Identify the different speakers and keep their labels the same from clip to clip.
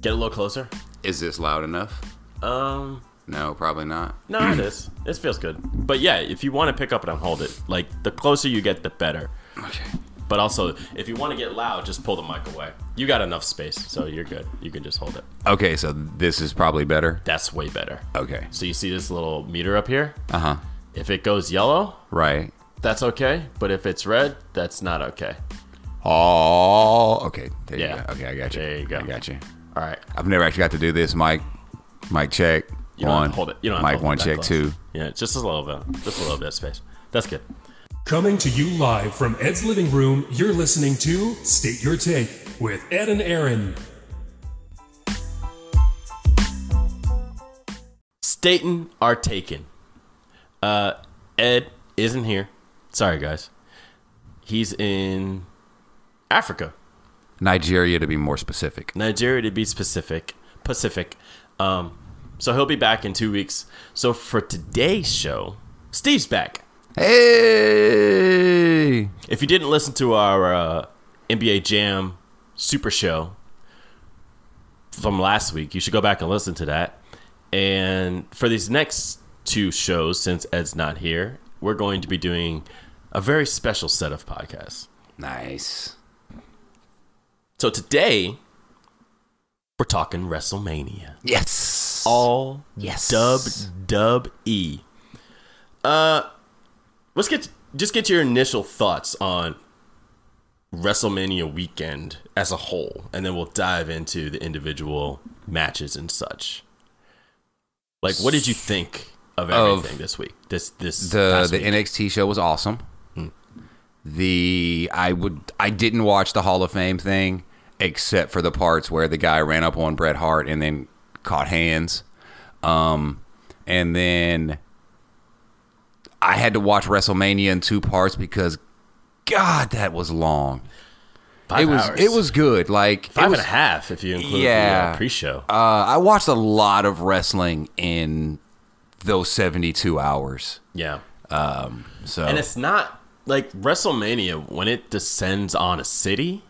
Speaker 1: Get a little closer.
Speaker 2: Is this loud enough?
Speaker 1: Um,
Speaker 2: No, probably not.
Speaker 1: no, it is. This feels good. But yeah, if you want to pick up and hold it, like the closer you get, the better.
Speaker 2: Okay.
Speaker 1: But also, if you want to get loud, just pull the mic away. You got enough space, so you're good. You can just hold it.
Speaker 2: Okay, so this is probably better.
Speaker 1: That's way better.
Speaker 2: Okay.
Speaker 1: So you see this little meter up here?
Speaker 2: Uh huh.
Speaker 1: If it goes yellow,
Speaker 2: Right.
Speaker 1: that's okay. But if it's red, that's not okay.
Speaker 2: Oh, okay. There
Speaker 1: Yeah.
Speaker 2: you go. Okay, I got you.
Speaker 1: There you go.
Speaker 2: I got you.
Speaker 1: All right.
Speaker 2: I've never actually got to do this, Mike. Mike check.
Speaker 1: You don't have
Speaker 2: one.
Speaker 1: to hold it. You don't have
Speaker 2: Mike
Speaker 1: to hold
Speaker 2: one
Speaker 1: it that
Speaker 2: check
Speaker 1: close.
Speaker 2: two.
Speaker 1: Yeah, just a little bit. Just a little bit of space. That's good.
Speaker 3: Coming to you live from Ed's living room, you're listening to State Your Take with Ed and Aaron.
Speaker 1: Staten are taken. Uh, Ed isn't here. Sorry, guys. He's in Africa,
Speaker 2: Nigeria to be more specific.
Speaker 1: Nigeria to be specific. Pacific. Um, so he'll be back in two weeks. So for today's show, Steve's back.
Speaker 2: Hey.
Speaker 1: If you didn't listen to our uh, NBA Jam Super Show from last week, you should go back and listen to that. And for these next two shows, since Ed's not here, we're going to be doing a very special set of podcasts.
Speaker 2: Nice.
Speaker 1: So today, we're talking WrestleMania.
Speaker 2: Yes.
Speaker 1: All
Speaker 2: Yes.
Speaker 1: dub dub e. Uh, let's get just get your initial thoughts on WrestleMania weekend as a whole, and then we'll dive into the individual matches and such. Like, what did you think of everything this week? This this
Speaker 2: the
Speaker 1: last
Speaker 2: the
Speaker 1: week? Hmm.
Speaker 2: NXT show was awesome. The I would I didn't watch the Hall of Fame thing except for the parts where the guy ran up on Bret Hart and then caught hands. Um and then I had to watch WrestleMania in two parts because God, that was long.
Speaker 1: Five
Speaker 2: it was
Speaker 1: hours.
Speaker 2: it was good. Like it
Speaker 1: five and
Speaker 2: was-
Speaker 1: a half if you include the
Speaker 2: Yeah.
Speaker 1: uh, pre-show.
Speaker 2: uh, I watched a lot of wrestling in those seventy two hours.
Speaker 1: Yeah,
Speaker 2: So
Speaker 1: and it's not like WrestleMania when it descends on a city.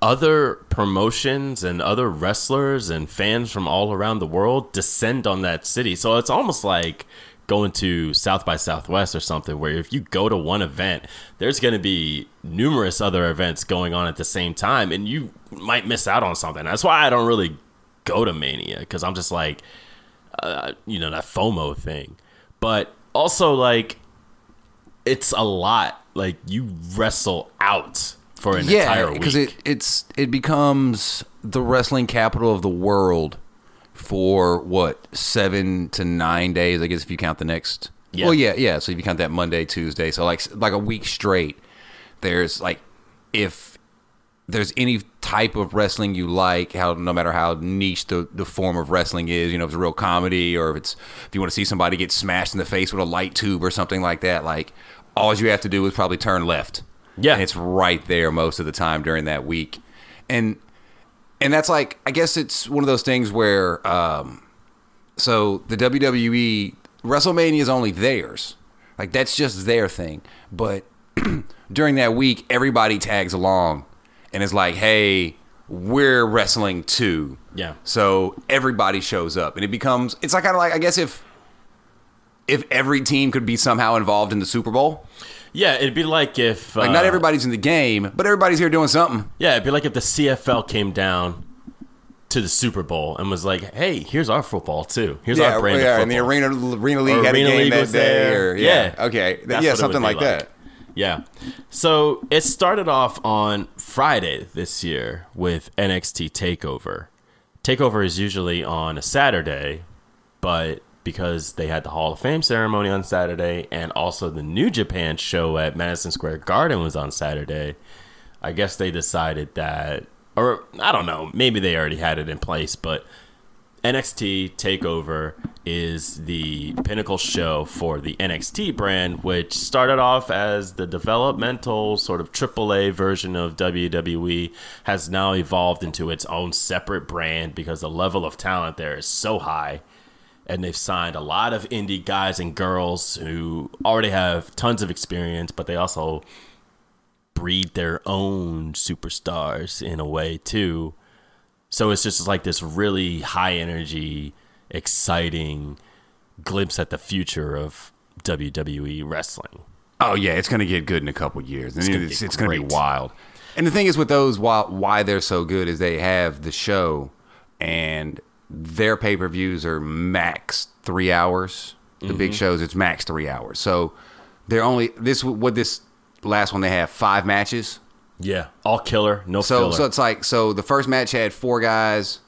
Speaker 1: Other promotions and other wrestlers and fans from all around the world descend on that city. So it's almost like going to South by Southwest or something, where if you go to one event, there's going to be numerous other events going on at the same time, and you might miss out on something. That's why I don't really go to Mania because I'm just like, uh, you know, that FOMO thing. But also, like, it's a lot. Like you wrestle out for an entire week.
Speaker 2: because it it's it becomes the wrestling capital of the world for what seven to nine days, I guess if you count the next.
Speaker 1: Yeah.
Speaker 2: Well, yeah, yeah. So if you count that Monday, Tuesday, so like like a week straight, there's like if there's any type of wrestling you like, how no matter how niche the, the form of wrestling is, you know, if it's real comedy or if it's if you want to see somebody get smashed in the face with a light tube or something like that, like all you have to do is probably turn left.
Speaker 1: Yeah.
Speaker 2: And it's right there most of the time during that week. And and that's like I guess it's one of those things where um so the WWE WrestleMania is only theirs. Like that's just their thing. But during that week, everybody tags along and is like, hey, we're wrestling too.
Speaker 1: Yeah.
Speaker 2: So everybody shows up and it becomes it's like kinda like I guess if if every team could be somehow involved in the Super Bowl.
Speaker 1: yeah, it'd be like if uh,
Speaker 2: Like not everybody's in the game, but everybody's here doing something.
Speaker 1: Yeah, it'd be like if the CFL came down to the Super Bowl and was like, "Hey, here's our football too. Here's our brand of football."
Speaker 2: and the arena arena league
Speaker 1: Or
Speaker 2: had
Speaker 1: Arena
Speaker 2: a game
Speaker 1: League
Speaker 2: that
Speaker 1: was
Speaker 2: day.
Speaker 1: there.
Speaker 2: Or, yeah.
Speaker 1: Yeah.
Speaker 2: okay, Th-
Speaker 1: That's what it
Speaker 2: yeah,
Speaker 1: would
Speaker 2: something
Speaker 1: be
Speaker 2: like,
Speaker 1: like.
Speaker 2: that.
Speaker 1: Yeah. So it started off on Friday this year with NXT Takeover. Takeover is usually on a Saturday, but because they had the Hall of Fame ceremony on Saturday and also the New Japan show at Madison Square Garden was on Saturday, I guess they decided that, or I don't know, maybe they already had it in place, but NXT Takeover is the pinnacle show for the NXT brand, which started off as the developmental sort of AAA version of WWE, has now evolved into its own separate brand because the level of talent there is so high. And they've signed a lot of indie guys and girls who already have tons of experience, but they also breed their own superstars in a way, too So it's just like this really high energy, exciting glimpse at the future of WWE wrestling.
Speaker 2: Oh yeah, it's gonna get good in a couple years. It's
Speaker 1: gonna
Speaker 2: gonna, it's,
Speaker 1: get
Speaker 2: it's gonna be
Speaker 1: great.
Speaker 2: wild. And the thing is with those, why, why they're so good is they have the show, and their pay per views are max three hours. The
Speaker 1: Mm-hmm.
Speaker 2: big shows, it's max three hours. So they're only this what this last one they have five matches.
Speaker 1: Yeah, all killer, no
Speaker 2: So
Speaker 1: filler.
Speaker 2: so it's like so the first match had four guys,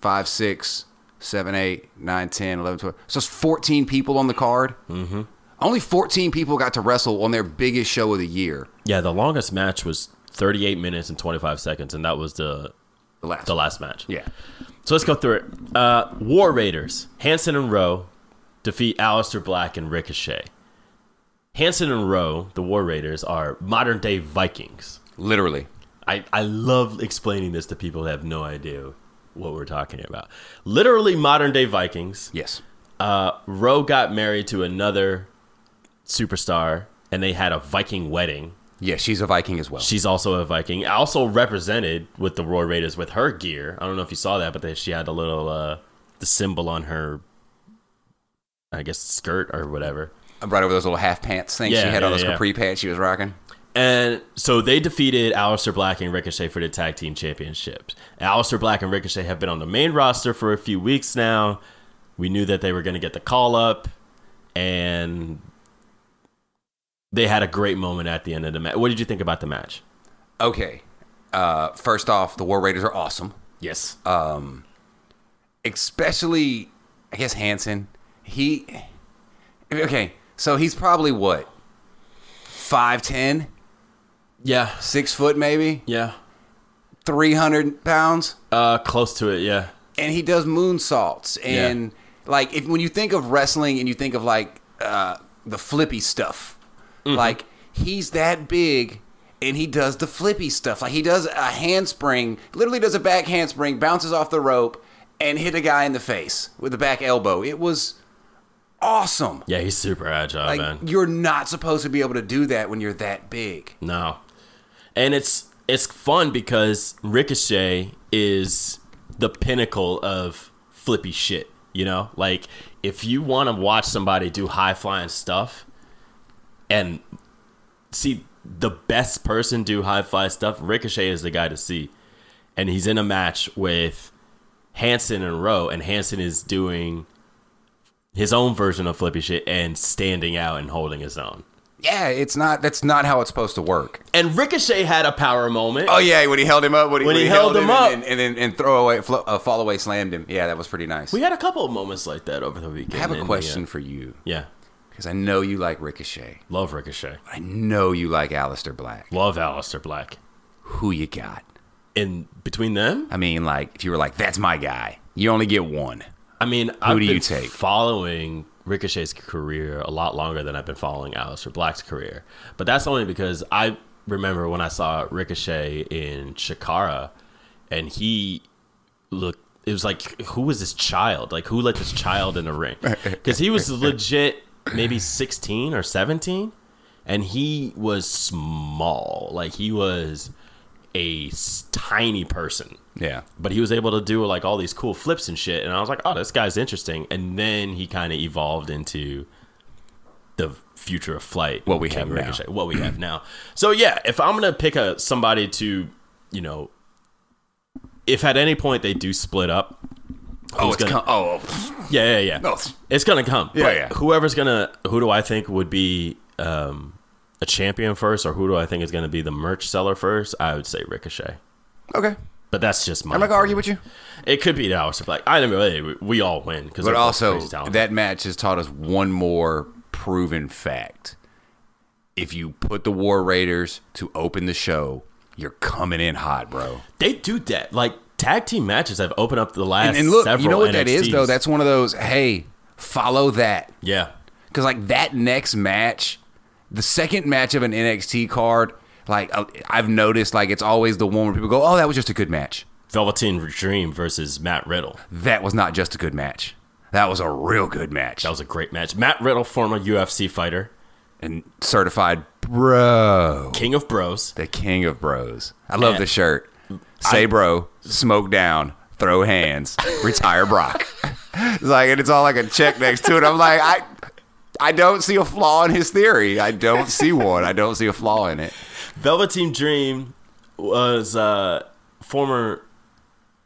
Speaker 2: five, six, seven, eight, nine, ten, eleven, twelve. So it's fourteen people on the card. Mm-hmm. Only fourteen people got to wrestle on their biggest show of the year.
Speaker 1: yeah, the longest match was 38 minutes and 25 seconds, and that was the
Speaker 2: The last.
Speaker 1: the last match.
Speaker 2: Yeah.
Speaker 1: So let's go through it. Uh, War Raiders. Hanson and Rowe defeat Aleister Black and Ricochet. Hanson and Rowe, the War Raiders, are modern day Vikings.
Speaker 2: Literally.
Speaker 1: I, I love explaining this to people that have no idea what we're talking about. Literally modern day Vikings.
Speaker 2: Yes.
Speaker 1: Uh, Rowe got married to another superstar, and they had a Viking wedding.
Speaker 2: Yeah, she's a Viking as well.
Speaker 1: She's also a Viking. Also represented with the Roy Raiders with her gear. I don't know if you saw that, but they, she had a little uh, the symbol on her, I guess skirt or whatever.
Speaker 2: right over those little half pants things she
Speaker 1: Yeah,
Speaker 2: had on
Speaker 1: yeah,
Speaker 2: those
Speaker 1: yeah.
Speaker 2: capri pants she was rocking.
Speaker 1: And so they defeated Aleister Black and Ricochet for the tag team championships. Aleister Black and Ricochet have been on the main roster for a few weeks now. We knew that they were going to get the call up, and they had a great moment at the end of the match. What did you think about the match?
Speaker 2: Okay. Uh, first off, the War Raiders are awesome.
Speaker 1: Yes.
Speaker 2: Especially I guess Hanson. He Okay, so he's probably what? 5'10",
Speaker 1: yeah.
Speaker 2: 6 foot maybe,
Speaker 1: Yeah.
Speaker 2: 300 pounds,
Speaker 1: Uh, close to it. Yeah.
Speaker 2: and he does moonsaults and like if when you think of wrestling and you think of like uh, the flippy stuff,
Speaker 1: Mm-hmm.
Speaker 2: like he's that big and he does the flippy stuff. Like he does a handspring, literally does a back handspring, bounces off the rope and hit a guy in the face with the back elbow. It was awesome.
Speaker 1: Yeah, he's super agile,
Speaker 2: Like
Speaker 1: man.
Speaker 2: you're not supposed to be able to do that when you're that big.
Speaker 1: No. And it's it's fun because Ricochet is the pinnacle of flippy shit, you know? Like if you want to watch somebody do high flying stuff and see the best person do high fly stuff, Ricochet is the guy to see. And he's in a match with Hanson and Rowe, and Hanson is doing his own version of flippy shit and standing out and holding his own.
Speaker 2: Yeah, it's not that's not how it's supposed to work.
Speaker 1: And Ricochet had a power moment.
Speaker 2: Oh yeah, when he held him up, when he,
Speaker 1: When he held him up.
Speaker 2: and then and, and, and throw away, flo- uh, fall away, slammed him. Yeah, that was pretty nice.
Speaker 1: We had a couple of moments like that over the weekend.
Speaker 2: I have
Speaker 1: and,
Speaker 2: a
Speaker 1: uh,
Speaker 2: question for you
Speaker 1: Yeah.
Speaker 2: because I know you like Ricochet.
Speaker 1: Love Ricochet.
Speaker 2: I know you like Aleister Black.
Speaker 1: Love Aleister Black.
Speaker 2: Who you got?
Speaker 1: In between them,
Speaker 2: I mean, like if you were like, "That's my guy," you only get one.
Speaker 1: I mean, I've
Speaker 2: do
Speaker 1: been
Speaker 2: you take?
Speaker 1: following Ricochet's career a lot longer than I've been following Aleister Black's career. But that's only because I remember when I saw Ricochet in Shikara and he looked it was like who was this child? Like who let this child in the ring? Cuz he was legit maybe 16 or 17 and he was small. Like he was a s- tiny person
Speaker 2: Yeah,
Speaker 1: but he was able to do like all these cool flips and shit and i was like oh this guy's interesting and then he kind of evolved into the future of flight
Speaker 2: What we
Speaker 1: became
Speaker 2: have now.
Speaker 1: what we have now so yeah if i'm gonna pick a somebody to you know if at any point they do split up
Speaker 2: Oh,
Speaker 1: who's
Speaker 2: it's
Speaker 1: gonna-
Speaker 2: com- oh, pfft.
Speaker 1: yeah yeah yeah
Speaker 2: No, it's-
Speaker 1: it's gonna come
Speaker 2: Yeah,
Speaker 1: But
Speaker 2: yeah.
Speaker 1: whoever's gonna who do i think would be um a champion first or who do i think is gonna be the merch seller first i would say ricochet
Speaker 2: okay.
Speaker 1: but that's just my
Speaker 2: I'm not gonna
Speaker 1: opinion.
Speaker 2: argue with you,
Speaker 1: It could be the hours of like I don't know. hey, we- We all win because
Speaker 2: but also that match has taught us one more proven fact: if you put the War Raiders to open the show, you're coming in hot, bro.
Speaker 1: they do that. Like tag team matches have opened up the last
Speaker 2: and, and look, you
Speaker 1: several
Speaker 2: know what that is
Speaker 1: NXTs.
Speaker 2: though. That's one of those. Hey, follow that
Speaker 1: yeah,
Speaker 2: because like that next match, the second match of an NXT card. Like I- I've noticed, like it's always the one where people go, "Oh, that was just a good match.
Speaker 1: Velveteen Dream versus Matt Riddle.
Speaker 2: That was not just a good match. That was a real good match."
Speaker 1: That was a great match. Matt Riddle, former UFC fighter,
Speaker 2: And certified bro,
Speaker 1: King of Bros.
Speaker 2: the king of bros. I love
Speaker 1: Yeah.
Speaker 2: the shirt. Say bro, smoke down, throw hands, retire Brock. it's like, and it's all like a check next to it. I'm like, I, I don't see a flaw in his theory. I don't see one. I don't see a flaw in it.
Speaker 1: Velveteen Dream was uh, former.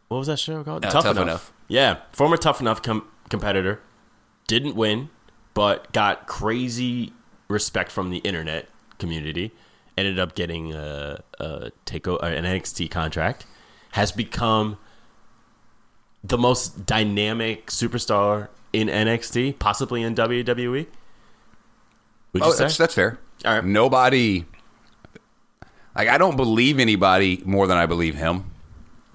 Speaker 1: What was that show called?
Speaker 2: Uh, Tough Enough.
Speaker 1: Yeah, former Tough Enough com- competitor. Didn't win, but got crazy respect from the internet community. Ended up getting a, a takeover, an NXT contract. Has become the most dynamic superstar in NXT, possibly in WWE. Would you
Speaker 2: Oh,
Speaker 1: say?
Speaker 2: that's, that's fair.
Speaker 1: All right.
Speaker 2: Nobody, like, I don't believe anybody more than I believe him.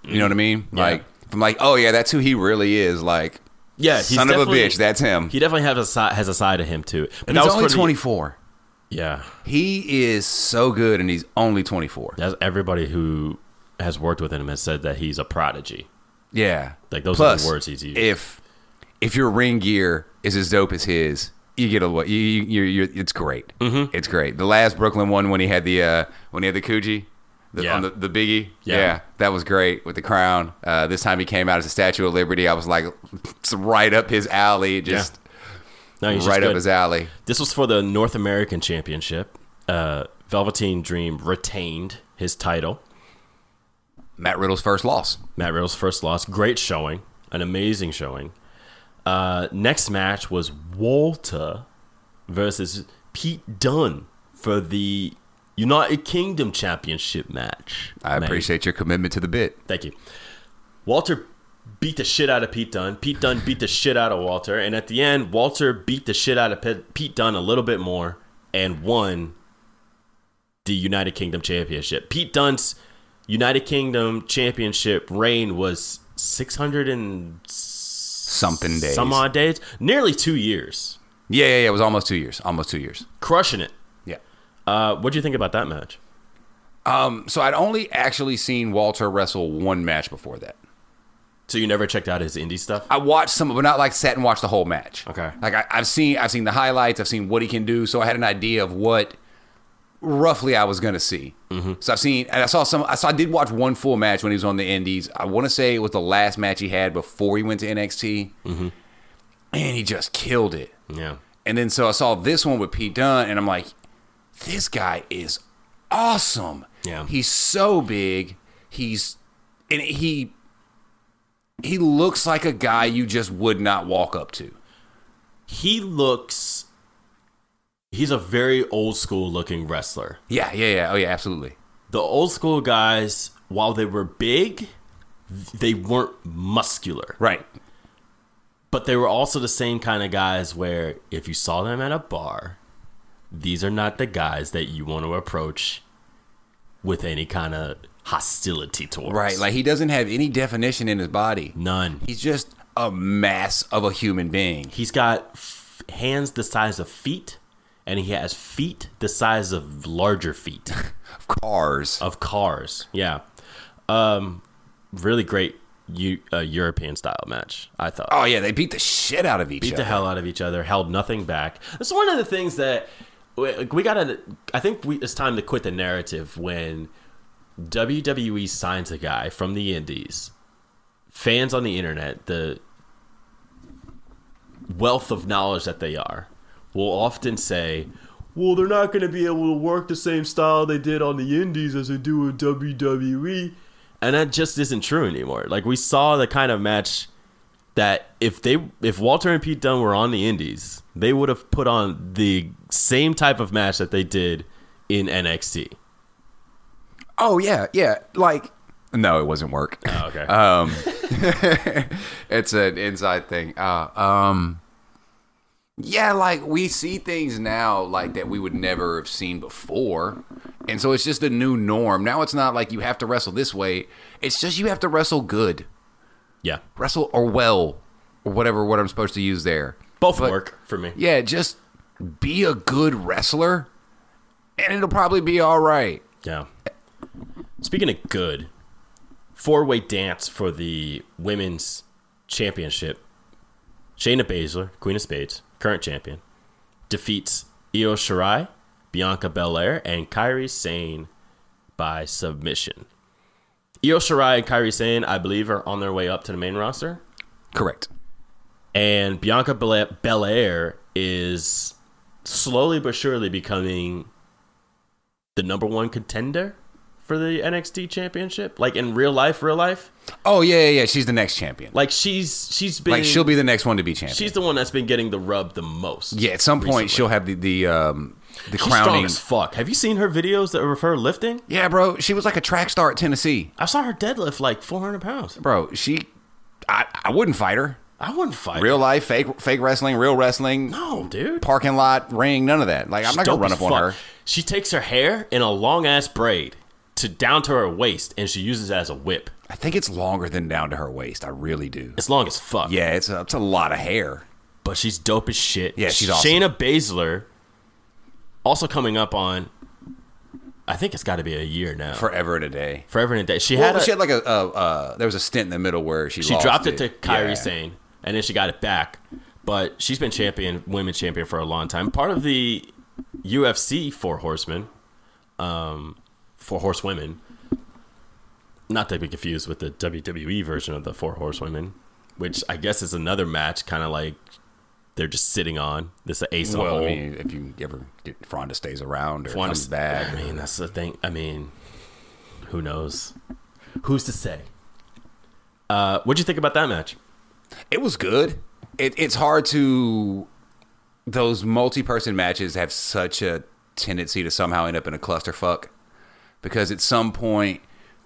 Speaker 2: You know what I mean? Like, if I'm like, oh yeah, that's who he really is. Like,
Speaker 1: Yeah,
Speaker 2: son of a
Speaker 1: definitely-
Speaker 2: bitch, that's him.
Speaker 1: He definitely has a side, has a side of him too. But
Speaker 2: and he's only
Speaker 1: pretty-
Speaker 2: 24.
Speaker 1: Yeah,
Speaker 2: He is so good, and he's only 24.
Speaker 1: that's everybody who has worked with him has said that he's a prodigy.
Speaker 2: Yeah,
Speaker 1: Like, those are the words he's using.
Speaker 2: If if your ring gear is as dope as his, you get a what you you you it's great. Mm-hmm. It's great. The last Brooklyn one when he had the uh when he had the Coogee. The,
Speaker 1: Yeah.
Speaker 2: on the, the biggie yeah.
Speaker 1: Yeah.
Speaker 2: that was great with the crown uh, this time he came out as a statue of liberty i was like it's right up his alley just
Speaker 1: No, he's
Speaker 2: right
Speaker 1: just
Speaker 2: up
Speaker 1: good.
Speaker 2: his alley
Speaker 1: This was for the North American Championship. Uh, Velveteen Dream retained his title.
Speaker 2: matt riddle's first loss
Speaker 1: Matt Riddle's first loss. Great showing, an amazing showing. Uh, next match was Walter versus Pete Dunne for the United Kingdom Championship match.
Speaker 2: i
Speaker 1: Mate.
Speaker 2: appreciate your commitment to the bit
Speaker 1: Thank you. Walter beat the shit out of Pete Dunne. Pete Dunne beat the shit out of Walter. And at the end, Walter beat the shit out of Pe- Pete Dunne a little bit more and won the United Kingdom Championship. Pete Dunne's United Kingdom Championship reign was 600 and
Speaker 2: something days
Speaker 1: some odd days, nearly two years.
Speaker 2: yeah yeah yeah it was almost two years almost two years
Speaker 1: Crushing it.
Speaker 2: yeah
Speaker 1: Uh, what do you think about that match?
Speaker 2: So I'd only actually seen Walter wrestle one match before that.
Speaker 1: So you never checked out his indie stuff?
Speaker 2: I watched some, but not like sat and watched the whole match.
Speaker 1: Okay.
Speaker 2: Like I, I've seen, I've seen the highlights. I've seen what he can do. So I had an idea of what roughly I was gonna see. So I've seen, and I saw some. I saw, I did watch one full match when he was on the Indies. I want to say it was the last match he had before he went to NXT, and he just killed it.
Speaker 1: Yeah.
Speaker 2: And then so I saw this one with Pete Dunne, and I'm like, this guy is awesome.
Speaker 1: Yeah.
Speaker 2: He's so big. He's and he he looks like a guy you just would not walk up to.
Speaker 1: he looks he's a very old school looking wrestler
Speaker 2: Yeah, yeah, yeah. Oh yeah, absolutely.
Speaker 1: the old school guys while they were big they weren't muscular
Speaker 2: Right.
Speaker 1: but they were also the same kind of guys where if you saw them at a bar these are not the guys that you want to approach with any kind of hostility towards
Speaker 2: Right. Like he doesn't have any definition in his body.
Speaker 1: none
Speaker 2: He's just a mass of a human being.
Speaker 1: he's got f- hands the size of feet and he has feet the size of larger feet
Speaker 2: Of cars.
Speaker 1: of cars. Yeah, um, really great U- uh, European style match. I thought
Speaker 2: Oh yeah, they beat the shit out of each
Speaker 1: beat
Speaker 2: other.
Speaker 1: the hell out of each other, held nothing back. That's one of the things that we, we gotta. I think we, it's time to quit the narrative when WWE signs a guy from the Indies. Fans on the internet, the wealth of knowledge that they are, will often say, "Well, they're not going to be able to work the same style they did on the Indies as they do with WWE," and that just isn't true anymore. Like we saw the kind of match that if they if Walter and Pete Dunne were on the Indies, they would have put on the same type of match that they did in NXT.
Speaker 2: Oh yeah, yeah. Like no, it wasn't work.
Speaker 1: okay.
Speaker 2: Um, it's an inside thing. Uh, um, yeah, like we see things now like that we would never have seen before, and so it's just a new norm. Now it's not like you have to wrestle this way. It's just you have to wrestle good,
Speaker 1: yeah,
Speaker 2: wrestle or well, or whatever what I'm supposed to use there.
Speaker 1: both
Speaker 2: But-
Speaker 1: work for me.
Speaker 2: Yeah, just be a good wrestler, and it'll probably be all right.
Speaker 1: Yeah. Speaking of good, four way dance for the women's championship. Shayna Baszler, Queen of Spades, current champion, defeats Io Shirai, Bianca Belair, and Kyrie Sane by submission. Io Shirai and Kairi Sane, I believe, are on their way up to the main roster.
Speaker 2: Correct.
Speaker 1: And Bianca Bela- Belair is slowly but surely becoming the number one contender for the NXT championship. Like in real life, real life.
Speaker 2: Oh yeah, yeah, yeah. She's the next champion.
Speaker 1: Like she's she's been
Speaker 2: Like she'll be the next one to be champion.
Speaker 1: she's the one that's been getting the rub the most.
Speaker 2: yeah, at some point she'll have the the um the
Speaker 1: She's strong
Speaker 2: crowning.
Speaker 1: as fuck. Have you seen her videos that were of her lifting?
Speaker 2: Yeah, bro. She was like a track star at Tennessee,
Speaker 1: I saw her deadlift like 400 pounds.
Speaker 2: bro. She, I, I wouldn't fight her.
Speaker 1: I wouldn't fight.
Speaker 2: Real life, fake fake wrestling, real wrestling,
Speaker 1: No, dude.
Speaker 2: parking lot ring, none of that. Like I'm not gonna
Speaker 1: Dope
Speaker 2: run
Speaker 1: as
Speaker 2: up on
Speaker 1: fuck.
Speaker 2: her.
Speaker 1: She takes her hair in a long ass braid to down to her waist, and she uses it as a whip.
Speaker 2: I think it's longer than down to her waist. I really do.
Speaker 1: It's long as fuck.
Speaker 2: Yeah, it's a, it's a lot of hair.
Speaker 1: but she's dope as shit.
Speaker 2: Yeah, she's awesome.
Speaker 1: Shayna Baszler, also coming up on. I think it's got to be a year now.
Speaker 2: Forever and a day.
Speaker 1: Forever and a day. She
Speaker 2: Well,
Speaker 1: had. A,
Speaker 2: she had like a, a uh, there was a stint in the middle where she
Speaker 1: she
Speaker 2: lost
Speaker 1: dropped it to Kyrie
Speaker 2: Yeah.
Speaker 1: Sane, and then she got it back. But she's been champion, women champion for a long time. Part of the UFC Four Horsemen, um, Four Horsewomen. Not to be confused with the WWE version of the Four Horsewomen, which I guess is another match, kind of like they're just sitting on this ace in the
Speaker 2: Well,
Speaker 1: hole.
Speaker 2: I mean, if you ever get Fronda stays around or
Speaker 1: Wanna
Speaker 2: comes
Speaker 1: s-
Speaker 2: back,
Speaker 1: I mean, that's the thing. I mean, who knows? Who's to say? Uh, what'd you think about that match?
Speaker 2: it was good. It, it's hard to those multi-person matches have such a tendency to somehow end up in a clusterfuck because at some point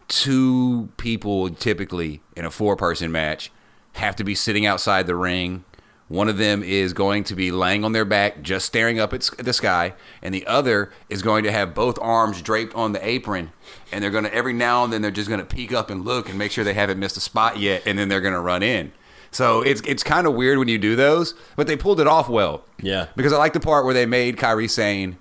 Speaker 2: two people typically in a four-person match have to be sitting outside the ring. One of them is going to be laying on their back, just staring up at s- the sky, and the other is going to have both arms draped on the apron, and they're going to every now and then they're just going to peek up and look and make sure they haven't missed a spot yet, and then they're going to run in. So it's it's kind of weird when you do those, but they pulled it off well.
Speaker 1: Yeah.
Speaker 2: Because I like the part where they made Kyrie Sane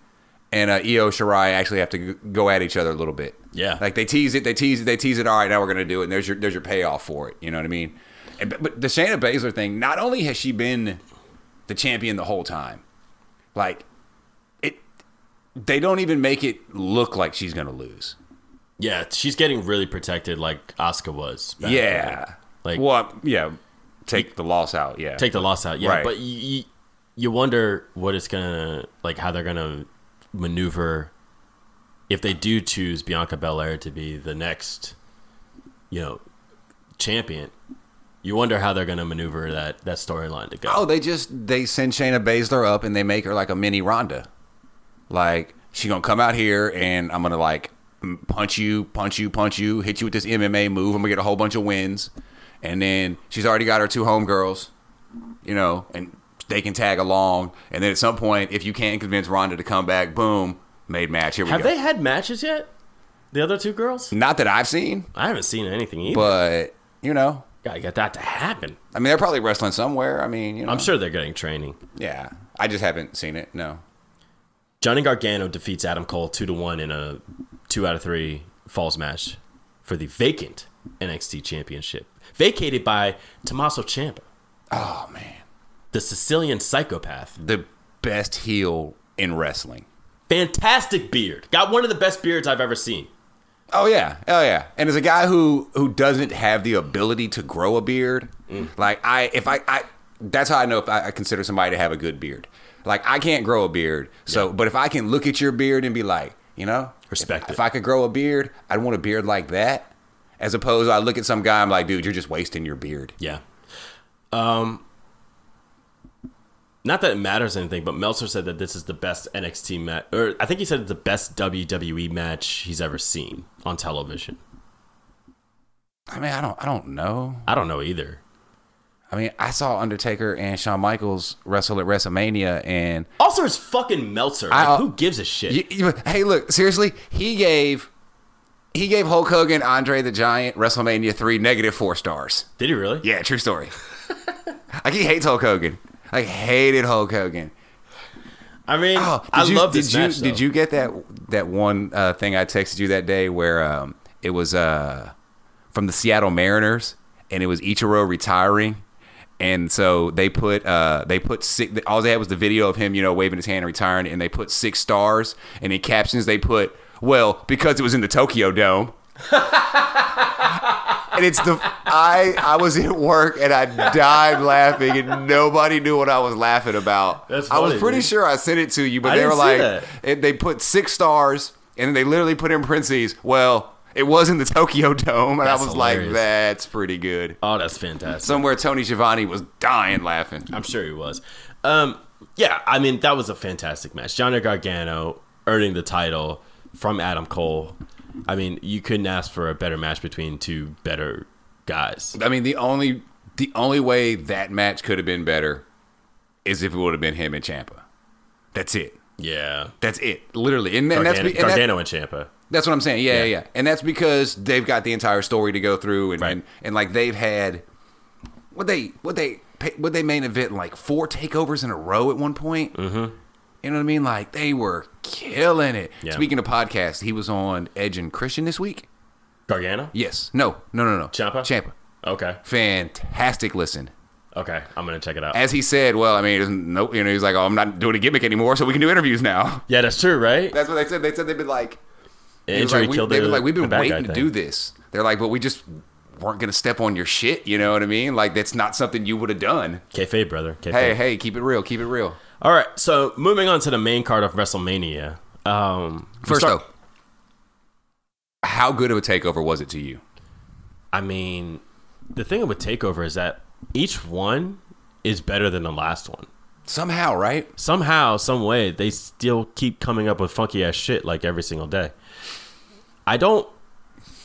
Speaker 2: and uh, Io Shirai actually have to g- go at each other a little bit.
Speaker 1: Yeah.
Speaker 2: Like they tease it, they tease it, they tease it. All right, now we're gonna do it. And there's your there's your payoff for it. You know what I mean? And, but- but the Shayna Baszler thing, not only has she been the champion the whole time, like it, they don't even make it look like she's gonna lose.
Speaker 1: Yeah, she's getting really protected, like Asuka was. back
Speaker 2: yeah.
Speaker 1: Like-
Speaker 2: Like well, I'm- yeah. Take the loss out. Yeah.
Speaker 1: then. take the loss out. Yeah,
Speaker 2: Right.
Speaker 1: but you, you wonder what it's gonna like, how they're gonna maneuver if they do choose Bianca Belair to be the next, you know, champion. You wonder how they're gonna maneuver that that storyline to go.
Speaker 2: Oh, they just they send Shayna Baszler up and they make her like a mini Ronda. Like she gonna come out here and I'm gonna like m- punch you, punch you, punch you, hit you with this MMA move. I'm gonna get a whole bunch of wins, and then she's already got her two homegirls, you know, and they can tag along. And then at some point, if you can't convince Ronda to come back, boom, made match. Here we
Speaker 1: Have
Speaker 2: go.
Speaker 1: they had matches yet? The other two girls?
Speaker 2: Not that I've seen,
Speaker 1: I haven't seen anything either.
Speaker 2: but you know,
Speaker 1: Gotta get that to happen.
Speaker 2: I mean, they're probably wrestling somewhere. I mean, you know,
Speaker 1: I'm sure they're getting training.
Speaker 2: Yeah, I just haven't seen it. No.
Speaker 1: Johnny Gargano defeats Adam Cole two to one in a two out of three falls match for the vacant NXT championship. Vacated by Tommaso Ciampa,
Speaker 2: Oh man.
Speaker 1: the Sicilian psychopath.
Speaker 2: the best heel in wrestling.
Speaker 1: Fantastic beard. Got one of the best beards I've ever seen.
Speaker 2: Oh yeah, oh yeah. And as a guy who who doesn't have the ability to grow a beard,
Speaker 1: Mm.
Speaker 2: like I if I, I that's how I know if I, I consider somebody to have a good beard. Like I can't grow a beard, so but if I can look at your beard and be like, you know,
Speaker 1: Respect
Speaker 2: If,
Speaker 1: it.
Speaker 2: if I could grow a beard, I'd want a beard like that. As opposed, I look at some guy, I'm like, dude, you're just wasting your beard.
Speaker 1: Yeah. Um not that it matters anything, but Meltzer said that this is the best NXT match or I think he said it's the best WWE match he's ever seen on television.
Speaker 2: I mean, I don't, I don't know.
Speaker 1: I don't know either.
Speaker 2: I mean, I saw Undertaker and Shawn Michaels wrestle at WrestleMania, and
Speaker 1: Also, it's fucking Meltzer. Like,
Speaker 2: I-
Speaker 1: who gives a shit?
Speaker 2: You- you- hey, look, seriously, he gave he gave Hulk Hogan, Andre the Giant, WrestleMania three negative four stars.
Speaker 1: Did he really?
Speaker 2: Yeah, true story. like he hates Hulk Hogan. Like hated Hulk Hogan.
Speaker 1: I mean,
Speaker 2: Oh, did
Speaker 1: I
Speaker 2: you,
Speaker 1: love
Speaker 2: did
Speaker 1: this
Speaker 2: you,
Speaker 1: match.
Speaker 2: Did
Speaker 1: though.
Speaker 2: you get that that one uh, thing I texted you that day where um, it was uh, from the Seattle Mariners and it was Ichiro retiring, and so they put uh, they put six. All they had was the video of him, you know, waving his hand and retiring, and they put six stars, and in captions they put, "Well, because it was in the Tokyo Dome." and it's the I I was at work and I died laughing and nobody knew what I was laughing about.
Speaker 1: That's
Speaker 2: I was
Speaker 1: funny,
Speaker 2: pretty
Speaker 1: dude.
Speaker 2: sure I sent it to you, but
Speaker 1: I
Speaker 2: they were
Speaker 1: didn't see
Speaker 2: like
Speaker 1: that.
Speaker 2: it, they put six stars and then they literally put in parentheses. Well, it was in the Tokyo Dome, and I
Speaker 1: That's
Speaker 2: was like,
Speaker 1: hilarious.
Speaker 2: "That's pretty good."
Speaker 1: Oh, that's fantastic.
Speaker 2: Somewhere Tony Giovanni was dying laughing.
Speaker 1: I'm sure he was. Um, yeah, I mean that was a fantastic match. Johnny Gargano earning the title from Adam Cole. I mean, you couldn't ask for a better match between two better guys.
Speaker 2: I mean, the only the only way that match could have been better is if it would have been him and Champa. That's it.
Speaker 1: Yeah,
Speaker 2: That's it. Literally, and, and that's
Speaker 1: Gargano and,
Speaker 2: be- and that-
Speaker 1: Gargano and Champa.
Speaker 2: That's what I'm saying. Yeah, yeah, yeah. And that's because they've got the entire story to go through, and
Speaker 1: Right.
Speaker 2: and, and like they've had what they what they what they main event in, like four takeovers in a row at one point. Mm-hmm. You know what I mean? Like they were killing it.
Speaker 1: Yeah.
Speaker 2: Speaking of podcasts, he was on Edge and Christian this week.
Speaker 1: Gargano.
Speaker 2: Yes. No. No. No. No.
Speaker 1: Ciampa?
Speaker 2: Champa.
Speaker 1: Okay.
Speaker 2: Fantastic listen.
Speaker 1: Okay. I'm gonna check it out.
Speaker 2: As he said, well, I mean, there's no, you know, he's like, oh, I'm not doing a gimmick anymore, so we can do interviews now.
Speaker 1: yeah, that's true, right?
Speaker 2: That's what they said. They said they've been like, It was
Speaker 1: Injury
Speaker 2: like, we,
Speaker 1: killed
Speaker 2: they
Speaker 1: the-
Speaker 2: were like, we've
Speaker 1: the
Speaker 2: been
Speaker 1: bad guy
Speaker 2: waiting to
Speaker 1: thing.
Speaker 2: do this. They're like, but we just weren't going to step on your shit. You know what I mean? Like, that's not something you would have done.
Speaker 1: Kayfabe, brother. Kayfabe.
Speaker 2: Hey, hey, keep it real. Keep it real.
Speaker 1: All right. So moving on to the main card of WrestleMania. Um, we
Speaker 2: First,
Speaker 1: start-
Speaker 2: though, how good of a takeover was it to you?
Speaker 1: I mean, the thing with Takeover is that each one is better than the last one.
Speaker 2: Somehow, right?
Speaker 1: Somehow, some way, they still keep coming up with funky ass shit like every single day. I don't,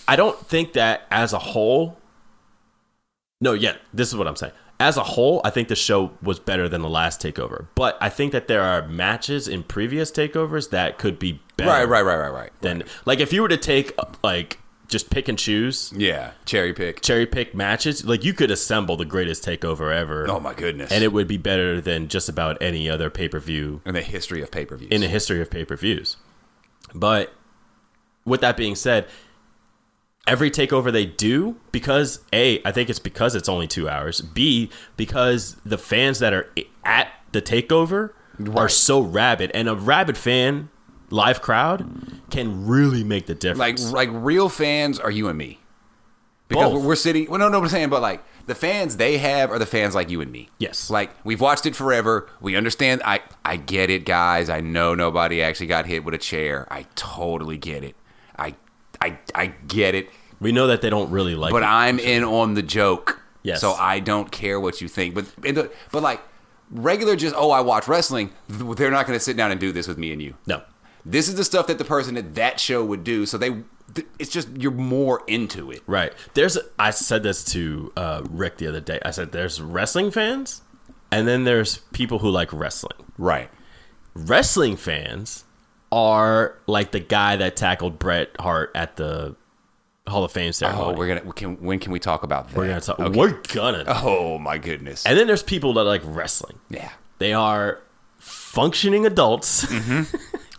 Speaker 1: I don't think that as a whole. No, yeah, this is what I'm saying. As a whole, I think the show was better than the last Takeover, but I think that there are matches in previous Takeovers that could be better.
Speaker 2: Right, right, right, right, right.
Speaker 1: Than like if you were to take uh, like just pick and choose
Speaker 2: Yeah, cherry pick.
Speaker 1: cherry pick matches, like you could assemble the greatest takeover ever.
Speaker 2: Oh my goodness!
Speaker 1: And it would be better than just about any other pay per view
Speaker 2: in the history of pay per views.
Speaker 1: in the history of pay per views. But with that being said, every takeover they do, because A, I think it's because it's only two hours, B, because the fans that are i- at the takeover are so rabid. And a rabid fan live crowd can really make the
Speaker 2: like
Speaker 1: difference.
Speaker 2: like real fans are you and me because
Speaker 1: Both.
Speaker 2: we're sitting well no no i'm saying but like the fans they have are the fans like you and me
Speaker 1: Yes.
Speaker 2: like we've watched it forever we understand i i get it guys i know nobody actually got hit with a chair i totally get it i i i get it
Speaker 1: we know that they don't really like
Speaker 2: but
Speaker 1: it.
Speaker 2: i'm in on the joke
Speaker 1: Yes.
Speaker 2: so i don't care what you think but and the- but like regular just oh i watch wrestling th- they're not going to sit down and do this with me and you
Speaker 1: no.
Speaker 2: this is the stuff that the person at that show would do. So they, th- it's just you're more into it.
Speaker 1: Right. There's I said this to uh, Rick the other day. I said there's wrestling fans and then there's people who like wrestling.
Speaker 2: Right.
Speaker 1: Wrestling fans are like the guy that tackled Bret Hart at the Hall of Fame
Speaker 2: Oh,
Speaker 1: ceremony.
Speaker 2: we're gonna. We can, when can we talk about that?
Speaker 1: we're, gonna talk. We're gonna.
Speaker 2: Oh my goodness.
Speaker 1: And then there's people that like wrestling.
Speaker 2: yeah.
Speaker 1: They are functioning adults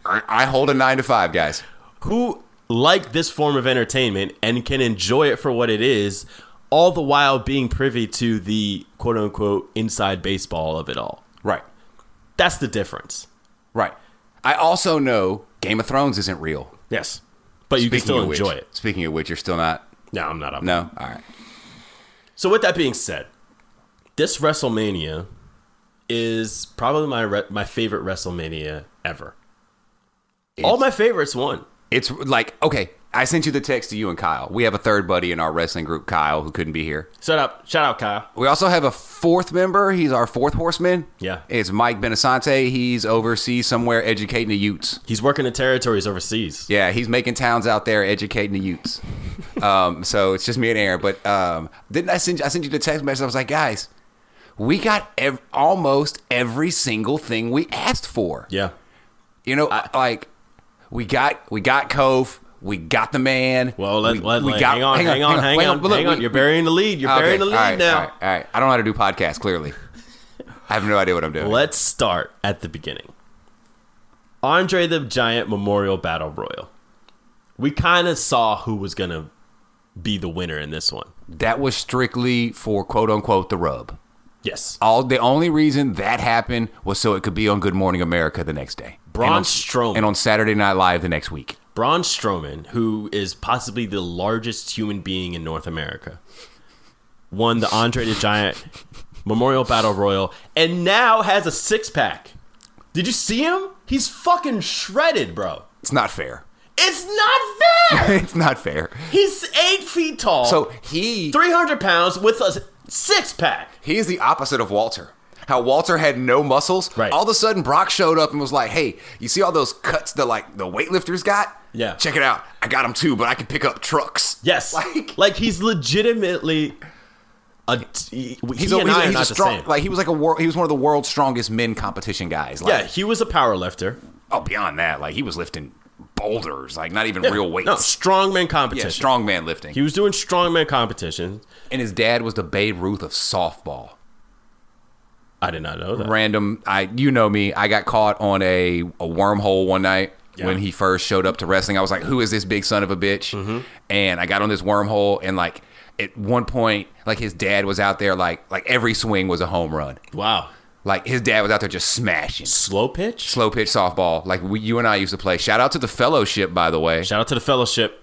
Speaker 2: I, I hold a nine to five, guys.
Speaker 1: who like this form of entertainment and can enjoy it for what it is, all the while being privy to the quote unquote inside baseball of it all.
Speaker 2: Right.
Speaker 1: That's the difference.
Speaker 2: Right. I also know Game of Thrones isn't real.
Speaker 1: Yes. But you can still
Speaker 2: of which-
Speaker 1: enjoy it.
Speaker 2: Speaking of which, you're still not.
Speaker 1: No, I'm not up.
Speaker 2: No. All right.
Speaker 1: So with that being said, this WrestleMania is probably my re- my favorite WrestleMania ever. All my favorites won.
Speaker 2: It's like okay. I sent you the text to you and Kyle. We have a third buddy in our wrestling group, Kyle, who couldn't be here.
Speaker 1: Shut up. Shout out Kyle.
Speaker 2: We also have a fourth member. He's our fourth horseman.
Speaker 1: Yeah.
Speaker 2: It's Mike Benasante. He's overseas somewhere educating the Utes.
Speaker 1: He's working in territories overseas.
Speaker 2: Yeah, he's making towns out there educating the Utes. um, so it's just me and Aaron. But um, didn't I send you, I sent you the text message? I was like, guys, we got ev- almost every single thing we asked for.
Speaker 1: Yeah.
Speaker 2: You know, like we got we got Cove. We got the man.
Speaker 1: Well, let,
Speaker 2: we,
Speaker 1: let,
Speaker 2: we
Speaker 1: let- hang, on, hang on, hang on, hang
Speaker 2: wait,
Speaker 1: on,
Speaker 2: but look, we-
Speaker 1: You're burying the lead. You're
Speaker 2: Okay,
Speaker 1: burying the
Speaker 2: all
Speaker 1: lead
Speaker 2: right,
Speaker 1: now.
Speaker 2: All right, all right. I don't know how to do podcasts, clearly. I have no idea what I'm doing.
Speaker 1: Let's start at the beginning. Andre the Giant Memorial Battle Royal. We kind of saw who was going to be the winner in this one.
Speaker 2: That was strictly for quote unquote the rub.
Speaker 1: Yes.
Speaker 2: All the only reason that happened was so it could be on Good Morning America the next day.
Speaker 1: Braun
Speaker 2: and on,
Speaker 1: Strowman.
Speaker 2: And on Saturday Night Live the next week.
Speaker 1: Braun Strowman, who is possibly the largest human being in North America, won the Andre the Giant Memorial Battle Royal and now has a six pack. Did you see him? He's fucking shredded, bro.
Speaker 2: It's not fair.
Speaker 1: It's not fair.
Speaker 2: it's not fair.
Speaker 1: He's eight feet tall,
Speaker 2: So he
Speaker 1: three hundred pounds with a six pack.
Speaker 2: he is the opposite of Walter. How Walter had no muscles.
Speaker 1: Right.
Speaker 2: All of a sudden, Brock showed up and was like, "Hey, you see all those cuts that like the weightlifters got?
Speaker 1: Yeah.
Speaker 2: Check it out. I got them too, but I can pick up trucks.
Speaker 1: Yes,
Speaker 2: Like
Speaker 1: like, he's legitimately a. He's
Speaker 2: he's
Speaker 1: he
Speaker 2: a,
Speaker 1: and
Speaker 2: he's,
Speaker 1: I are
Speaker 2: a- he's
Speaker 1: not
Speaker 2: a
Speaker 1: the
Speaker 2: strong.
Speaker 1: same.
Speaker 2: Like he was like a wor- he was one of the world's strongest men competition guys. Like,
Speaker 1: yeah, he was a power lifter.
Speaker 2: Oh, beyond that, like he was lifting boulders, like not even real weights.
Speaker 1: No, strongman
Speaker 2: yeah,
Speaker 1: competition.
Speaker 2: strongman lifting.
Speaker 1: He was doing strongman competition.
Speaker 2: and his dad was the Babe Ruth of softball.
Speaker 1: I did not know that.
Speaker 2: random i you know me i got caught on a, a wormhole one night
Speaker 1: Yeah.
Speaker 2: when he first showed up to wrestling i was like who is this big son of a bitch
Speaker 1: Mm-hmm.
Speaker 2: and i got on this wormhole and like at one point like his dad was out there like like every swing was a home run
Speaker 1: Wow.
Speaker 2: like his dad was out there just smashing
Speaker 1: Slow pitch.
Speaker 2: slow pitch softball like we, you and i used to play shout out to the fellowship by the way
Speaker 1: Shout out to the fellowship.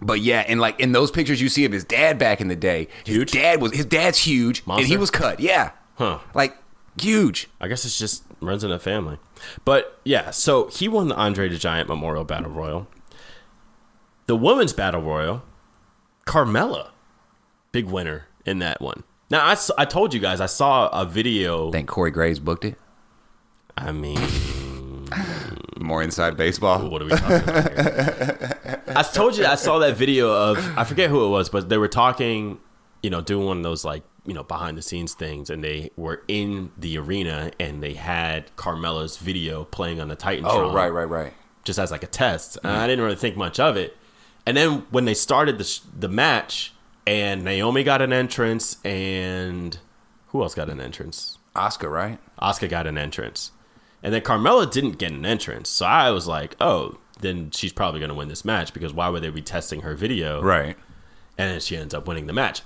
Speaker 2: But yeah, and like in those pictures you see of his dad back in the day, his
Speaker 1: Huge?
Speaker 2: dad was his dad's huge, and he
Speaker 1: Monster?
Speaker 2: was cut. Yeah,
Speaker 1: Huh.
Speaker 2: Like huge.
Speaker 1: I guess it's just runs in the family. But yeah, so he won the Andre the Giant Memorial Battle Royal. The women's battle royal, Carmella, big winner in that one. Now I, s- I told you guys I saw a video.
Speaker 2: Think Corey Graves booked it.
Speaker 1: I mean,
Speaker 2: More inside baseball.
Speaker 1: what are we talking about here? I told you I saw that video of I forget who it was, but they were talking, you know, doing one of those like you know behind the scenes things, and they were in the arena and they had Carmella's video playing on the Titan.
Speaker 2: Oh, right, right, right.
Speaker 1: just as like a test. And
Speaker 2: Mm-hmm.
Speaker 1: I didn't really think much of it. And then when they started the sh- the match, and Naomi got an entrance, and who else got an entrance?
Speaker 2: Oscar, right?
Speaker 1: Oscar got an entrance, and then Carmella didn't get an entrance. So I was like, oh, then she's probably gonna win this match because why would they be testing her video?
Speaker 2: Right.
Speaker 1: And then she ends up winning the match.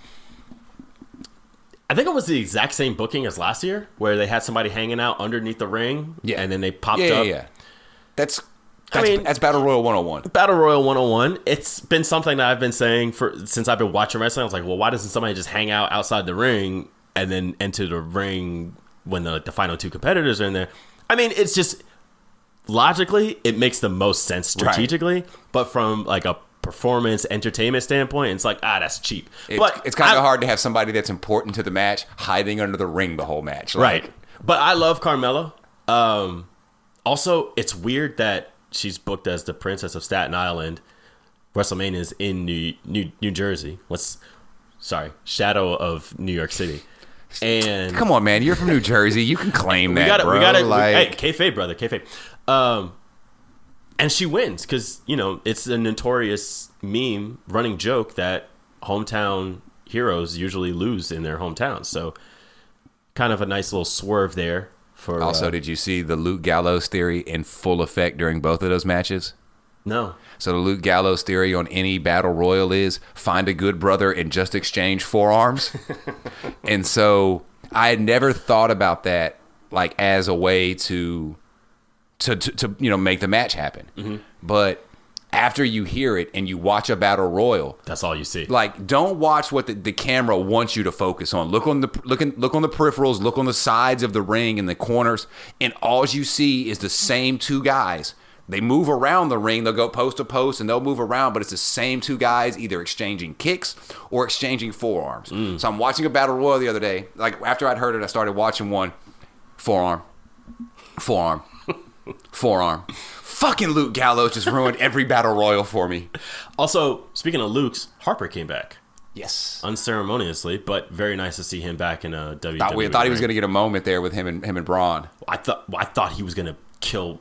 Speaker 1: I think it was the exact same booking as last year, where they had somebody hanging out underneath the ring,
Speaker 2: Yeah.
Speaker 1: and then they popped
Speaker 2: Yeah, yeah,
Speaker 1: up.
Speaker 2: yeah. That's
Speaker 1: I
Speaker 2: that's,
Speaker 1: mean-
Speaker 2: that's Battle Royal 101.
Speaker 1: Battle Royal 101, it's been something that I've been saying for since I've been watching wrestling. I was like, well, why doesn't somebody just hang out outside the ring and then enter the ring when the, the final two competitors are in there? I mean, it's just logically, it makes the most sense
Speaker 2: Right.
Speaker 1: strategically, but from like a performance entertainment standpoint, it's like, ah, that's cheap.
Speaker 2: It's,
Speaker 1: but
Speaker 2: it's kind
Speaker 1: I-
Speaker 2: of hard to have somebody that's important to the match hiding under the ring the whole match. Like,
Speaker 1: Right. But I love Carmella. Um, also, it's weird that she's booked as the Princess of Staten Island. WrestleMania is in New New, New Jersey. What's sorry, shadow of New York City. And
Speaker 2: Come on, man. You're from New Jersey. You can claim that,
Speaker 1: we got it.
Speaker 2: bro.
Speaker 1: We got it. Hey,
Speaker 2: like,
Speaker 1: kayfabe, brother, kayfabe. Um, and she wins because you know it's a notorious meme, running joke that hometown heroes usually lose in their hometowns. So, kind of a nice little swerve there. For
Speaker 2: also,
Speaker 1: uh,
Speaker 2: did you see the Luke Gallows theory in full effect during both of those matches?
Speaker 1: no,
Speaker 2: So the Luke Gallows theory on any battle royal is find a good brother and just exchange forearms. and so I had never thought about that like as a way to to to, to you know make the match happen. But after you hear it and you watch a battle royal,
Speaker 1: That's all you see.
Speaker 2: like don't watch what the, the camera wants you to focus on look on the look, in, look on the peripherals look on the sides of the ring and the corners and all you see is the same two guys they move around the ring they'll go post to post and they'll move around but it's the same two guys either exchanging kicks or exchanging forearms so i'm watching a battle royal the other day like after i'd heard it i started watching one forearm forearm forearm fucking luke gallows just ruined every battle royal for me
Speaker 1: also, speaking of Luke's, Harper came back
Speaker 2: yes
Speaker 1: unceremoniously, but very nice to see him back in uh, a WWE.
Speaker 2: thought we thought he was
Speaker 1: ring.
Speaker 2: going to get a moment there with him and him and Braun.
Speaker 1: I thought I thought he was gonna kill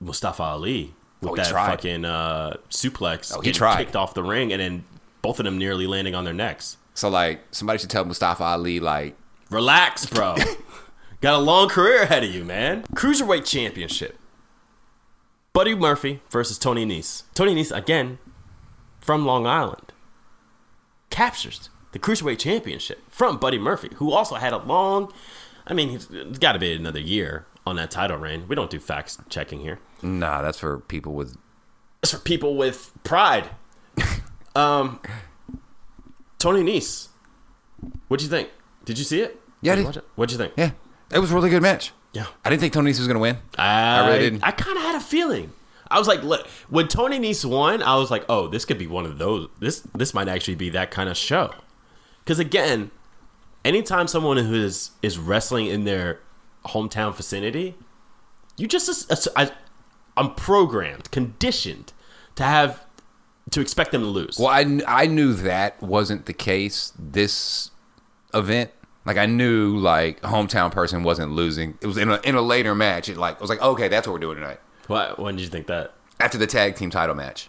Speaker 1: Mustafa Ali with
Speaker 2: Oh, he
Speaker 1: that
Speaker 2: tried.
Speaker 1: fucking uh, suplex.
Speaker 2: Oh, he
Speaker 1: getting
Speaker 2: tried.
Speaker 1: Kicked off the ring, and then both of them nearly landing on their necks.
Speaker 2: So like somebody should tell Mustafa Ali like
Speaker 1: Relax, bro. Got a long career ahead of you, man. Cruiserweight Championship. Buddy Murphy versus Tony Nese. Tony Nese, again, from Long Island, captures the Cruiserweight Championship from Buddy Murphy, who also had a long, I mean, he's- it's got to be another year on that title reign. We don't do fact checking here.
Speaker 2: nah that's for people with
Speaker 1: It's for people with pride. um, Tony Nese, what'd you think? Did you see it?
Speaker 2: Yeah, I
Speaker 1: Did you
Speaker 2: did.
Speaker 1: watch it? What'd you think?
Speaker 2: Yeah, it was a really good match.
Speaker 1: Yeah.
Speaker 2: I didn't think Tony Nese was going to win.
Speaker 1: I,
Speaker 2: really didn't.
Speaker 1: I kind of had a feeling. I was like, look, when Tony Nese won, I was like, oh, this could be one of those. This this might actually be that kind of show. Because again, anytime someone who is is wrestling in their hometown vicinity, you just ass- ass- I, I'm programmed, conditioned to have to expect them to lose.
Speaker 2: Well, I, kn- I knew that wasn't the case this event. Like I knew like hometown person wasn't losing. It was in a, in a later match. It like I was like, okay, that's what we're doing tonight.
Speaker 1: Why, when did you think that?
Speaker 2: After the tag team title match,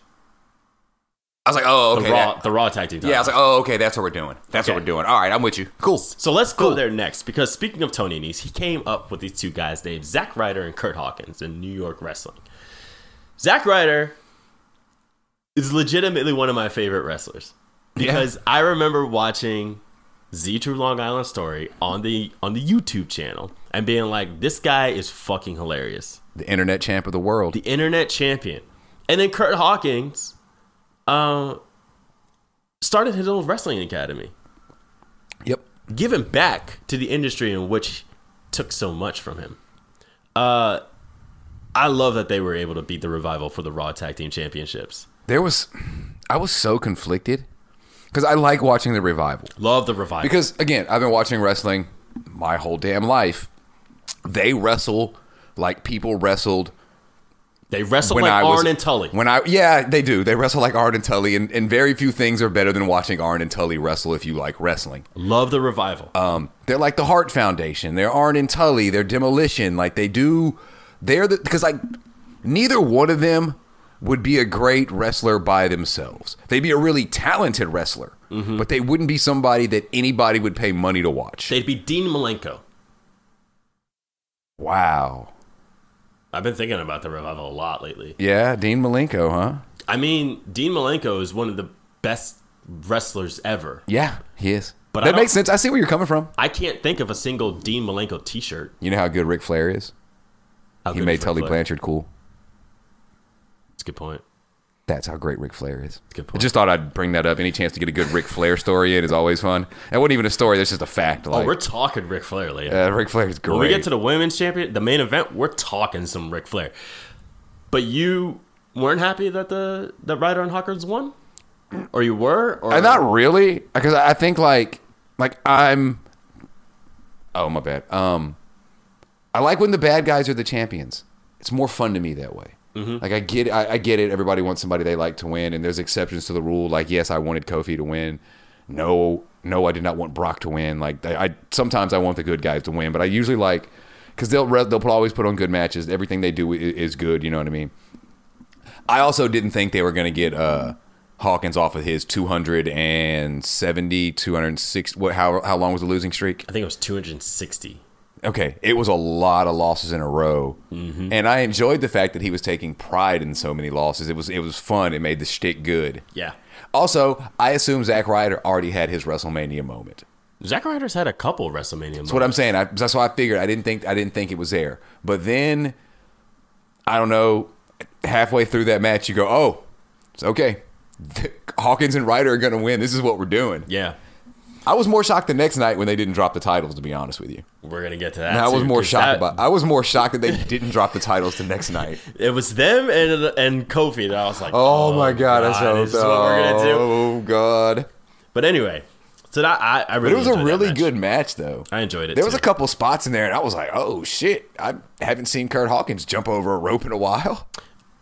Speaker 2: I was like, oh,
Speaker 1: The
Speaker 2: okay,
Speaker 1: raw,
Speaker 2: that-
Speaker 1: the raw tag team.
Speaker 2: yeah. I
Speaker 1: title.
Speaker 2: was like, oh, okay, that's what we're doing. That's
Speaker 1: Okay.
Speaker 2: what we're doing. All right, I'm with you. Cool.
Speaker 1: So let's go there next because speaking of Tony Nese, he came up with these two guys named Zack Ryder and Kurt Hawkins in New York wrestling. Zack Ryder is legitimately one of my favorite wrestlers because I remember watching Z True Long Island Story on the on the YouTube channel and being like, this guy is fucking hilarious
Speaker 2: The internet champ of the world.
Speaker 1: the internet champion. And then Kurt Hawkins uh, started his own wrestling academy.
Speaker 2: Yep.
Speaker 1: Giving back to the industry in which took so much from him. Uh, I love that they were able to beat the revival for the Raw Tag Team Championships.
Speaker 2: there was, I was so conflicted because I like watching the revival.
Speaker 1: Love the revival.
Speaker 2: Because again, I've been watching wrestling my whole damn life. They wrestle like people wrestled
Speaker 1: they wrestled
Speaker 2: when
Speaker 1: like
Speaker 2: I was
Speaker 1: Arn and Tully.
Speaker 2: When I yeah, they do. They wrestle like Arn and Tully, and, and very few things are better than watching Arn and Tully wrestle if you like wrestling.
Speaker 1: love the revival.
Speaker 2: Um, they're like the Hart Foundation. They're Arn and Tully. They're Demolition. Like they do. They're the because like neither one of them would be a great wrestler by themselves. They'd be a really talented wrestler,
Speaker 1: Mm-hmm.
Speaker 2: but they wouldn't be somebody that anybody would pay money to watch.
Speaker 1: They'd be Dean Malenko.
Speaker 2: wow.
Speaker 1: I've been thinking about the revival a lot lately.
Speaker 2: Yeah, Dean Malenko, huh?
Speaker 1: I mean, Dean Malenko is one of the best wrestlers ever.
Speaker 2: Yeah, he is.
Speaker 1: But
Speaker 2: But
Speaker 1: I
Speaker 2: that
Speaker 1: don't-
Speaker 2: makes sense. I see where you're coming from.
Speaker 1: I can't think of a single Dean Malenko T-shirt.
Speaker 2: You know how good Ric Flair is.
Speaker 1: How
Speaker 2: He
Speaker 1: good
Speaker 2: made
Speaker 1: is Ric
Speaker 2: Tully
Speaker 1: Flair?
Speaker 2: Blanchard cool.
Speaker 1: That's a good point.
Speaker 2: That's how great Ric Flair is.
Speaker 1: Good
Speaker 2: I
Speaker 1: point.
Speaker 2: just thought I'd bring that up. Any chance to get a good Ric Flair story in is always fun. That wasn't even a story. That's just a fact.
Speaker 1: Oh,
Speaker 2: Like,
Speaker 1: we're talking Ric Flair later.
Speaker 2: uh, Ric Flair is great.
Speaker 1: when we get to the women's champion, the main event, we're talking some Ric Flair. But you weren't happy that the that Ryder and Hawkins won, or you were, or
Speaker 2: Uh, not really, because I I think like like I'm. Oh my bad. Um, I like when the bad guys are the champions. It's more fun to me that way. Like I get, I, I get it. Everybody wants somebody they like to win, and there's exceptions to the rule. Like yes, I wanted Kofi to win. No, no, I did not want Brock to win. Like I, I sometimes I want the good guys to win, but I usually like because they'll re- they'll put- always put on good matches. Everything they do i- is good. You know what I mean? I also didn't think they were going to get uh, Hawkins off of his 270, 206. What, how, how long was the losing streak?
Speaker 1: I think it was 260.
Speaker 2: Okay. It was a lot of losses in a row. And I enjoyed the fact that he was taking pride in so many losses. It was, it was fun. It made the shtick good.
Speaker 1: Yeah,
Speaker 2: Also, I assume Zack Ryder already had his WrestleMania moment.
Speaker 1: Zack Ryder's had a couple WrestleMania.
Speaker 2: That's what I'm saying. I, that's why I figured I didn't think I didn't think it was there. But then, I don't know. Halfway through that match, you go, "Oh, it's okay. Hawkins and Ryder are going to win. This is what we're doing."
Speaker 1: yeah,
Speaker 2: I was more shocked the next night when they didn't drop the titles. To be honest with you,
Speaker 1: we're gonna get to that.
Speaker 2: And I was
Speaker 1: too,
Speaker 2: more
Speaker 1: 'cause
Speaker 2: shocked
Speaker 1: that-
Speaker 2: about. I was more shocked that they didn't drop the titles the next night.
Speaker 1: It was them and and Kofi that I was like,
Speaker 2: Oh, my god! I so
Speaker 1: this is what we're gonna do.
Speaker 2: Oh god!
Speaker 1: But anyway, so that I, I
Speaker 2: But
Speaker 1: really
Speaker 2: it was a
Speaker 1: enjoyed that
Speaker 2: really
Speaker 1: match.
Speaker 2: good match, though.
Speaker 1: I enjoyed it.
Speaker 2: There was
Speaker 1: too.
Speaker 2: a couple spots in there, and I was like, "Oh shit! I haven't seen Kurt Hawkins jump over a rope in a while."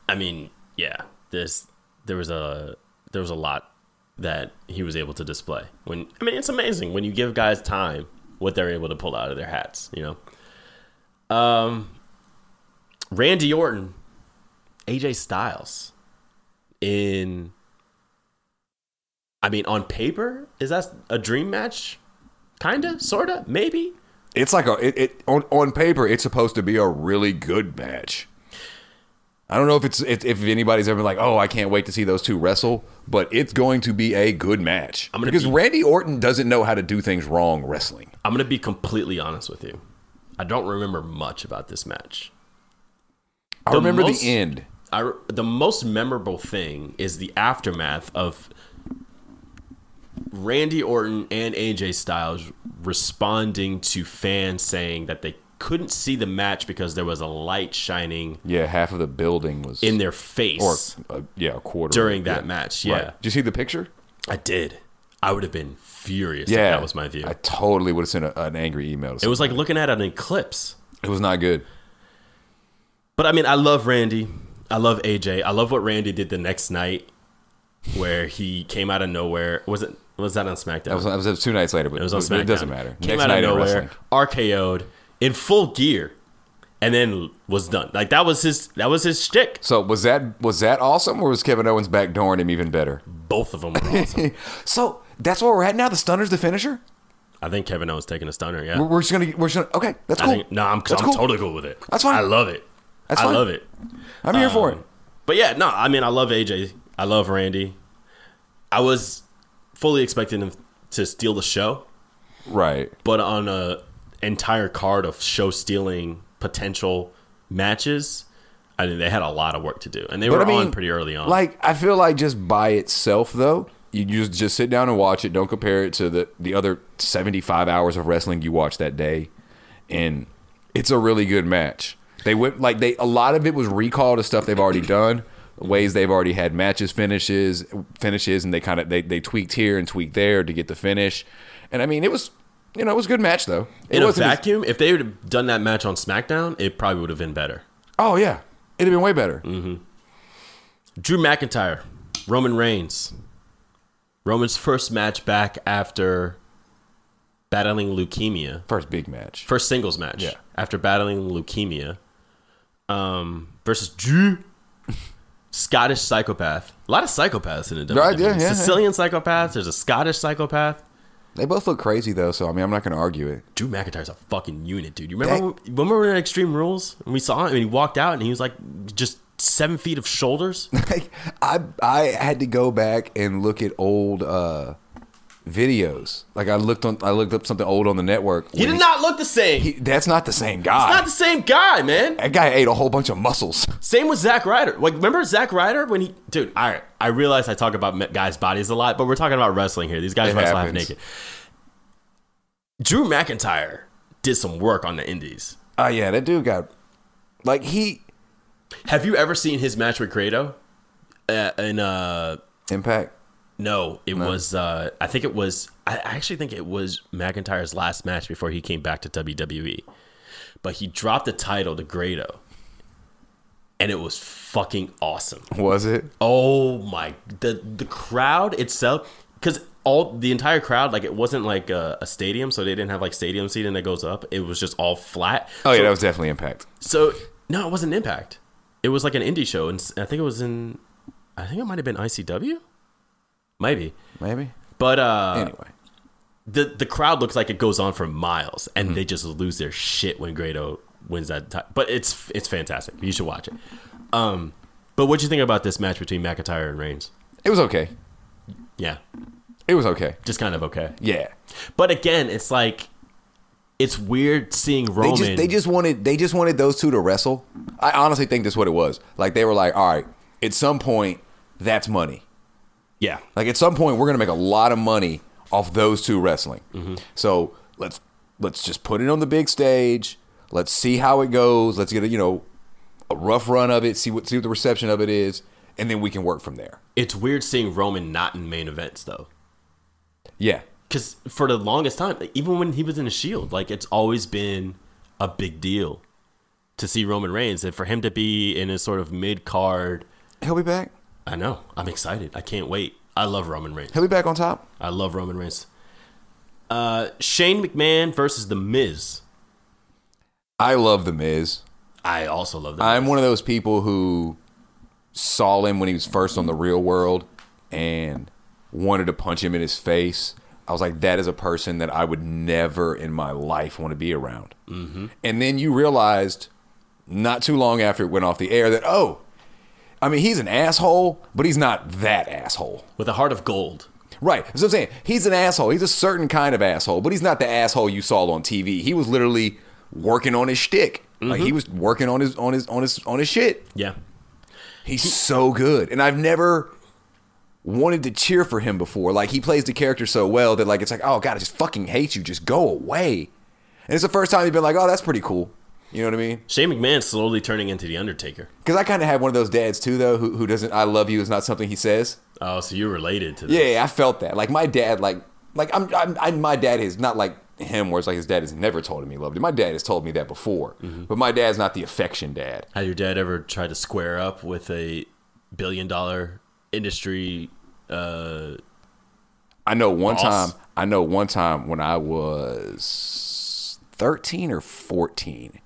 Speaker 1: I mean, yeah. This there was a there was a lot that he was able to display. When I mean, it's amazing when you give guys time what they're able to pull out of their hats. You know, um, Randy Orton, AJ Styles, in. I mean, on paper, is that a dream match? Kinda, sorta, maybe.
Speaker 2: It's like a it, it on on paper, it's supposed to be a really good match. I don't know if it's if, if anybody's ever been like, "Oh, I can't wait to see those two wrestle," but it's going to be a good match
Speaker 1: I'm gonna
Speaker 2: because
Speaker 1: be-
Speaker 2: Randy Orton doesn't know how to do things wrong wrestling.
Speaker 1: I'm gonna be completely honest with you. I don't remember much about this match.
Speaker 2: I
Speaker 1: The
Speaker 2: remember
Speaker 1: most-
Speaker 2: the end.
Speaker 1: I, the most memorable thing is the aftermath of Randy Orton and AJ Styles responding to fans saying that they couldn't see the match because there was a light shining
Speaker 2: Yeah, half of the building was
Speaker 1: in their face
Speaker 2: or uh, yeah, a quarter
Speaker 1: during
Speaker 2: of it,
Speaker 1: that
Speaker 2: yeah.
Speaker 1: match. Yeah,
Speaker 2: Right. Did you see the picture?
Speaker 1: I did. I would have been furious
Speaker 2: Yeah,
Speaker 1: if that was my view.
Speaker 2: I totally would have sent a, an angry email. To
Speaker 1: it was like looking at an eclipse.
Speaker 2: it was not good.
Speaker 1: But I mean, I love Randy. I love AJ. I love what Randy did the next night, where he came out of nowhere. Was it? Was that on SmackDown?
Speaker 2: That was, that was two nights later, but
Speaker 1: It was on SmackDown.
Speaker 2: it doesn't matter.
Speaker 1: Came
Speaker 2: Next
Speaker 1: out of
Speaker 2: night in
Speaker 1: nowhere,
Speaker 2: wrestling.
Speaker 1: RKO'd in full gear, and then was done. Like that was his. That was his shtick.
Speaker 2: So was that was that awesome, or was Kevin Owens backdooring him even better?
Speaker 1: Both of them were awesome.
Speaker 2: So that's where we're at now. The stunner's the finisher.
Speaker 1: I think Kevin Owens taking a stunner. Yeah.
Speaker 2: We're, we're just gonna we're just gonna okay. That's
Speaker 1: I
Speaker 2: cool.
Speaker 1: think, no, I'm, I'm
Speaker 2: That's cool.
Speaker 1: totally cool with it.
Speaker 2: That's fine.
Speaker 1: I love it.
Speaker 2: That's
Speaker 1: I
Speaker 2: fine.
Speaker 1: love it.
Speaker 2: I'm here
Speaker 1: um,
Speaker 2: for it.
Speaker 1: But yeah, no, I mean, I love AJ. I love Randy. I was fully expecting him to steal the show,
Speaker 2: Right.
Speaker 1: but on a entire card of show stealing potential matches, I mean, they had a lot of work to do, and they were
Speaker 2: I mean,
Speaker 1: on pretty early on.
Speaker 2: Like I feel like just by itself though, you just just sit down and watch it. Don't compare it to the the other seventy five hours of wrestling you watched that day, and it's a really good match. They went like they a lot of it was recall to stuff they've already done, ways they've already had matches finishes finishes, and they kind of they they tweaked here and tweaked there to get the finish, and I mean it was. You know, it was a good match though. It
Speaker 1: in a
Speaker 2: wasn't as-
Speaker 1: vacuum, if they would have done that match on SmackDown, it probably would have been better.
Speaker 2: oh yeah, it'd have been way better.
Speaker 1: Mm. Drew McIntyre, Roman Reigns. Roman's first match back after battling leukemia.
Speaker 2: First big match.
Speaker 1: first singles match
Speaker 2: Yeah.
Speaker 1: after battling leukemia um, versus Drew, Scottish psychopath. A lot of psychopaths in the WWE.
Speaker 2: Right, yeah, yeah, yeah.
Speaker 1: Sicilian psychopath. There's a Scottish psychopath.
Speaker 2: They both look crazy though, so I mean I'm not going to argue it.
Speaker 1: Drew McIntyre's a fucking unit, dude. You remember when, when we were at Extreme Rules and we saw him and he walked out and he was like just seven feet of shoulders?
Speaker 2: like I I had to go back and look at old uh videos. Like I looked on I looked up something old on the network.
Speaker 1: He did not look the same. He's
Speaker 2: that's not the same guy.
Speaker 1: not the same guy, man.
Speaker 2: that guy ate a whole bunch of muscles.
Speaker 1: Same with Zack Ryder. Like, remember Zack Ryder when he, dude? All right, I realize I talk about me- guys' bodies a lot, but we're talking about wrestling here. These guys
Speaker 2: It
Speaker 1: wrestle half
Speaker 2: happens.
Speaker 1: naked. Drew McIntyre did some work on the Indies.
Speaker 2: Oh yeah, that dude got like he
Speaker 1: Have you ever seen his match with Credo? Uh, in uh,
Speaker 2: impact.
Speaker 1: no, it was. Uh, I think it was. I I actually think it was McIntyre's last match before he came back to WWE. But he dropped the title to Grado, and it was fucking awesome.
Speaker 2: Was it?
Speaker 1: Oh my! The the crowd itself, because all the entire crowd, like it wasn't like a, a stadium, so they didn't have like stadium seating that goes up. It was just all flat. so,
Speaker 2: Oh yeah, that was definitely impact.
Speaker 1: so no, it wasn't Impact. It was like an indie show, and s- I think it was in, I think it might have been ICW, maybe.
Speaker 2: Maybe.
Speaker 1: But uh,
Speaker 2: Anyway.
Speaker 1: the the crowd looks like it goes on for miles, and
Speaker 2: Mm-hmm.
Speaker 1: they just lose their shit when Grado wins that. ti- but it's it's fantastic. You should watch it. Um, but what do you think about this match between McIntyre and Reigns?
Speaker 2: It was okay.
Speaker 1: Yeah,
Speaker 2: It was okay.
Speaker 1: just kind of okay.
Speaker 2: Yeah.
Speaker 1: But again, it's like it's weird seeing
Speaker 2: They
Speaker 1: Roman.
Speaker 2: just they just wanted they just wanted those two to wrestle. I honestly think that's what it was. Like they were like, "All right, at some point that's money."
Speaker 1: yeah.
Speaker 2: Like at some point, we're gonna make a lot of money off those two wrestling. So let's let's just put it on the big stage. Let's see how it goes. Let's get a you know a rough run of it. See what see what the reception of it is, and then we can work from there.
Speaker 1: It's weird seeing Roman not in main events though.
Speaker 2: Yeah,
Speaker 1: Cuz for the longest time, like, even when he was in the Shield, like it's always been a big deal to see Roman Reigns and for him to be in a sort of mid-card.
Speaker 2: he'll be back.
Speaker 1: I know. I'm excited. I can't wait. I love Roman Reigns.
Speaker 2: He'll be back on top.
Speaker 1: I love Roman Reigns. Uh, Shane McMahon versus The Miz.
Speaker 2: I love the Miz.
Speaker 1: I also love that.
Speaker 2: I'm one of those people who saw him when he was first on the real world and wanted to punch him in his face. I was like, that is a person that I would never in my life want to be around. Mm-hmm. And then you realized not too long after it went off the air that, oh, I mean, he's an asshole, but he's not that asshole.
Speaker 1: With a heart of gold.
Speaker 2: Right. That's what I'm saying. He's an asshole. He's a certain kind of asshole, but he's not the asshole you saw on TV. He was literally working on his shtick. Like he was working on his on his on his on his shit.
Speaker 1: Yeah.
Speaker 4: He's so good. And I've never wanted to cheer for him before. Like he plays the character so well that like it's like, oh god, I just fucking hate you. Just go away. And it's the first time he's been like, oh, that's pretty cool. You know what I mean?
Speaker 1: Shane McMahon's slowly turning into the Undertaker.
Speaker 4: Because I kind of have one of those dads too, though, who, who doesn't. I love you is not something he says.
Speaker 1: Oh, so you're related to this?
Speaker 4: Yeah, I felt that. Like my dad, like like I'm, I'm, i my dad is not like him, where it's like his dad has never told him he loved him. My dad has told me that before, but my dad's not the affection dad.
Speaker 1: Had your dad ever tried to square up with a billion dollar industry? Uh,
Speaker 4: I know one
Speaker 1: Boss.
Speaker 4: time. I know one time when I was thirteen or fourteen.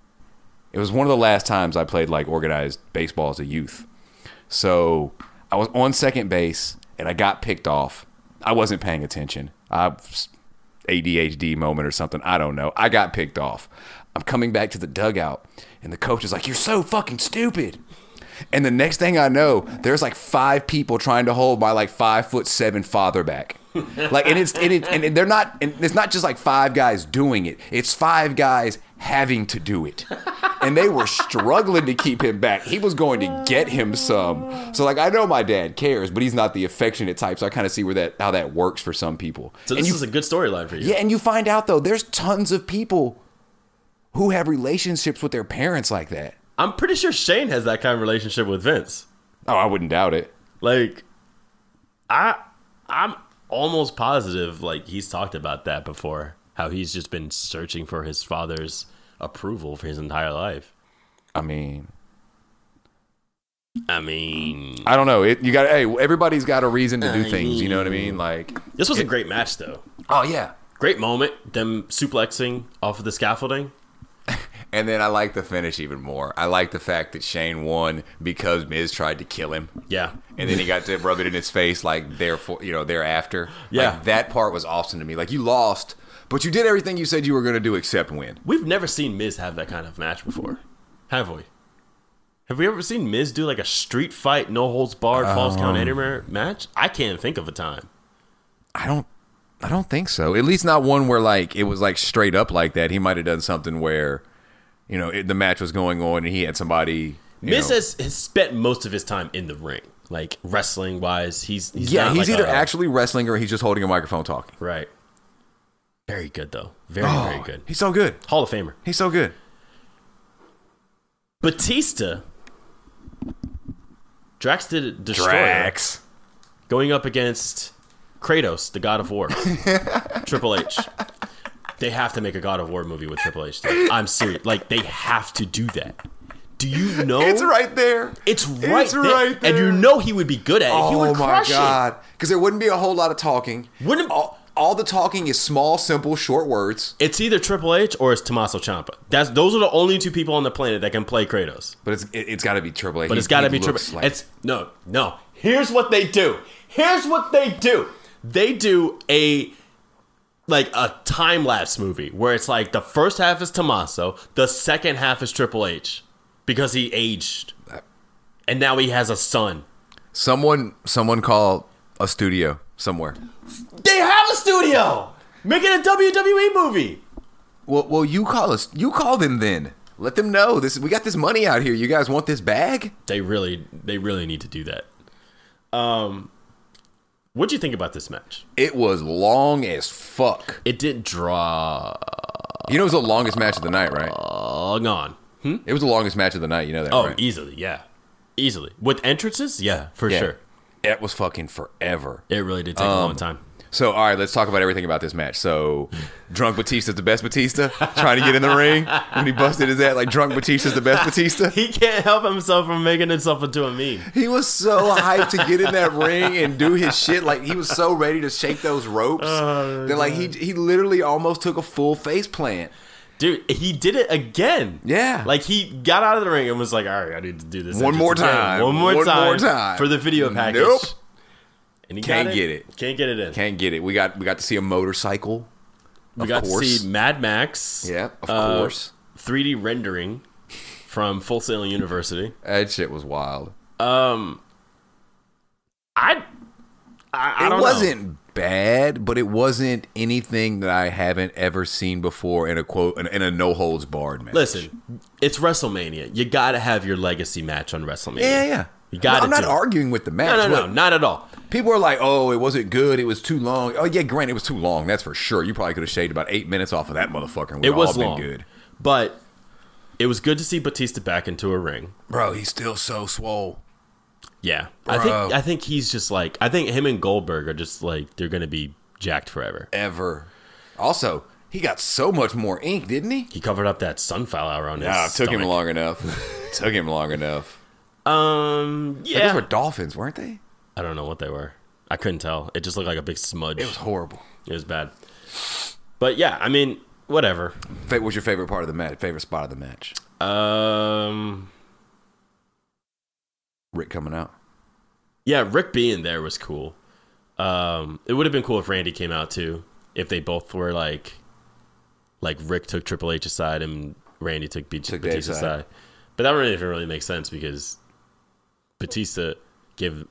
Speaker 4: It was one of the last times I played like organized baseball as a youth. So I was on second base and I got picked off. I wasn't paying attention. I ADHD moment or something. I don't know. I got picked off. I'm coming back to the dugout and the coach is like, "You're so fucking stupid." And the next thing I know, there's like five people trying to hold my like five foot seven father back. Like, and it's and, it, and they're not. And it's not just like five guys doing it. It's five guys having to do it. And they were struggling to keep him back. He was going to get him some. So like, I know my dad cares, but he's not the affectionate type. So I kind of see where that how that works for some people.
Speaker 1: so
Speaker 4: and
Speaker 1: this
Speaker 4: you
Speaker 1: is a good storyline for you.
Speaker 4: yeah, and you find out though, there's tons of people who have relationships with their parents like that.
Speaker 1: I'm pretty sure Shane has that kind of relationship with Vince.
Speaker 4: Oh, I wouldn't doubt it.
Speaker 1: Like, I I'm almost positive like he's talked about that before. How he's just been searching for his father's approval for his entire life.
Speaker 4: I mean,
Speaker 1: I mean,
Speaker 4: I don't know. It, you got hey, everybody's got a reason to do things. You know what I mean? Like,
Speaker 1: this was a great match though.
Speaker 4: oh yeah.
Speaker 1: Great moment. Them suplexing off of the scaffolding.
Speaker 2: And then I like the finish even more. I like the fact that Shane won because Miz tried to kill him.
Speaker 1: Yeah.
Speaker 2: And then he got to rub it in his face, like therefore, you know, thereafter.
Speaker 1: Yeah.
Speaker 2: like, that part was awesome to me. Like you lost, but you did everything you said you were going to do except win.
Speaker 1: We've never seen Miz have that kind of match before, have we? Have we ever seen Miz do like a street fight, no holds barred, falls count anywhere match? I can't think of a time.
Speaker 2: I don't, I don't think so. At least not one where like it was like straight up like that. He might have done something where, you know, it, the match was going on and he had somebody. you
Speaker 1: Miz
Speaker 2: know-
Speaker 1: has, has spent most of his time in the ring, like wrestling wise. He's, he's
Speaker 2: yeah,
Speaker 1: not
Speaker 2: he's
Speaker 1: like
Speaker 2: either
Speaker 1: a-
Speaker 2: actually wrestling or he's just holding a microphone talking.
Speaker 1: right. Very good though, very
Speaker 2: Oh.
Speaker 1: very good.
Speaker 2: He's so good.
Speaker 1: Hall of Famer
Speaker 2: He's so good.
Speaker 1: Batista, Drax the Destroyer, going up against Kratos, the God of War, Triple H. They have to make a God of War movie with Triple H. though. I'm serious. Like they have to do that. Do you know?
Speaker 2: It's right there.
Speaker 1: It's right,
Speaker 2: It's
Speaker 1: there.
Speaker 2: right
Speaker 1: and you
Speaker 2: there.
Speaker 1: know he would be good at it. he
Speaker 2: oh
Speaker 1: would
Speaker 2: my
Speaker 1: crush
Speaker 2: god! Because there wouldn't be a whole lot of talking.
Speaker 1: it. Wouldn't
Speaker 2: All, all the talking is small, simple, short words.
Speaker 1: It's either Triple H or it's Tommaso Ciampa. That's those are the only two people on the planet that can play Kratos.
Speaker 2: But it's it, it's got to be Triple H.
Speaker 1: But it's got to be Triple.
Speaker 2: H.
Speaker 1: it's no, no. Here's what they do. Here's what they do. They do a like a time lapse movie where it's like the first half is Tommaso, the second half is Triple H because he aged, and now he has a son.
Speaker 2: someone someone call a studio somewhere.
Speaker 1: They have a studio. Make it a WWE movie.
Speaker 2: Well, well, you call us. You call them then. Let them know this. We got this money out here. You guys want this bag?
Speaker 1: They really, they really need to do that. Um, what'd you think about this match?
Speaker 2: It was long as fuck.
Speaker 1: It didn't draw
Speaker 2: You know, it was the longest match of the night, right?
Speaker 1: on.
Speaker 2: It was the longest match of the night. You know that,
Speaker 1: Oh,
Speaker 2: right?
Speaker 1: easily, yeah, easily with entrances, yeah, for
Speaker 2: Yeah.
Speaker 1: sure. Um,
Speaker 2: That was fucking forever.
Speaker 1: It really did take a long time.
Speaker 2: So, all right, let's talk about everything about this match. So, drunk Batista's the best Batista, trying to get in the ring when he busted his ass. Like, drunk Batista's the best Batista.
Speaker 1: He can't help himself from making himself into a meme.
Speaker 2: He was so hyped to get in that ring and do his shit. Like, he was so ready to shake those ropes.
Speaker 1: Oh,
Speaker 2: that, like, he, he literally almost took a full face plant.
Speaker 1: Dude, he did it again.
Speaker 2: Yeah.
Speaker 1: Like he got out of the ring and was like, all right, I need to do this.
Speaker 2: One
Speaker 1: entrance
Speaker 2: more
Speaker 1: again.
Speaker 2: time.
Speaker 1: One more
Speaker 2: One
Speaker 1: time.
Speaker 2: more time.
Speaker 1: For the video package.
Speaker 2: Nope.
Speaker 1: And he
Speaker 2: Can't
Speaker 1: got
Speaker 2: get it.
Speaker 1: Can't get it in.
Speaker 2: Can't get it. We got we got to see a motorcycle.
Speaker 1: we got to
Speaker 2: course.
Speaker 1: see Mad Max.
Speaker 2: Yeah, of
Speaker 1: uh,
Speaker 2: course.
Speaker 1: 3D rendering from Full Sail University. Um,
Speaker 2: That shit was wild.
Speaker 1: I I, I don't
Speaker 2: It
Speaker 1: know.
Speaker 2: wasn't bad, but it wasn't anything that I haven't ever seen before in a quote in a, in a no holds barred match.
Speaker 1: Listen, it's WrestleMania. You gotta have your legacy match on WrestleMania.
Speaker 2: Yeah, yeah.
Speaker 1: You got
Speaker 2: No,
Speaker 1: to
Speaker 2: I'm not
Speaker 1: do it.
Speaker 2: arguing with the match.
Speaker 1: No, no, no,
Speaker 2: Look,
Speaker 1: not at all.
Speaker 2: People are like, "Oh, it wasn't good. It was too long." Oh yeah, Grant, it was too long. That's for sure. You probably could have shaved about eight minutes off of that motherfucker. And we'd
Speaker 1: It was
Speaker 2: all
Speaker 1: long,
Speaker 2: been good,
Speaker 1: but it was good to see Batista back into a ring.
Speaker 2: bro. He's still so swole.
Speaker 1: Yeah, I
Speaker 2: Bro.
Speaker 1: think I think he's just like I think him and Goldberg are just like they're gonna be jacked forever.
Speaker 2: Ever. Also, he got so much more ink, didn't he?
Speaker 1: He covered up that sunflower on his.
Speaker 4: Nah, it took him
Speaker 1: stomach.
Speaker 4: long enough. took him long enough.
Speaker 1: Um,
Speaker 2: Like,
Speaker 1: yeah,
Speaker 2: Those were dolphins, weren't they?
Speaker 1: I don't know what they were. I couldn't tell. It just looked like a big smudge.
Speaker 2: It was horrible.
Speaker 1: It was bad. But yeah, I mean, whatever.
Speaker 2: Fa- What's your favorite part of the match? Favorite spot of the match?
Speaker 1: Um,
Speaker 2: Rick coming out.
Speaker 1: yeah, Rick being there was cool. Um, it would have been cool if Randy came out too. If they both were like, like Rick took Triple H's side and Randy took, B-
Speaker 2: Took Dave's
Speaker 1: Batista's
Speaker 2: side.
Speaker 1: side. But that really didn't really make sense because Batista gave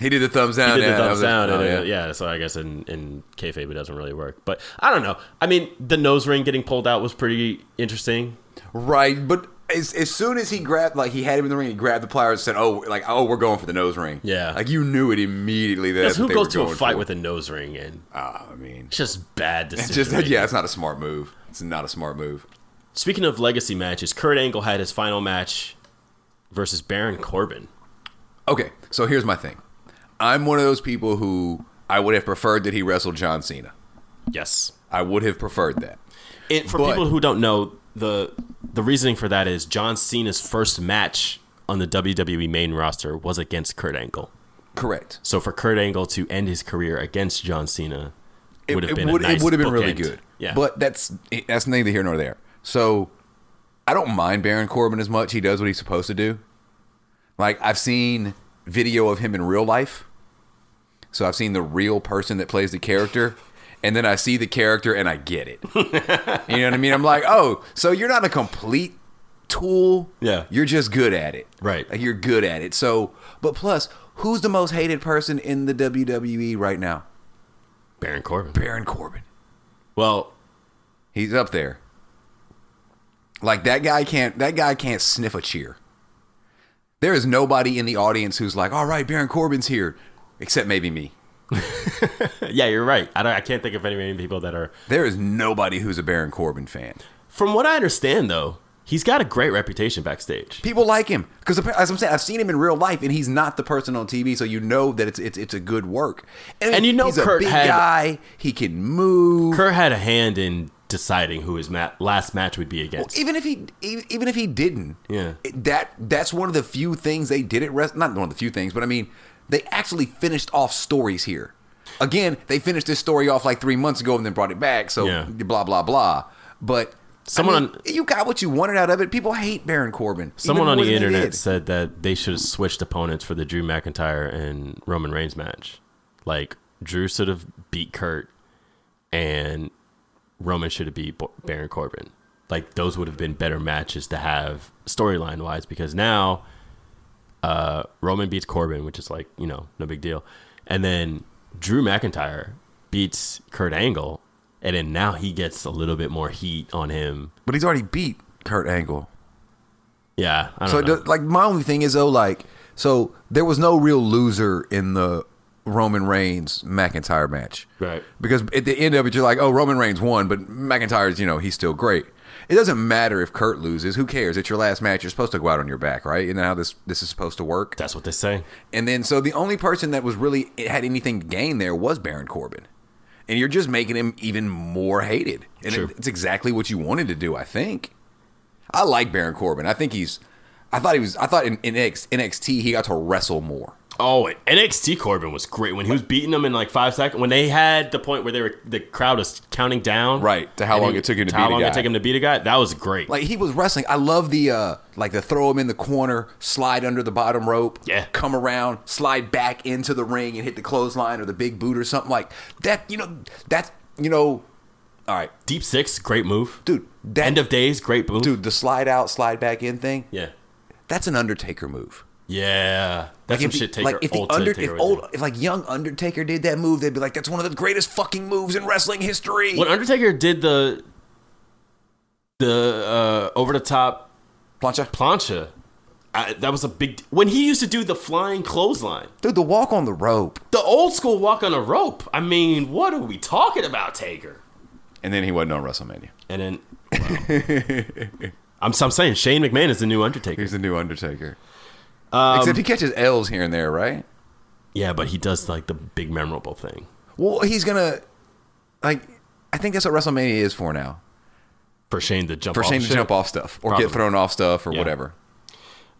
Speaker 2: He did the thumbs down.
Speaker 1: did the
Speaker 2: yeah, that
Speaker 1: thumbs
Speaker 2: was a-
Speaker 1: down.
Speaker 2: oh,
Speaker 1: and
Speaker 2: yeah.
Speaker 1: it- yeah. so I guess in in kayfabe it doesn't really work. But I don't know. I mean, the nose ring getting pulled out was pretty interesting.
Speaker 2: Right, but as, as soon as he grabbed, like he had him in the ring, he grabbed the pliers and said, "Oh, like oh, we're going for the nose ring."
Speaker 1: Yeah.
Speaker 2: like you knew it immediately. That
Speaker 1: Because
Speaker 2: that's
Speaker 1: who
Speaker 2: what they
Speaker 1: goes
Speaker 2: were
Speaker 1: to a
Speaker 2: going
Speaker 1: fight
Speaker 2: for.
Speaker 1: with a nose ring and
Speaker 2: Ah, I mean,
Speaker 1: it's Uh, just bad
Speaker 2: it's
Speaker 1: decision.
Speaker 2: just
Speaker 1: making.
Speaker 2: yeah, it's not a smart move. It's not a smart move.
Speaker 1: Speaking of legacy matches, Kurt Angle had his final match versus Baron Corbin.
Speaker 2: Okay, so here's my thing. I'm one of those people who I would have preferred that he wrestled John Cena.
Speaker 1: Yes.
Speaker 2: I would have preferred that.
Speaker 1: And for
Speaker 2: But-
Speaker 1: people who don't know, the the reasoning for that is John Cena's first match on the WWE main roster was against Kurt Angle.
Speaker 2: Correct.
Speaker 1: So for Kurt Angle to end his career against John Cena
Speaker 2: It
Speaker 1: would have
Speaker 2: it
Speaker 1: been
Speaker 2: would,
Speaker 1: a nice
Speaker 2: it would have been really
Speaker 1: bookend.
Speaker 2: good.
Speaker 1: Yeah.
Speaker 2: but that's that's neither here nor there. So I don't mind Baron Corbin as much. He does what he's supposed to do. Like I've seen video of him in real life, so I've seen the real person that plays the character. And then I see the character and I get it. you know what I mean? I'm like, oh, so you're not a complete tool.
Speaker 1: Yeah.
Speaker 2: You're just good at it.
Speaker 1: Right.
Speaker 2: Like you're good at it. So, but plus, who's the most hated person in the WWE right now?
Speaker 1: Baron Corbin.
Speaker 2: Baron Corbin.
Speaker 1: Well,
Speaker 2: He's up there. Like that guy can't that guy can't sniff a cheer. There is nobody in the audience who's like, "All right, Baron Corbin's here," except maybe me.
Speaker 1: yeah, you're right. I, don't, I can't think of any many people that are.
Speaker 2: There is nobody who's a Baron Corbin fan.
Speaker 1: From what I understand, though, he's got a great reputation backstage.
Speaker 2: People like him because, as I'm saying, I've seen him in real life, and he's not the person on TV. So you know that it's it's it's a good work,
Speaker 1: And you know
Speaker 2: he's
Speaker 1: Kurt
Speaker 2: a big
Speaker 1: had-
Speaker 2: guy. He can move.
Speaker 1: Kerr had a hand in deciding who his ma- last match would be against.
Speaker 2: even if he e- even if he didn't
Speaker 1: Yeah.
Speaker 2: it- that that's one of the few things they did at rest not one of the few things but i mean they actually finished off stories here again they finished this story off like three months ago and then brought it back so
Speaker 1: Yeah.
Speaker 2: blah blah blah but I
Speaker 1: Someone
Speaker 2: mean, you got what you wanted out of it people hate baron corbin even
Speaker 1: Someone on
Speaker 2: more
Speaker 1: the
Speaker 2: than they
Speaker 1: internet
Speaker 2: did.
Speaker 1: said that they should have switched opponents for the Drew McIntyre and Roman Reigns match. Like Drew should have beat Kurt, and Roman should have beat Bo- Baron Corbin. Like those would have been better matches to have storyline wise because now uh, Roman beats Corbin, which is like you know no big deal, and then Drew McIntyre beats Kurt Angle, and then now he gets a little bit more heat on him.
Speaker 2: but he's already beat kurt angle
Speaker 1: Yeah, I don't
Speaker 2: So,
Speaker 1: know.
Speaker 2: it does- like, my only thing is though, like, so there was no real loser in the Roman Reigns McIntyre match,
Speaker 1: Right.
Speaker 2: Because at the end of it, you're like, oh, Roman Reigns won, but McIntyre's, you know, he's still great. It doesn't matter if Kurt loses. Who cares? It's your last match. You're supposed to go out on your back, right? And how this this is supposed to work.
Speaker 1: That's what they say.
Speaker 2: And then, so the only person that was really had anything to gain there was Baron Corbin, and you're just making him even more hated. And
Speaker 1: True.
Speaker 2: it, it's exactly what you wanted to do, I think. I like Baron Corbin. I think he's. I thought he was. I thought in, in X, NXT he got to wrestle more.
Speaker 1: Oh, and NXT Corbin was great when he was beating them in like five seconds. When they had the point where they were the crowd was counting down,
Speaker 4: Right, to how
Speaker 1: and
Speaker 4: long it took him to beat
Speaker 1: how
Speaker 4: a
Speaker 1: long
Speaker 4: guy.
Speaker 1: it took him to beat a guy. That was great.
Speaker 2: Like he was wrestling. I love the uh like the throw him in the corner, slide under the bottom rope,
Speaker 1: Yeah.
Speaker 2: come around, slide back into the ring and hit the clothesline or the big boot or something like that. You know that's you know, all right,
Speaker 1: Deep six, great move,
Speaker 2: dude. That
Speaker 1: End of days, great move,
Speaker 2: dude, the slide out, slide back in thing.
Speaker 1: Yeah,
Speaker 2: That's an Undertaker move.
Speaker 1: yeah, that's some
Speaker 2: if the-
Speaker 1: shit. Taker,
Speaker 2: like if the
Speaker 1: old
Speaker 2: under,
Speaker 1: Taker
Speaker 2: if
Speaker 1: would
Speaker 2: old,
Speaker 1: do.
Speaker 2: if like young Undertaker did that move, they'd be like, "That's one of the greatest fucking moves in wrestling history."
Speaker 1: when Undertaker did the the uh, over the top
Speaker 2: Plancha.
Speaker 1: plancha, I, that was a big when he used to do the flying clothesline,
Speaker 2: Dude, the walk on the rope.
Speaker 1: the old school walk on a rope. I mean, what are we talking about, Taker?
Speaker 4: And then he wasn't on WrestleMania.
Speaker 1: And then I'm, I'm saying Shane McMahon is the new Undertaker.
Speaker 2: He's the new Undertaker.
Speaker 1: Um,
Speaker 4: Except he catches L's here and there, right?
Speaker 1: Yeah, but he does like the big memorable thing
Speaker 2: Well, he's gonna like. I think that's what WrestleMania is for now.
Speaker 1: for Shane to jump.
Speaker 2: For
Speaker 1: off
Speaker 2: Shane to
Speaker 1: Oh, shit.
Speaker 2: jump off stuff or
Speaker 1: Probably.
Speaker 2: get thrown off stuff or
Speaker 1: Yeah.
Speaker 2: whatever.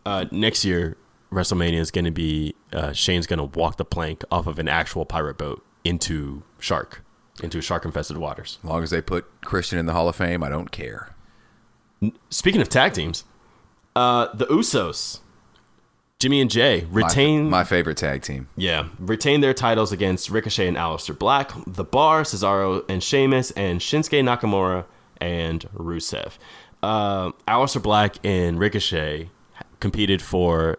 Speaker 1: Uh, next year, WrestleMania is going to be uh, Shane's going to walk the plank off of an actual pirate boat into shark, into shark infested waters.
Speaker 2: As long as they put Christian in the Hall of Fame, I don't care.
Speaker 1: Speaking of tag teams, uh, the Usos, Jimmy and Jay
Speaker 2: My-
Speaker 1: retain
Speaker 2: my favorite tag team.
Speaker 1: yeah retain their titles against Ricochet and Aleister Black, The Bar, Cesaro and Sheamus, and Shinsuke Nakamura and Rusev. Uh, Aleister Black and Ricochet competed for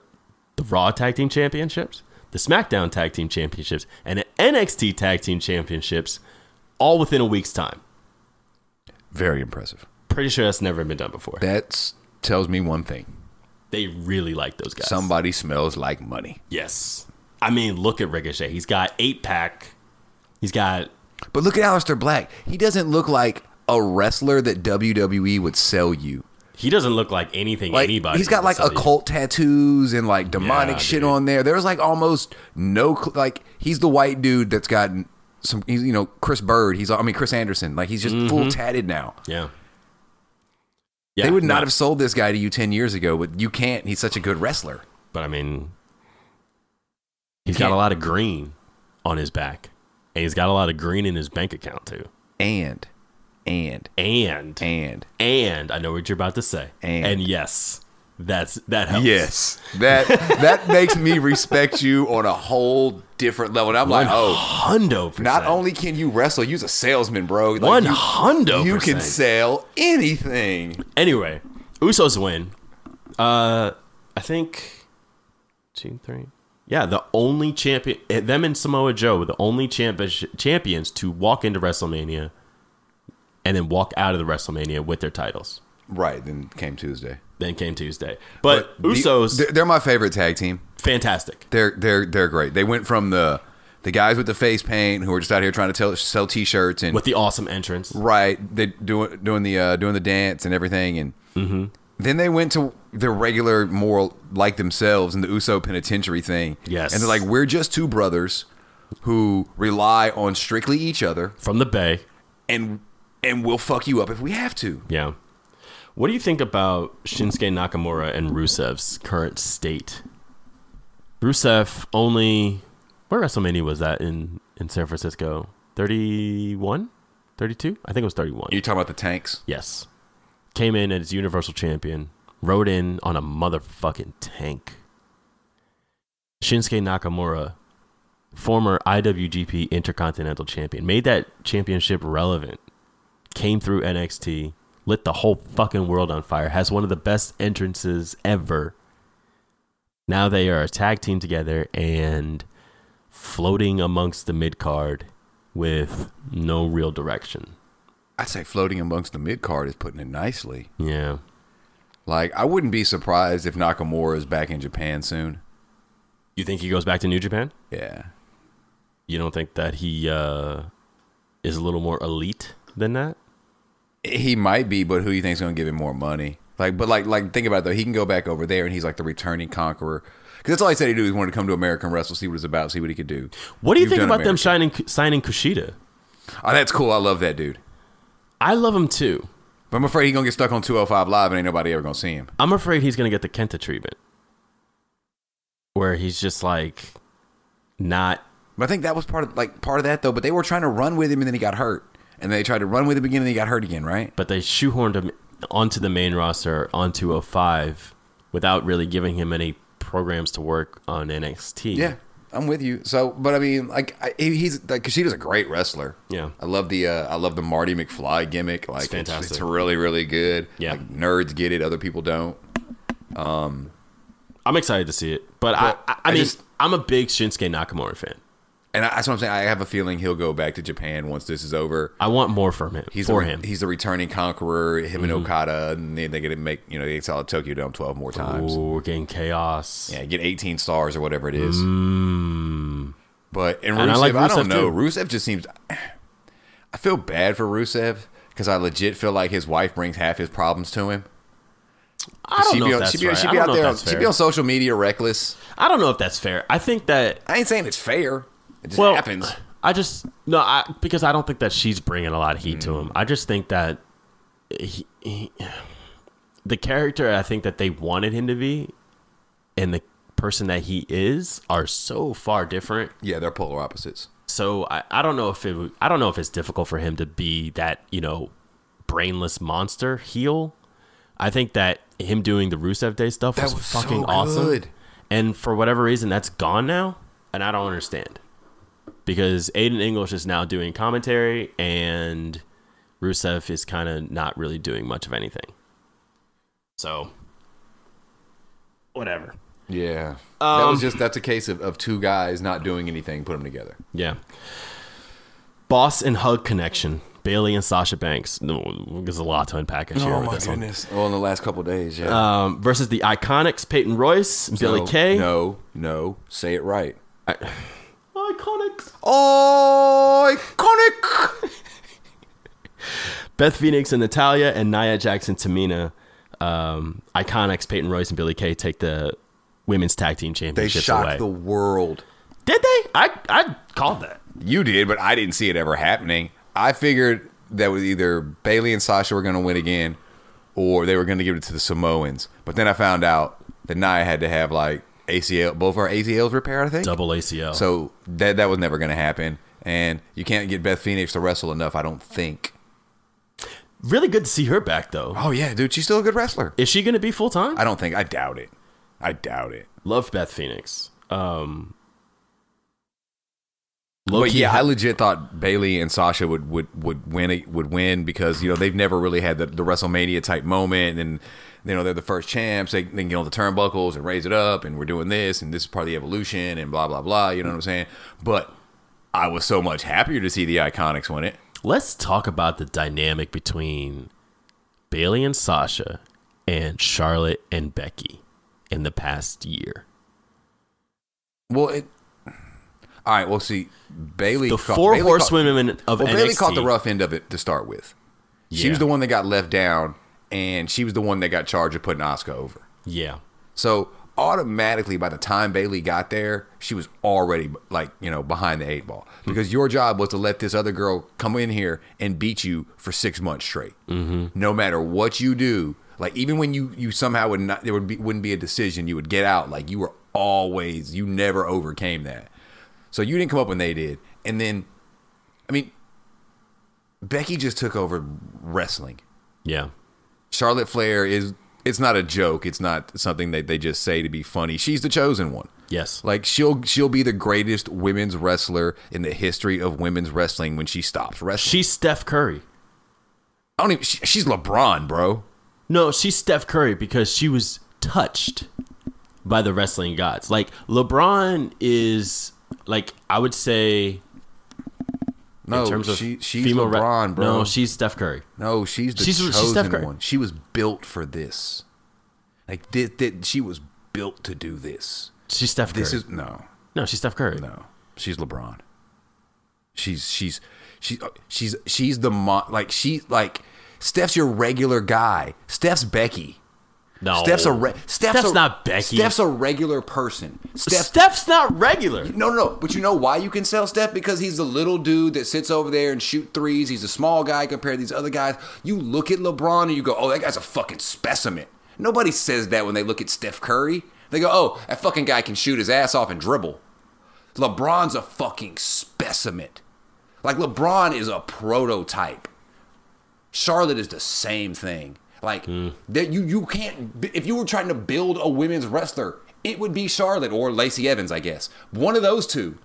Speaker 1: the Raw Tag Team Championships, the SmackDown Tag Team Championships, and the NXT Tag Team Championships, all within a week's time.
Speaker 2: Very impressive.
Speaker 1: Pretty sure that's never been done before.
Speaker 2: That tells me one thing.
Speaker 1: They really like those guys.
Speaker 2: Somebody smells like money.
Speaker 1: Yes. I mean, look at Ricochet. He's got eight pack. He's got
Speaker 2: But look at Aleister Black. He doesn't look like a wrestler that WWE would sell you.
Speaker 1: he doesn't look like anything
Speaker 2: Like
Speaker 1: anybody.
Speaker 2: he's got
Speaker 1: would
Speaker 2: like
Speaker 1: sell you.
Speaker 2: occult tattoos and like demonic
Speaker 1: Yeah,
Speaker 2: shit
Speaker 1: dude.
Speaker 2: on there. There's like almost no cl- like he's the white dude that's got some he's you know Chris Bird. He's I mean Chris Anderson. Like he's just full tatted now.
Speaker 1: Yeah. Mm-hmm. Yeah.
Speaker 2: they would
Speaker 1: no,
Speaker 2: not have sold this guy to you 10 years ago, but you can't. He's such a good wrestler.
Speaker 1: But I mean, he's got a
Speaker 2: Can't-
Speaker 1: lot of green on his back, and he's got a lot of green in his bank account too.
Speaker 2: And and
Speaker 1: And
Speaker 2: and
Speaker 1: and I know what you're about to say.
Speaker 2: And.
Speaker 1: yes, that's that helps.
Speaker 2: That that makes me respect you on a whole different level. And I'm like, "Oh,
Speaker 1: hundo. percent.
Speaker 2: not only can you wrestle, you're a salesman, bro. Like,
Speaker 1: one
Speaker 2: you-
Speaker 1: hundo.
Speaker 2: you can
Speaker 1: percent.
Speaker 2: sell anything."
Speaker 1: Anyway, Usos win. Uh, I think two, three. Yeah, the only champion, eh, them and Samoa Joe, were the only champion, champions to walk into WrestleMania and then walk out of the WrestleMania with their titles.
Speaker 2: Right, then came Tuesday.
Speaker 1: Then came Tuesday, but,
Speaker 2: the-
Speaker 1: Usos,
Speaker 2: they're, they're my favorite tag team.
Speaker 1: fantastic.
Speaker 2: They're they're they're great. They went from the the guys with the face paint who are just out here trying to tell, sell t-shirts and
Speaker 1: With the awesome entrance,
Speaker 2: right, they doing doing the uh, doing the dance and everything, and then they went to their regular more like themselves and the Uso Penitentiary thing.
Speaker 1: Yes.
Speaker 2: and they're like, we're just two brothers who rely on strictly each other,
Speaker 1: from the Bay,
Speaker 2: and and we'll fuck you up if we have to.
Speaker 1: yeah. What do you think about Shinsuke Nakamura and Rusev's current state? Rusev only where WrestleMania was that in in San Francisco? 31? 32? I think it was 31.
Speaker 2: You talking about the tanks?
Speaker 1: yes. Came in as Universal Champion, rode in on a motherfucking tank. Shinsuke Nakamura, former IWGP Intercontinental Champion, made that championship relevant. Came through NXT, lit the whole fucking world on fire, has one of the best entrances ever. Now they are a tag team together and floating amongst the mid card with no real direction.
Speaker 2: I'd say floating amongst the mid card is putting it nicely.
Speaker 1: Yeah.
Speaker 2: Like I wouldn't be surprised if Nakamura is back in Japan soon.
Speaker 1: You think he goes back to New Japan?
Speaker 2: Yeah.
Speaker 1: You don't think that he uh, is a little more elite than that?
Speaker 2: He might be, but who you think's going to give him more money? Like, but like, like think about it though. He can go back over there, and he's like the returning conqueror. Because that's all he said he do. He wanted to come to America and wrestle, see what it's about, see what he could do.
Speaker 1: What do you
Speaker 2: You've
Speaker 1: think
Speaker 2: done
Speaker 1: about them
Speaker 2: America.
Speaker 1: signing signing Kushida?
Speaker 2: Oh, that's cool. I love that dude.
Speaker 1: I love him too.
Speaker 2: But I'm afraid he's gonna get stuck on 205 Live, and ain't nobody ever gonna see him.
Speaker 1: I'm afraid he's gonna get the Kenta treatment, where he's just like not.
Speaker 2: But I think that was part of like part of that though. But they were trying to run with him, and then he got hurt, and they tried to run with him again, and he got hurt again, right?
Speaker 1: But they shoehorned him onto the main roster on 205 without really giving him any programs to work on NXT.
Speaker 2: Yeah, I'm with you. So, but I mean, like I, he- he's like Kushida's a great wrestler.
Speaker 1: Yeah.
Speaker 2: I love the uh, I love the Marty McFly gimmick. Like it's
Speaker 1: fantastic.
Speaker 2: It's, really really good.
Speaker 1: Yeah.
Speaker 2: like, nerds get it, other people don't.
Speaker 1: I'm excited to see it. But, I, I, I
Speaker 2: I
Speaker 1: mean,
Speaker 2: just-
Speaker 1: I'm a big Shinsuke Nakamura fan.
Speaker 2: And I, that's what I'm saying. I have a feeling he'll go back to Japan once this is over.
Speaker 1: I want more from him.
Speaker 2: He's
Speaker 1: for
Speaker 2: the,
Speaker 1: him. Mm-hmm.
Speaker 2: He's the returning conqueror. Him and Okada, and then they get to make you know they sell Tokyo Dome 12 more times.
Speaker 1: Ooh, we're getting chaos.
Speaker 2: Yeah, get 18 stars or whatever it is.
Speaker 4: Mm.
Speaker 2: But and Rusev,
Speaker 1: And I
Speaker 2: I,
Speaker 1: like Rusev,
Speaker 2: don't know.
Speaker 1: too.
Speaker 2: Rusev just seems. I feel bad for Rusev because I legit feel like his wife brings half his problems to him.
Speaker 1: I don't
Speaker 2: she'd
Speaker 1: know
Speaker 2: be,
Speaker 1: if
Speaker 2: on-
Speaker 1: that's
Speaker 2: she'd be,
Speaker 1: right.
Speaker 2: she'd
Speaker 1: I
Speaker 2: be
Speaker 1: don't
Speaker 2: out
Speaker 1: know if
Speaker 2: there. on-
Speaker 1: that's
Speaker 2: she'd be
Speaker 1: fair.
Speaker 2: on social media reckless.
Speaker 1: I don't know if that's fair. I think that
Speaker 2: I ain't saying it's fair. It just
Speaker 1: well,
Speaker 2: happens.
Speaker 1: I just no, I because I don't think that she's bringing a lot of heat
Speaker 2: Mm.
Speaker 1: to him. I just think that he, he, the character I think that they wanted him to be and the person that he is are so far different.
Speaker 2: Yeah, they're polar opposites.
Speaker 1: So I, I don't know if it would- I don't know if it's difficult for him to be that you know brainless monster heel. I think that him doing the Rusev Day stuff was,
Speaker 2: was so
Speaker 1: fucking awesome,
Speaker 2: good.
Speaker 1: and for whatever reason that's gone now, and I don't understand because Aiden English is now doing commentary and Rusev is kind of not really doing much of anything. So whatever.
Speaker 2: Yeah, that
Speaker 1: Um,
Speaker 2: was just that's a case of, of two guys not doing anything. Put them together.
Speaker 1: Yeah. Boss and hug connection. Bailey and Sasha Banks. No, there's a lot to unpack here
Speaker 2: Oh
Speaker 1: with this one.
Speaker 4: Well, in the last couple days, yeah.
Speaker 1: Um, versus the Iconics, Peyton Royce, Billy
Speaker 4: No,
Speaker 1: Kay.
Speaker 4: No, no, say it right.
Speaker 1: Iconics.
Speaker 2: Oh, iconic!
Speaker 1: Beth Phoenix and Natalia, and Nia Jackson, Tamina. Um, Iconics, Peyton Royce, and Billy Kay take the women's tag team
Speaker 2: They
Speaker 1: championships
Speaker 2: shocked
Speaker 1: away.
Speaker 2: the world.
Speaker 1: Did they? I I called that.
Speaker 2: You did, but I didn't see it ever happening. I figured that was either Bailey and Sasha were going to win again, or they were going to give it to the Samoans. But then I found out that Nia had to have like ACL, both our ACLs repaired. I think.
Speaker 1: Double ACL.
Speaker 2: So that that was never going to happen. And you can't get Beth Phoenix to wrestle enough, I don't think.
Speaker 1: really good to see her back though.
Speaker 2: Oh yeah, dude, she's still a good wrestler.
Speaker 1: Is she going to be full time?
Speaker 2: I don't think. I doubt it. I doubt it.
Speaker 1: Love Beth Phoenix. Um,
Speaker 2: But
Speaker 1: low-key
Speaker 2: yeah,
Speaker 1: hy-
Speaker 2: I legit thought Bailey and Sasha would would would win it would win because you know they've never really had the, the WrestleMania type moment, and you know they're the first champs. They, they can get on the turnbuckles and raise it up, and we're doing this, and this is part of the evolution, and blah blah blah. You know what I'm saying? But I was so much happier to see the Iconics win it.
Speaker 1: Let's talk about the dynamic between Bailey and Sasha and Charlotte and Becky in the past year.
Speaker 2: Well, it. All right. Well, see, Bailey.
Speaker 1: The
Speaker 2: caught-
Speaker 1: four
Speaker 2: Bailey caught-
Speaker 1: horsewomen of
Speaker 2: Well,
Speaker 1: NXT.
Speaker 2: Bailey caught the rough end of it to start with. She
Speaker 1: Yeah.
Speaker 2: was the one that got left down, and she was the one that got charged with putting Oscar over.
Speaker 1: Yeah.
Speaker 2: So automatically, by the time Bailey got there, she was already like you know behind the eight ball because your job was to let this other girl come in here and beat you for six months straight, mm-hmm. no matter what you do. Like even when you you somehow would not there would be wouldn't be a decision, you would get out. Like you were always you never overcame that. So you didn't come up when they did, and then, I mean, Becky just took over wrestling.
Speaker 1: Yeah.
Speaker 2: Charlotte Flair is it's not a joke. It's not something that they just say to be funny. She's the chosen one.
Speaker 1: Yes.
Speaker 2: Like she'll she'll be the greatest women's wrestler in the history of women's wrestling when she stops wrestling.
Speaker 1: She's Steph Curry.
Speaker 2: I don't even she, she's LeBron, bro.
Speaker 1: No, she's Steph Curry because she was touched by the wrestling gods. Like LeBron is like I would say
Speaker 2: No,
Speaker 1: in terms of
Speaker 2: Oh, she she's
Speaker 1: female re-
Speaker 2: LeBron, bro.
Speaker 1: No, she's Steph Curry.
Speaker 2: No, she's the
Speaker 1: She's- she's
Speaker 2: chosen
Speaker 1: Steph Curry.
Speaker 2: one. She was built for this. Like did thi- she was built to do this.
Speaker 1: She's Steph Curry.
Speaker 2: This is no.
Speaker 1: no, she's Steph Curry.
Speaker 2: No, she's LeBron. She's she's she's she's she's the mo- like she like Steph's your regular guy. Steph's Becky.
Speaker 1: No.
Speaker 2: Steph's a re- Steph's,
Speaker 1: Oh. Steph's
Speaker 2: a-
Speaker 1: not Becky.
Speaker 2: Steph's a regular person. Steph.
Speaker 1: Steph's not regular.
Speaker 2: no, no, no. But you know why you can sell Steph? Because he's the little dude that sits over there and shoot threes. He's a small guy compared to these other guys. You look at LeBron and you go, "Oh, that guy's a fucking specimen." Nobody says that when they look at Steph Curry. They go, "Oh, that fucking guy can shoot his ass off and dribble." LeBron's a fucking specimen. Like LeBron is a prototype. Charlotte is the same thing. Like that you you can't if you were trying to build a women's wrestler, it would be Charlotte or Lacey Evans, I guess. One of those two.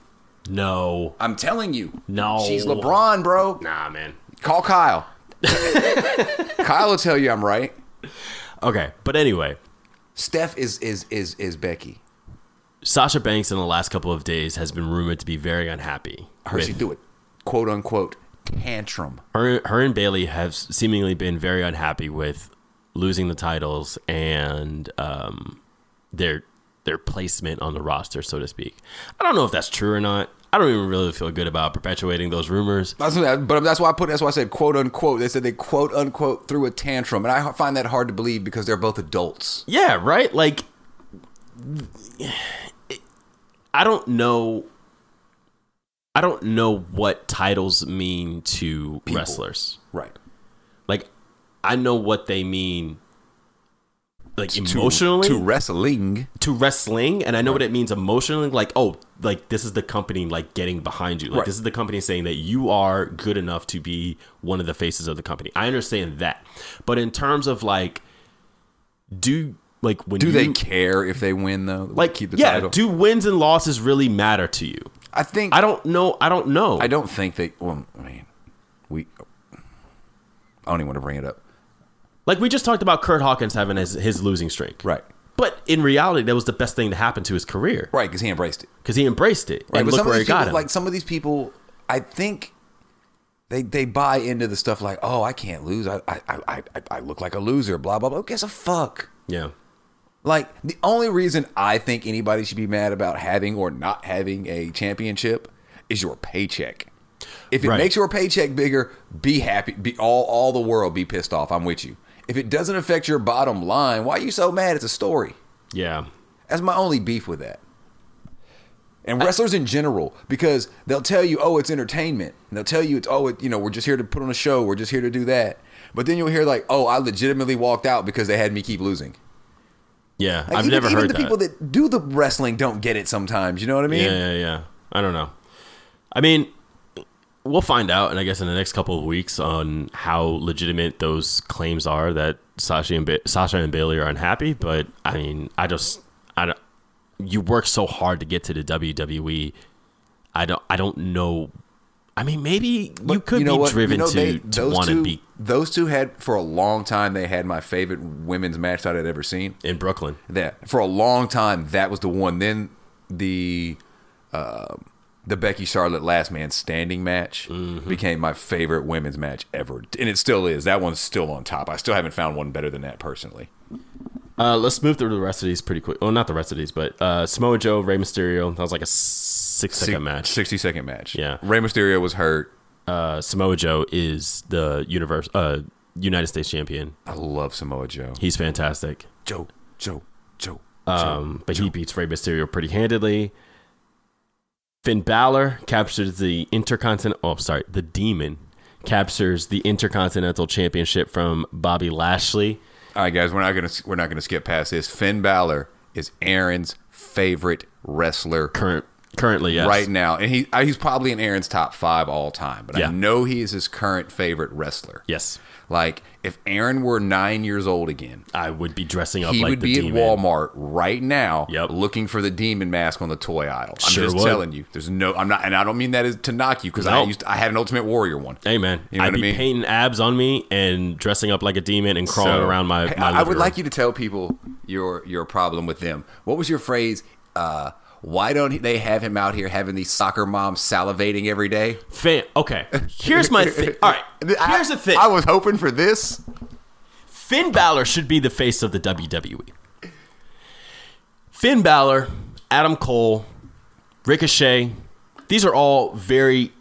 Speaker 1: No.
Speaker 2: I'm telling you.
Speaker 1: No.
Speaker 2: She's LeBron, bro.
Speaker 1: Nah, man.
Speaker 2: Call Kyle. Kyle will tell you I'm right.
Speaker 1: Okay, but anyway,
Speaker 2: Steph is is is is Becky.
Speaker 1: Sasha Banks in the last couple of days has been rumored to be very unhappy.
Speaker 2: I heard she do it, quote unquote, tantrum.
Speaker 1: Her, her and Bailey have seemingly been very unhappy with losing the titles and um, their their placement on the roster, so to speak. I don't know if that's true or not. I don't even really feel good about perpetuating those rumors.
Speaker 2: That's what, but that's why I put. That's why I said quote unquote. They said they quote unquote threw a tantrum, and I find that hard to believe because they're both adults.
Speaker 1: Yeah, right? Like, I don't know. I don't know what titles mean to wrestlers.
Speaker 2: Right.
Speaker 1: Like, I know what they mean, like
Speaker 2: To-
Speaker 1: emotionally
Speaker 2: to wrestling.
Speaker 1: to wrestling and I know what it means emotionally like oh like this is the company like getting behind you like
Speaker 2: Right.
Speaker 1: this is the company saying that you are good enough to be one of the faces of the company. I understand that. But in terms of like do like when
Speaker 2: Do
Speaker 1: you,
Speaker 2: they care if they win though?
Speaker 1: like
Speaker 2: keep the
Speaker 1: yeah,
Speaker 2: title.
Speaker 1: do wins and losses really matter to you?
Speaker 2: I think
Speaker 1: I don't know. I don't know.
Speaker 2: I don't think they. Well, I mean, we. I don't even want to bring it up.
Speaker 1: like we just talked about Kurt Hawkins having his, his losing streak.
Speaker 2: Right.
Speaker 1: But in reality, that was the best thing to happen to his career
Speaker 2: Right, because he embraced it.
Speaker 1: because he embraced it
Speaker 2: Right,
Speaker 1: and look
Speaker 2: some of
Speaker 1: where
Speaker 2: these
Speaker 1: it got
Speaker 2: people,
Speaker 1: him.
Speaker 2: like some of these people, I think they they buy into the stuff like, oh, I can't lose. I I I, I- I look like a loser. Blah blah blah. Who gives a fuck?
Speaker 1: yeah.
Speaker 2: Like the only reason I think anybody should be mad about having or not having a championship is your paycheck. If it
Speaker 1: Right.
Speaker 2: makes your paycheck bigger, be happy. Be all all the world be pissed off. I'm with you. If it doesn't affect your bottom line, why are you so mad? It's a story.
Speaker 1: Yeah.
Speaker 2: That's my only beef with that. And wrestlers in general, because they'll tell you, oh, it's entertainment. And they'll tell you, it's, oh, it, you know, we're just here to put on a show. We're just here to do that. But then you'll hear, like, oh, I legitimately walked out because they had me keep losing.
Speaker 1: Yeah.
Speaker 2: Like,
Speaker 1: I've
Speaker 2: even,
Speaker 1: never
Speaker 2: even
Speaker 1: heard
Speaker 2: the
Speaker 1: that.
Speaker 2: people that do the wrestling don't get it sometimes. You know what I mean?
Speaker 1: Yeah, yeah, yeah. I don't know. I mean, we'll find out, and I guess in the next couple of weeks on how legitimate those claims are that Sasha and ba- Sasha and Bailey are unhappy. But I mean, I just I don't. You work so hard to get to the WWE. I don't. I don't know. I mean, maybe you could be driven
Speaker 2: know,
Speaker 1: to
Speaker 2: they-
Speaker 1: to
Speaker 2: those
Speaker 1: want to
Speaker 2: two-
Speaker 1: be
Speaker 2: Those two had, for a long time, they had my favorite women's match that I'd ever seen.
Speaker 1: in Brooklyn.
Speaker 2: that for a long time that was the one then the uh, the Becky Charlotte last man standing match became my favorite women's match ever and it still is that one's still on top I still haven't found one better than that personally
Speaker 1: Uh, let's move through the rest of these pretty quick. Well, not the rest of these, but uh, Samoa Joe, Rey Mysterio. That was like a six
Speaker 2: Si-
Speaker 1: second match.
Speaker 2: 60 second match
Speaker 1: Yeah.
Speaker 2: Rey Mysterio was hurt
Speaker 1: uh, Samoa Joe is the universe uh, United States champion.
Speaker 2: I love Samoa Joe Uh,
Speaker 1: He's fantastic,
Speaker 2: Joe Joe Joe
Speaker 1: um, but he beats Rey Mysterio pretty handedly. Finn Balor captures the Intercontinental. Oh, sorry, the Demon captures the Intercontinental Championship from Bobby Lashley.
Speaker 2: all right guys we're not gonna we're not gonna skip past this Finn Balor is Aaron's favorite wrestler
Speaker 1: Current, currently, yes,
Speaker 2: right now, and he I- he's probably in Aaron's top five all time. But
Speaker 1: Yeah.
Speaker 2: I know he is his current favorite wrestler.
Speaker 1: yes,
Speaker 2: Like if Aaron were nine years old again,
Speaker 1: I would be dressing up
Speaker 2: he
Speaker 1: like
Speaker 2: would
Speaker 1: the
Speaker 2: be
Speaker 1: Demon.
Speaker 2: at Walmart right now,
Speaker 1: Yep.
Speaker 2: looking for the demon mask on the toy aisle. I'm
Speaker 1: Sure
Speaker 2: just
Speaker 1: would.
Speaker 2: telling you, there's no. I'm not, and I don't mean that as to knock you because I
Speaker 1: Nope.
Speaker 2: used I had an Ultimate Warrior one.
Speaker 1: Hey man,
Speaker 2: You know
Speaker 1: I'd
Speaker 2: what I
Speaker 1: be
Speaker 2: mean?
Speaker 1: painting abs on me and dressing up like a demon and crawling
Speaker 2: So,
Speaker 1: around my.
Speaker 2: hey,
Speaker 1: my
Speaker 2: I, I would like
Speaker 1: you.
Speaker 2: you to tell people your your problem with them. What was your phrase? Uh, why don't they have him out here having these soccer moms salivating every day?
Speaker 1: Fan. Okay, here's my thing. All right, here's the thing.
Speaker 2: I was hoping for this.
Speaker 1: Finn Balor should be the face of the WWE. Finn Balor, Adam Cole, Ricochet, these are all very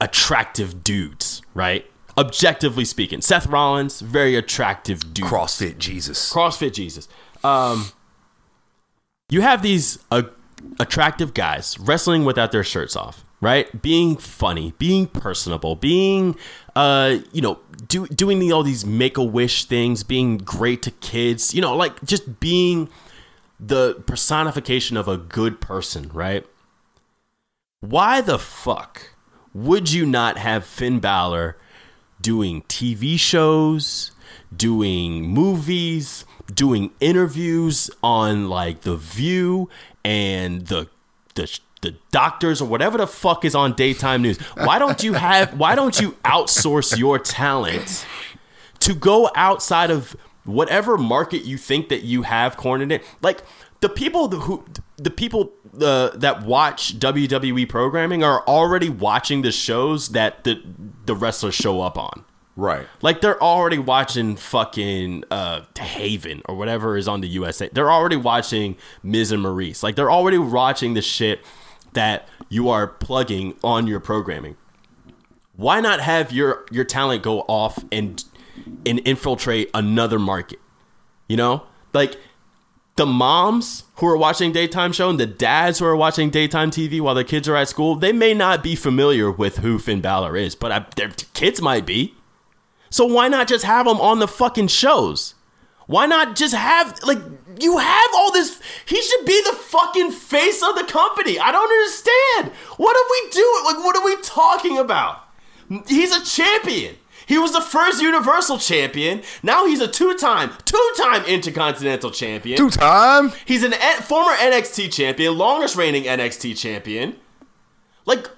Speaker 1: attractive dudes, right? Objectively speaking, Seth Rollins, very attractive dude.
Speaker 2: CrossFit Jesus.
Speaker 1: CrossFit Jesus. Um, you have these uh, attractive guys wrestling without their shirts off, right? Being funny, being personable, being, uh, you know, do, doing the, all these make a wish things, being great to kids, you know, like just being the personification of a good person, right? Why the fuck would you not have Finn Balor doing TV shows, doing movies, doing interviews on like The View and the the the doctors or whatever the fuck is on daytime news? Why don't you have why don't you outsource your talent to go outside of whatever market you think that you have cornered in? Like the people who the people uh, that watch WWE programming are already watching the shows that the the wrestlers show up on.
Speaker 2: Right.
Speaker 1: Like they're already watching fucking uh Haven or whatever is on the USA. They're already watching Miz and Maurice. Like they're already watching the shit that you are plugging on your programming. Why not have your your talent go off and and infiltrate another market? You know? Like the moms who are watching daytime show and the dads who are watching daytime TV while their kids are at school, they may not be familiar with who Finn Balor is, but I, their kids might be. So why not just have him on the fucking shows? Why not just have like you have all this? He should be the fucking face of the company. I don't understand. What are we doing? Like, what are we talking about? He's a champion. He was the first Universal Champion. Now he's a two-time, two-time Intercontinental Champion.
Speaker 2: Two time.
Speaker 1: He's an N- former NXT champion, longest reigning NXT champion. Like,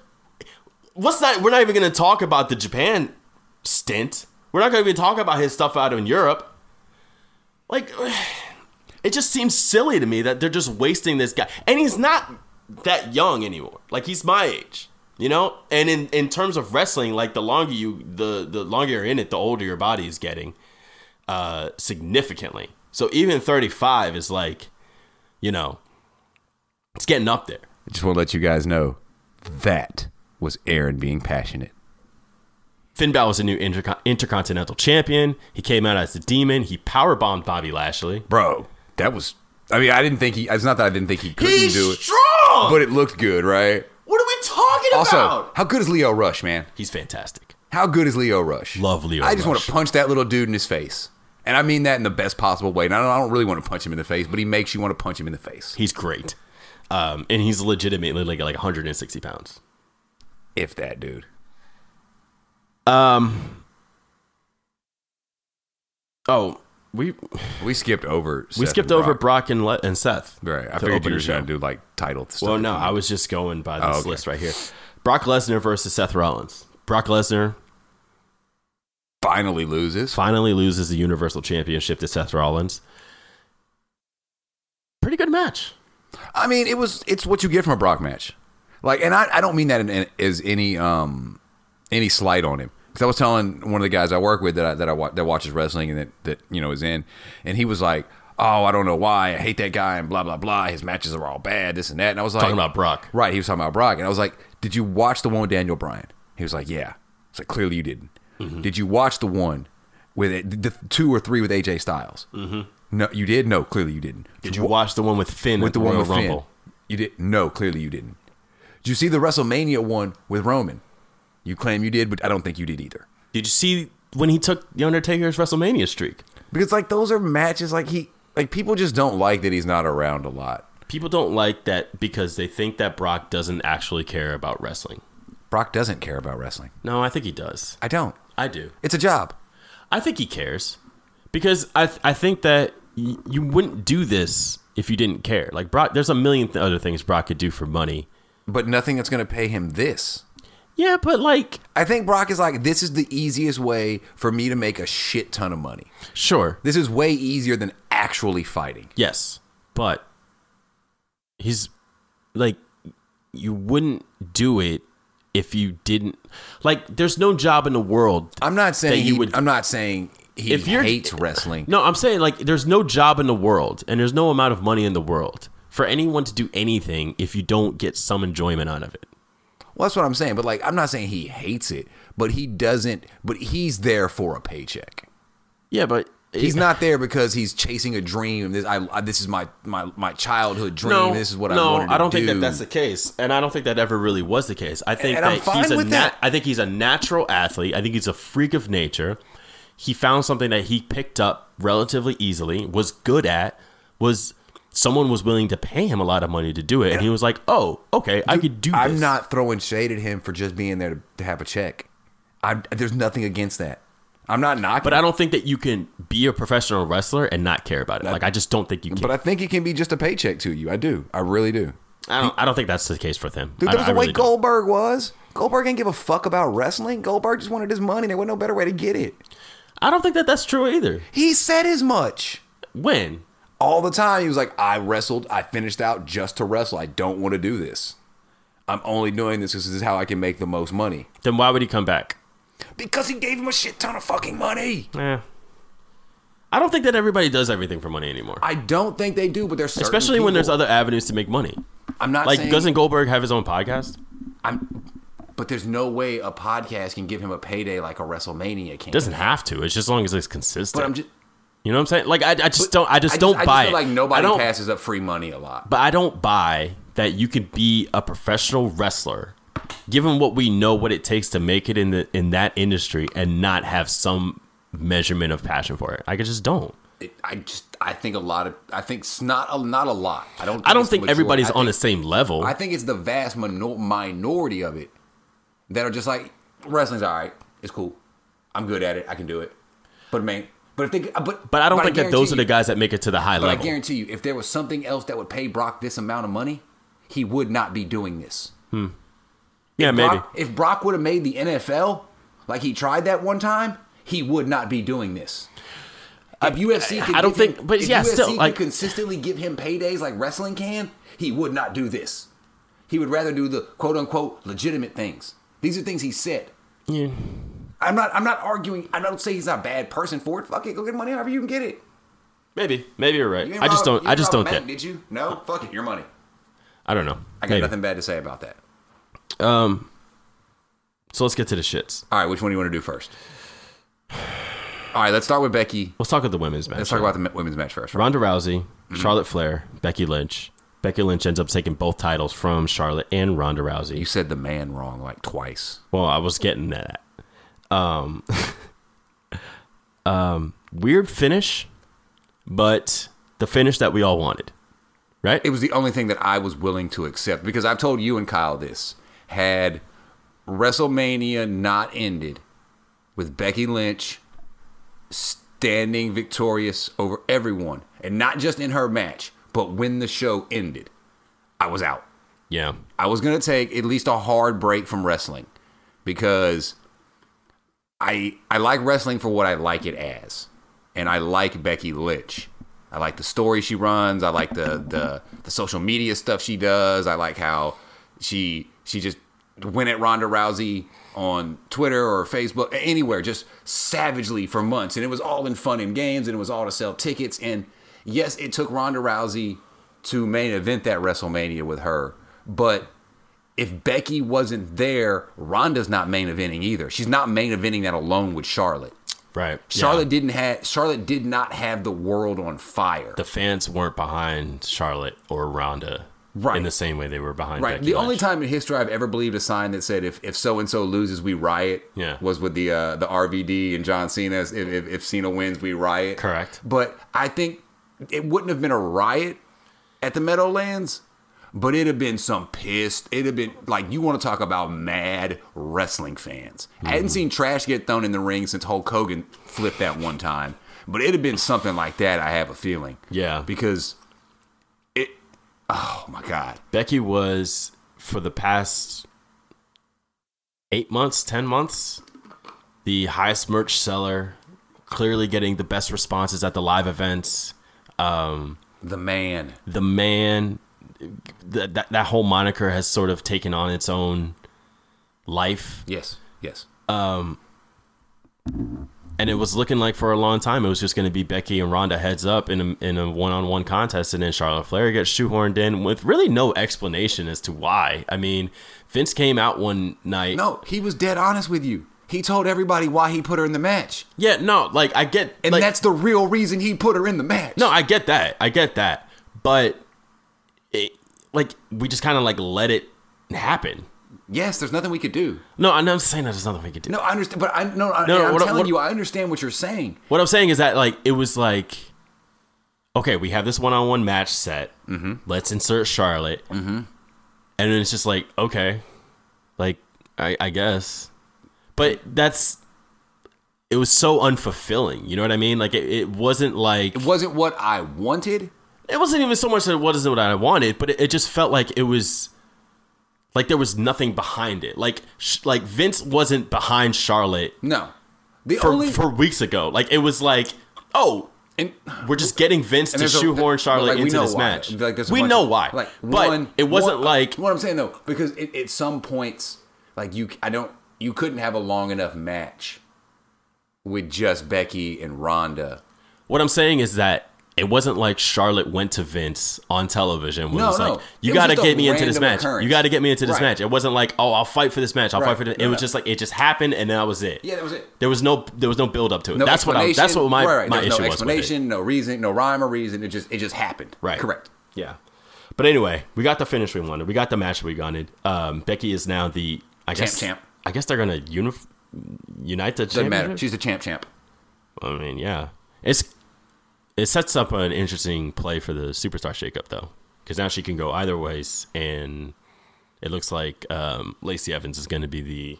Speaker 1: what's that? We're not even going to talk about the Japan stint. We're not going to even talk about his stuff out in Europe. Like, it just seems silly to me that they're just wasting this guy. And he's not that young anymore. Like, he's my age. You know, and in, in terms of wrestling, like the longer you the the longer you're in it, the older your body is getting uh, significantly. So even 35 is like, you know, it's getting up there.
Speaker 2: I just want to let you guys know that was Aaron being passionate.
Speaker 1: Finn Balor was a new interco- intercontinental champion. He came out as the demon. He powerbombed Bobby Lashley.
Speaker 2: Bro, that was. I mean, I didn't think he. It's not that I didn't think he couldn't
Speaker 1: He's
Speaker 2: do it,
Speaker 1: strong.
Speaker 2: but it looked good, right?
Speaker 1: what are we talking
Speaker 2: Also,
Speaker 1: about?
Speaker 2: how good is Leo Rush, man?
Speaker 1: He's fantastic.
Speaker 2: How good is Leo Rush?
Speaker 1: Love Leo
Speaker 2: I just want
Speaker 1: Rush.
Speaker 2: to punch that little dude in his face. And I mean that in the best possible way. And I don't, I don't really want to punch him in the face, but he makes you want to punch him in the face.
Speaker 1: He's great. Um, and he's legitimately like like 160 pounds.
Speaker 2: If that dude.
Speaker 1: Um. Oh, we
Speaker 2: We skipped over.
Speaker 1: we
Speaker 2: Seth
Speaker 1: skipped
Speaker 2: and
Speaker 1: over
Speaker 2: Brock.
Speaker 1: Brock and Le- and Seth.
Speaker 2: Right. I
Speaker 1: to
Speaker 2: figured
Speaker 1: open
Speaker 2: you were
Speaker 1: the show.
Speaker 2: trying to do like title stuff.
Speaker 1: Well, no, I was just going by this
Speaker 2: Oh, okay.
Speaker 1: list right here. Brock Lesnar versus Seth Rollins. Brock Lesnar
Speaker 2: Finally loses.
Speaker 1: finally loses the Universal Championship to Seth Rollins. Pretty good match.
Speaker 2: I mean, it was it's what you get from a Brock match. Like, and I, I don't mean that in, in, as any um any slight on him because I was telling one of the guys I work with that I, that I wa- that watches wrestling and that that you know is in, and he was like, "Oh, I don't know why I hate that guy and blah blah blah. His matches are all bad, this and that." And I was like,
Speaker 1: Talking about Brock.
Speaker 2: right? He was talking about Brock, and I was like, "Did you watch the one with Daniel Bryan?" He was like, "Yeah." It's like clearly you didn't.
Speaker 1: Mm-hmm.
Speaker 2: Did you watch the one with the, the two or three with AJ Styles? Mm-hmm. No, you did. No, clearly you didn't.
Speaker 1: Did you watch the one with Finn
Speaker 2: with
Speaker 1: at
Speaker 2: the one
Speaker 1: Royal
Speaker 2: with Finn.
Speaker 1: Rumble?
Speaker 2: You did no, clearly you didn't. Did you see the WrestleMania one with Roman? You claim you did, but I don't think you did either.
Speaker 1: Did you see when he took The Undertaker's WrestleMania streak?
Speaker 2: Because like those are matches like he like people just don't like that he's not around a lot.
Speaker 1: People don't like that because they think that Brock doesn't actually care about wrestling.
Speaker 2: Brock doesn't care about wrestling.
Speaker 1: No, I think he does.
Speaker 2: I don't.
Speaker 1: I do.
Speaker 2: It's a job.
Speaker 1: I think he cares because I th- I think that y- you wouldn't do this if you didn't care. Like Brock, there's a million th- other things Brock could do for money.
Speaker 2: But nothing that's gonna pay him this.
Speaker 1: Yeah, but like,
Speaker 2: I think Brock is like, this is the easiest way for me to make a shit ton of money.
Speaker 1: sure,
Speaker 2: This is way easier than actually fighting.
Speaker 1: yes, but he's like, you wouldn't do it if you didn't. Like, there's no job in the world
Speaker 2: I'm not saying
Speaker 1: That
Speaker 2: he,
Speaker 1: you would-
Speaker 2: I'm not saying he
Speaker 1: If you're-
Speaker 2: hates wrestling.
Speaker 1: No, I'm saying like there's no job in the world and there's no amount of money in the world for anyone to do anything if you don't get some enjoyment out of it.
Speaker 2: Well, that's what I'm saying. But like, I'm not saying he hates it, but he doesn't. But he's there for a paycheck.
Speaker 1: Yeah, but
Speaker 2: He's not there because he's chasing a dream. This, I, I- this is my, my, my childhood dream.
Speaker 1: No,
Speaker 2: this is what I
Speaker 1: no,
Speaker 2: wanted to
Speaker 1: I don't think that
Speaker 2: do.
Speaker 1: that's the case, and I don't think that ever really was the case. I think
Speaker 2: And I'm
Speaker 1: that he's
Speaker 2: fine
Speaker 1: a
Speaker 2: with
Speaker 1: nat-
Speaker 2: that.
Speaker 1: I think he's a natural athlete. I think he's a freak of nature. He found something that he picked up relatively easily, was good at, was someone was willing to pay him a lot of money to do it, and he was like, "Oh, okay, I could do."
Speaker 2: I'm
Speaker 1: this.
Speaker 2: not throwing shade at him for just being there to, to have a check. I, there's nothing against that. I'm not knocking.
Speaker 1: But I don't think that you can be a professional wrestler and not care about it. Like I just don't think you can.
Speaker 2: But I think it can be just a paycheck to you. I do. I really do.
Speaker 1: I don't. I don't think that's the case for them.
Speaker 2: Dude,
Speaker 1: I,
Speaker 2: that was
Speaker 1: I
Speaker 2: the way
Speaker 1: really don't.
Speaker 2: Goldberg was. Goldberg didn't give a fuck about wrestling. Goldberg just wanted his money. There wasn't no better way to get it.
Speaker 1: I don't think that that's true either.
Speaker 2: He said as much.
Speaker 1: When
Speaker 2: all the time. He was like, I wrestled. I finished out just to wrestle. I don't want to do this. I'm only doing this because this is how I can make the most money.
Speaker 1: Then why would he come back?
Speaker 2: Because he gave him a shit ton of fucking money.
Speaker 1: Yeah. I don't think that everybody does everything for money anymore.
Speaker 2: I don't think they do, but there's certain
Speaker 1: Especially when there's
Speaker 2: people-
Speaker 1: other avenues to make money.
Speaker 2: I'm not
Speaker 1: Like,
Speaker 2: saying
Speaker 1: doesn't Goldberg have his own podcast?
Speaker 2: I'm, but there's no way a podcast can give him a payday like a WrestleMania can.
Speaker 1: Doesn't have to. It's just as long as it's consistent.
Speaker 2: But I'm just.
Speaker 1: you know what I'm saying? Like, I, I just don't. I just
Speaker 2: I
Speaker 1: don't
Speaker 2: just,
Speaker 1: buy
Speaker 2: I just feel like
Speaker 1: it. I
Speaker 2: nobody
Speaker 1: don't,
Speaker 2: passes up free money a lot.
Speaker 1: But I don't buy that you could be a professional wrestler, given what we know what it takes to make it in the in that industry, and not have some measurement of passion for it. I just don't.
Speaker 2: It, I just I think a lot of I think it's not a, not a lot. I don't.
Speaker 1: I don't
Speaker 2: it's the
Speaker 1: think
Speaker 2: majority.
Speaker 1: everybody's
Speaker 2: I
Speaker 1: on the
Speaker 2: think-
Speaker 1: same level.
Speaker 2: I think it's the vast minor- minority of it that are just like wrestling's all right. It's cool. I'm good at it. I can do it. But man, but if they uh, but
Speaker 1: but I don't think that those
Speaker 2: guarantee
Speaker 1: are the
Speaker 2: you-
Speaker 1: guys that make it to the high
Speaker 2: But I
Speaker 1: level.
Speaker 2: guarantee you, if there was something else that would pay Brock this amount of money, he would not be doing this.
Speaker 1: yeah, maybe.
Speaker 2: Brock, if Brock would have made the NFL, like he tried that one time, he would not be doing this. If UFC, could
Speaker 1: I don't
Speaker 2: give him-
Speaker 1: think- but
Speaker 2: if
Speaker 1: yeah,
Speaker 2: UFC
Speaker 1: still,
Speaker 2: could
Speaker 1: like-
Speaker 2: consistently give him paydays like wrestling can, he would not do this. He would rather do the quote unquote legitimate things. These are things he said.
Speaker 1: Yeah.
Speaker 2: I'm not. I'm not arguing. I don't say he's not a bad person for it. Fuck it, go get money however you can get it.
Speaker 1: Maybe, maybe you're right.
Speaker 2: You ain't
Speaker 1: I just
Speaker 2: rob-
Speaker 1: don't.
Speaker 2: you
Speaker 1: I
Speaker 2: ain't
Speaker 1: just
Speaker 2: rob a
Speaker 1: don't
Speaker 2: bank,
Speaker 1: think.
Speaker 2: Did you? No. Fuck it. Your money.
Speaker 1: I don't know.
Speaker 2: I got
Speaker 1: Maybe.
Speaker 2: nothing bad to say about that.
Speaker 1: So let's get to the shits.
Speaker 2: All right, which one do you want to do first? All right, let's start with Becky.
Speaker 1: Let's talk about the women's match.
Speaker 2: Let's talk about Mm-hmm. the women's match first. Right?
Speaker 1: Ronda Rousey, Charlotte Flair, Becky Lynch. Becky Lynch ends up taking both titles from Charlotte and Ronda
Speaker 2: You
Speaker 1: Rousey.
Speaker 2: said the man wrong like twice.
Speaker 1: Well, I was getting to that. Um, um, weird finish, but the finish that we all wanted, right?
Speaker 2: It was the only thing that I was willing to accept because I've told you and Kyle this. Had WrestleMania not ended with Becky Lynch standing victorious over everyone, and not just in her match, but when the show ended, I was out.
Speaker 1: yeah.
Speaker 2: I was gonna take at least a hard break from wrestling because I I like wrestling for what I like it as, and I like Becky Lynch. I like the story she runs. I like the the the social media stuff she does. I like how she she just went at Ronda Rousey on Twitter or Facebook anywhere just savagely for months, and it was all in fun and games, and it was all to sell tickets. And yes, it took Ronda Rousey to main event that WrestleMania with her, but if Becky wasn't there, Ronda's not main eventing either. She's not main eventing that alone with Charlotte.
Speaker 1: Right. Yeah.
Speaker 2: Charlotte didn't have Charlotte did not have the world on fire.
Speaker 1: The fans weren't behind Charlotte or Ronda
Speaker 2: Right.
Speaker 1: in the same way they were behind
Speaker 2: right.
Speaker 1: Becky
Speaker 2: the only
Speaker 1: Lynch.
Speaker 2: time in history I've ever believed a sign that said if if so and so loses we riot
Speaker 1: Yeah.
Speaker 2: was with the uh, the RVD and John Cena. If, if if Cena wins we riot.
Speaker 1: Correct.
Speaker 2: But I think it wouldn't have been a riot at the Meadowlands, but it'd have been some pissed. It'd have been like you want to talk about mad wrestling fans. I
Speaker 1: Mm.
Speaker 2: hadn't seen trash get thrown in the ring since Hulk Hogan flipped that one time, but it'd have been something like that. I have a feeling.
Speaker 1: Yeah.
Speaker 2: because it. Oh my god.
Speaker 1: Becky was for the past eight months, ten months, the highest merch seller, clearly getting the best responses at the live events.
Speaker 2: The man.
Speaker 1: The man, th- that that whole moniker has sort of taken on its own life,
Speaker 2: Yes. Yes.
Speaker 1: and it was looking like for a long time it was just going to be Becky and Ronda heads up in a, in a one-on-one contest, and then Charlotte Flair gets shoehorned in with really no explanation as to why. I mean, Vince came out one night.
Speaker 2: No, he was dead honest with you. He told everybody why he put her in the match.
Speaker 1: Yeah, no, like I get,
Speaker 2: And
Speaker 1: like,
Speaker 2: that's the real reason he put her in the match.
Speaker 1: no, I get that, I get that, but it, like we just kind of like let it happen.
Speaker 2: Yes, there's nothing we could do.
Speaker 1: No, I'm not saying that there's nothing we could do.
Speaker 2: No, I understand, but I no, I,
Speaker 1: No,
Speaker 2: I'm
Speaker 1: what-
Speaker 2: telling
Speaker 1: what-
Speaker 2: you, I understand what you're saying.
Speaker 1: What I'm saying is that like it was like, okay, we have this one-on-one match set. Mm-hmm. Let's insert Charlotte, mm-hmm. and then it's just like okay, like I, I guess, but that's it was so unfulfilling. You know what I mean? Like it, it wasn't like
Speaker 2: It wasn't what I wanted.
Speaker 1: it wasn't even so much that it wasn't what I wanted, but it, it just felt like it was like there was nothing behind it. Like sh- like Vince wasn't behind Charlotte
Speaker 2: No, the
Speaker 1: for
Speaker 2: only
Speaker 1: for weeks ago. Like it was like, oh,
Speaker 2: And
Speaker 1: We're just getting Vince
Speaker 2: And
Speaker 1: to
Speaker 2: there's a-
Speaker 1: shoehorn
Speaker 2: but,
Speaker 1: Charlotte
Speaker 2: like, we
Speaker 1: into
Speaker 2: know
Speaker 1: this
Speaker 2: why.
Speaker 1: match.
Speaker 2: Like, there's a
Speaker 1: we
Speaker 2: bunch
Speaker 1: know
Speaker 2: of-
Speaker 1: why.
Speaker 2: Like
Speaker 1: but
Speaker 2: one,
Speaker 1: it wasn't
Speaker 2: one-
Speaker 1: like
Speaker 2: what I'm saying though, because it, at some points, like you, I don't, you couldn't have a long enough match with just Becky and Ronda.
Speaker 1: what I'm saying is that it wasn't like Charlotte went to Vince on television when
Speaker 2: No,
Speaker 1: it was
Speaker 2: no.
Speaker 1: like, you
Speaker 2: It was
Speaker 1: got to
Speaker 2: just a
Speaker 1: get me into this
Speaker 2: random
Speaker 1: match.
Speaker 2: occurrence.
Speaker 1: You got to get me into this
Speaker 2: Right.
Speaker 1: match. It wasn't like, oh, I'll fight for this match. I'll
Speaker 2: Right.
Speaker 1: fight for this. It
Speaker 2: No,
Speaker 1: was
Speaker 2: no.
Speaker 1: just like it just happened and that was it.
Speaker 2: Yeah, that was it.
Speaker 1: There was no there was no build up to it.
Speaker 2: No
Speaker 1: that's what I, that's
Speaker 2: explanation.
Speaker 1: what my
Speaker 2: Right, right.
Speaker 1: my
Speaker 2: There was
Speaker 1: issue
Speaker 2: no
Speaker 1: was. With it.
Speaker 2: explanation, no reason, no rhyme or reason. It just, it just happened.
Speaker 1: Right.
Speaker 2: Correct.
Speaker 1: Yeah. But anyway, we got the finish we wanted. We got the match we wanted. Um, Becky is now the I
Speaker 2: Champ,
Speaker 1: guess
Speaker 2: champ.
Speaker 1: I guess they're gonna unif- unite the
Speaker 2: Doesn't
Speaker 1: championship.
Speaker 2: matter. She's the champ, champ.
Speaker 1: I mean, yeah, it's it sets up an interesting play for the superstar shakeup though, because now she can go either ways, and it looks like um, Lacey Evans is going to be the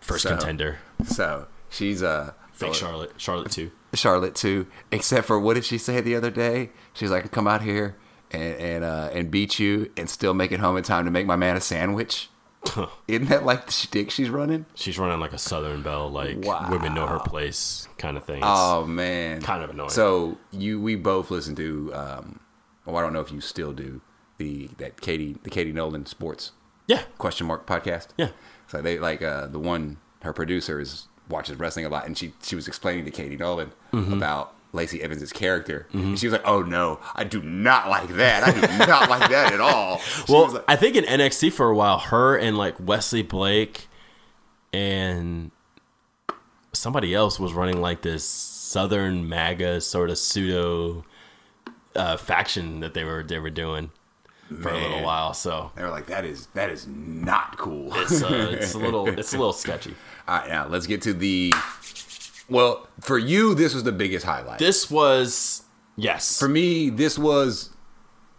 Speaker 1: first
Speaker 2: So-
Speaker 1: contender.
Speaker 2: So she's uh,
Speaker 1: Fake Charlotte, Charlotte too.
Speaker 2: Charlotte too. Except for what did she say the other day? She's like, I can come out here and and uh, and beat you and still make it home in time to make my man a sandwich. Isn't that like the shtick she's running?
Speaker 1: She's running like a Southern Belle, like
Speaker 2: Wow.
Speaker 1: women know her place kind of thing. It's-
Speaker 2: Oh man,
Speaker 1: kind of annoying.
Speaker 2: So you, we both listen to. Um, well, I don't know if you still do the that Katie the Katie Nolan sports
Speaker 1: yeah,
Speaker 2: question mark podcast.
Speaker 1: Yeah.
Speaker 2: So they like uh, the one her producer is watches wrestling a lot, and she she was explaining to Katie Nolan
Speaker 1: Mm-hmm.
Speaker 2: about Lacey Evans' character. And she was like, "Oh no, I do not like that. I do not like that at all." She
Speaker 1: well,
Speaker 2: was like,
Speaker 1: I think in NXT for a while, her and like Wesley Blake and somebody else was running like this Southern MAGA sort of pseudo uh, faction that they were they were doing for a little
Speaker 2: Man.
Speaker 1: while. So
Speaker 2: they were like, "That is that is not cool."
Speaker 1: it's, uh, it's a little it's a little sketchy.
Speaker 2: all right, now let's get to the. Well, for you, this was the biggest highlight.
Speaker 1: This was yes,
Speaker 2: for me, this was.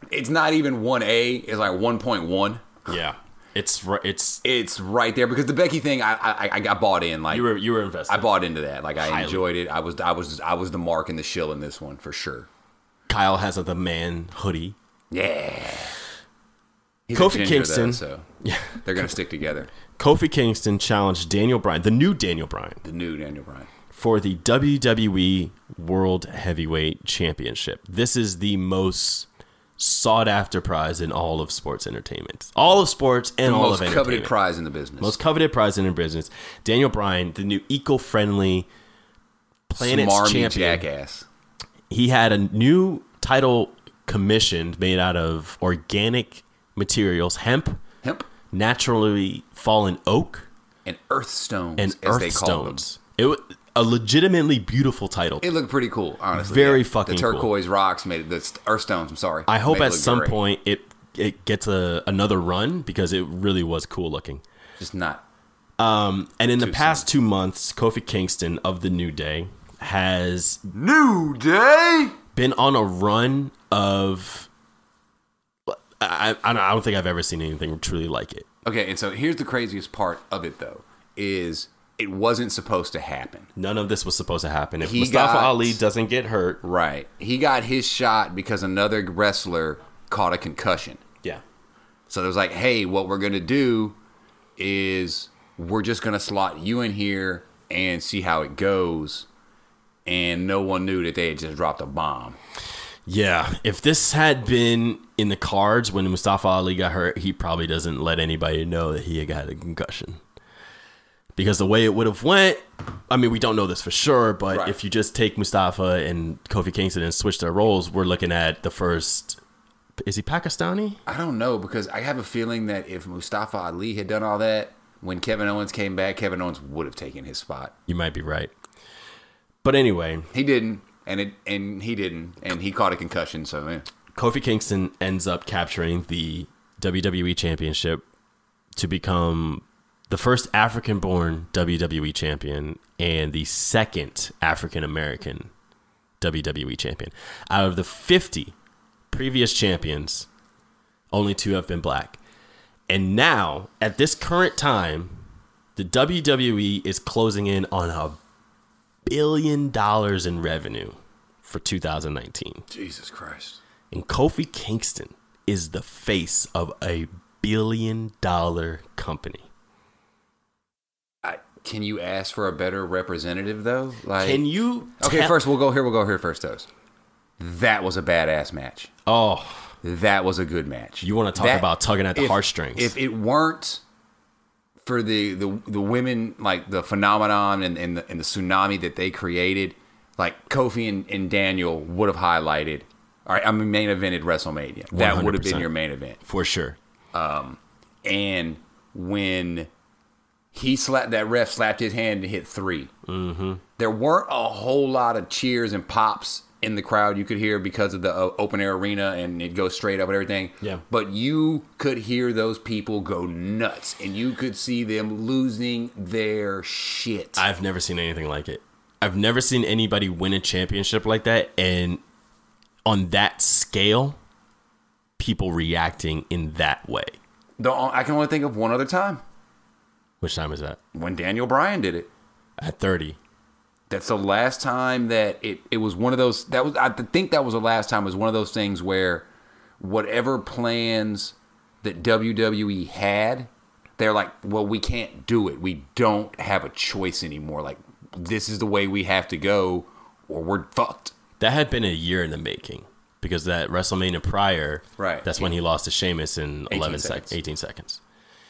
Speaker 2: It's not even one A. It's like one point one.
Speaker 1: yeah. It's ri- it's
Speaker 2: It's right there because the Becky thing, I I, I got bought in. Like
Speaker 1: you were you were invested.
Speaker 2: I bought into that. Like I
Speaker 1: Highly.
Speaker 2: enjoyed it. I was I was I was the mark and the shill in this one for sure.
Speaker 1: Kyle has a the man hoodie.
Speaker 2: Yeah. He's a
Speaker 1: Kofi
Speaker 2: ginger,
Speaker 1: Kingston.
Speaker 2: though, so they're gonna stick together.
Speaker 1: Kofi Kingston challenged Daniel Bryan, the new Daniel Bryan,
Speaker 2: The new Daniel Bryan.
Speaker 1: for the WWE World Heavyweight Championship. This is the most sought after prize in all of sports entertainment. All of sports and all
Speaker 2: Most
Speaker 1: of
Speaker 2: coveted
Speaker 1: entertainment.
Speaker 2: prize in the business.
Speaker 1: most coveted prize in business. Daniel Bryan, the new eco-friendly planet's
Speaker 2: smarmy
Speaker 1: champion.
Speaker 2: jackass.
Speaker 1: He had a new title commissioned made out of organic materials, hemp,
Speaker 2: Hemp
Speaker 1: naturally fallen oak,
Speaker 2: and earth stones
Speaker 1: and
Speaker 2: as
Speaker 1: earth
Speaker 2: they call
Speaker 1: stones. It was a legitimately beautiful title.
Speaker 2: them. It looked pretty cool, honestly.
Speaker 1: Very
Speaker 2: yeah.
Speaker 1: fucking
Speaker 2: The
Speaker 1: cool.
Speaker 2: turquoise rocks made it the st- earth stones, I'm sorry.
Speaker 1: I hope
Speaker 2: made it
Speaker 1: at
Speaker 2: look
Speaker 1: some
Speaker 2: great.
Speaker 1: point it it gets a another run because it really was cool looking.
Speaker 2: just not
Speaker 1: And in the past two months, Kofi Kingston of the New Day has
Speaker 2: New Day
Speaker 1: been on a run of. I, I, I don't think I've ever seen anything truly like it.
Speaker 2: Okay, and so here's the craziest part of it though, is it wasn't supposed to happen.
Speaker 1: None of this was supposed to happen. If
Speaker 2: He
Speaker 1: Mustafa
Speaker 2: got-
Speaker 1: Ali doesn't get hurt,
Speaker 2: Right. He got his shot because another wrestler caught a concussion.
Speaker 1: yeah,
Speaker 2: So there was like, hey, what we're going to do is we're just going to slot you in here and see how it goes. And no one knew that they had just dropped a bomb.
Speaker 1: yeah. If this had been in the cards when Mustafa Ali got hurt, he probably doesn't let anybody know that he had got a concussion. because the way it would have went i mean we don't know this for sure but
Speaker 2: Right.
Speaker 1: if you just take mustafa and kofi kingston and switch their roles we're looking at the first is he pakistani
Speaker 2: I don't know because I have a feeling that if Mustafa Ali had done all that, when Kevin Owens came back, Kevin Owens would have taken his spot.
Speaker 1: you might be right but anyway
Speaker 2: He didn't, and it and he didn't, and he caught a concussion. So eh.
Speaker 1: kofi kingston ends up capturing the wwe championship to become the first african born wwe E champion and the second african american wwe E champion out of the 50 previous champions only two have been black. And now, at this current time, the WWE is closing in on a billion dollars in revenue for 2019.
Speaker 2: Jesus Christ.
Speaker 1: And Kofi Kingston is the face of a billion dollar company.
Speaker 2: I, Can you ask for a better representative though? Like,
Speaker 1: Can you?
Speaker 2: Okay,
Speaker 1: tell-
Speaker 2: first we'll go here. We'll go here first, Toast. That was a badass match.
Speaker 1: Oh,
Speaker 2: That was a good match.
Speaker 1: You wanna talk
Speaker 2: That-
Speaker 1: about tugging at the
Speaker 2: if-
Speaker 1: heartstrings.
Speaker 2: If it weren't for the the, the women, like the phenomenon and, and, the, and the tsunami that they created, like Kofi and, and Daniel would have highlighted. All right, I mean, main evented WrestleMania. That would have been
Speaker 1: 100%.
Speaker 2: your main event.
Speaker 1: for sure.
Speaker 2: And when he slapped that ref, slapped his hand and hit 3 Mm-hmm. There weren't a whole lot of cheers and pops in the crowd you could hear because of the uh, open air arena and it goes straight up and everything.
Speaker 1: Yeah.
Speaker 2: But you could hear those people go nuts and you could see them losing their shit.
Speaker 1: I've never seen anything like it. I've never seen anybody win a championship like that, and on that scale, people reacting in that way.
Speaker 2: The on- I can only think of one other time
Speaker 1: Which time is that?
Speaker 2: when Daniel Bryan did it.
Speaker 1: At thirty.
Speaker 2: That's the last time that it, it was one of those that was I think that was the last time it was one of those things where whatever plans that WWE had, they're like, well, we can't do it. We don't have a choice anymore. Like this is the way we have to go, or we're fucked.
Speaker 1: That had been a year in the making because that WrestleMania prior,
Speaker 2: Right.
Speaker 1: That's when he lost to Sheamus in 11 seconds,
Speaker 2: seconds.
Speaker 1: 18 seconds.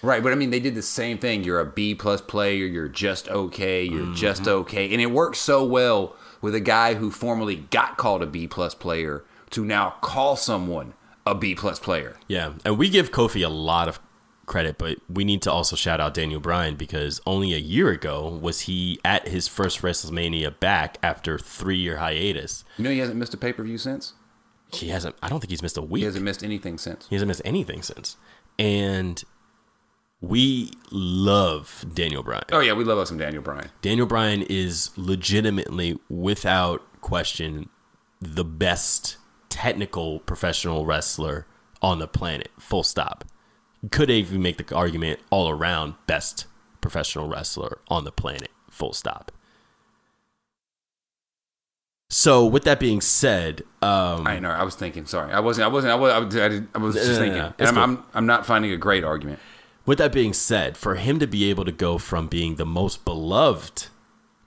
Speaker 2: Right, but I mean, they did the same thing. You're a B plus player. You're just okay. You're just okay, and it works so well with a guy who formerly got called a B plus player to now call someone a B plus player.
Speaker 1: Yeah, and we give Kofi a lot of credit, but we need to also shout out Daniel Bryan because only a year ago was he at his first WrestleMania back after three year hiatus.
Speaker 2: You know, he hasn't missed a pay per view since.
Speaker 1: He hasn't. I don't think he's missed a week.
Speaker 2: He hasn't missed anything since.
Speaker 1: He hasn't missed anything since. And we love Daniel Bryan.
Speaker 2: Oh yeah, we love us some Daniel Bryan.
Speaker 1: Daniel Bryan is legitimately, without question, the best technical professional wrestler on the planet. Full stop. Could even make the argument all around best professional wrestler on the planet. Full stop. So, with that being said, um,
Speaker 2: I know. I was thinking. Sorry, I wasn't. I wasn't. I was. I, was- I, didn't- I was
Speaker 1: no,
Speaker 2: just
Speaker 1: no,
Speaker 2: thinking.
Speaker 1: no.
Speaker 2: And
Speaker 1: It's
Speaker 2: I'm,
Speaker 1: cool.
Speaker 2: I'm. I'm not finding a great argument.
Speaker 1: With that being said, for him to be able to go from being the most beloved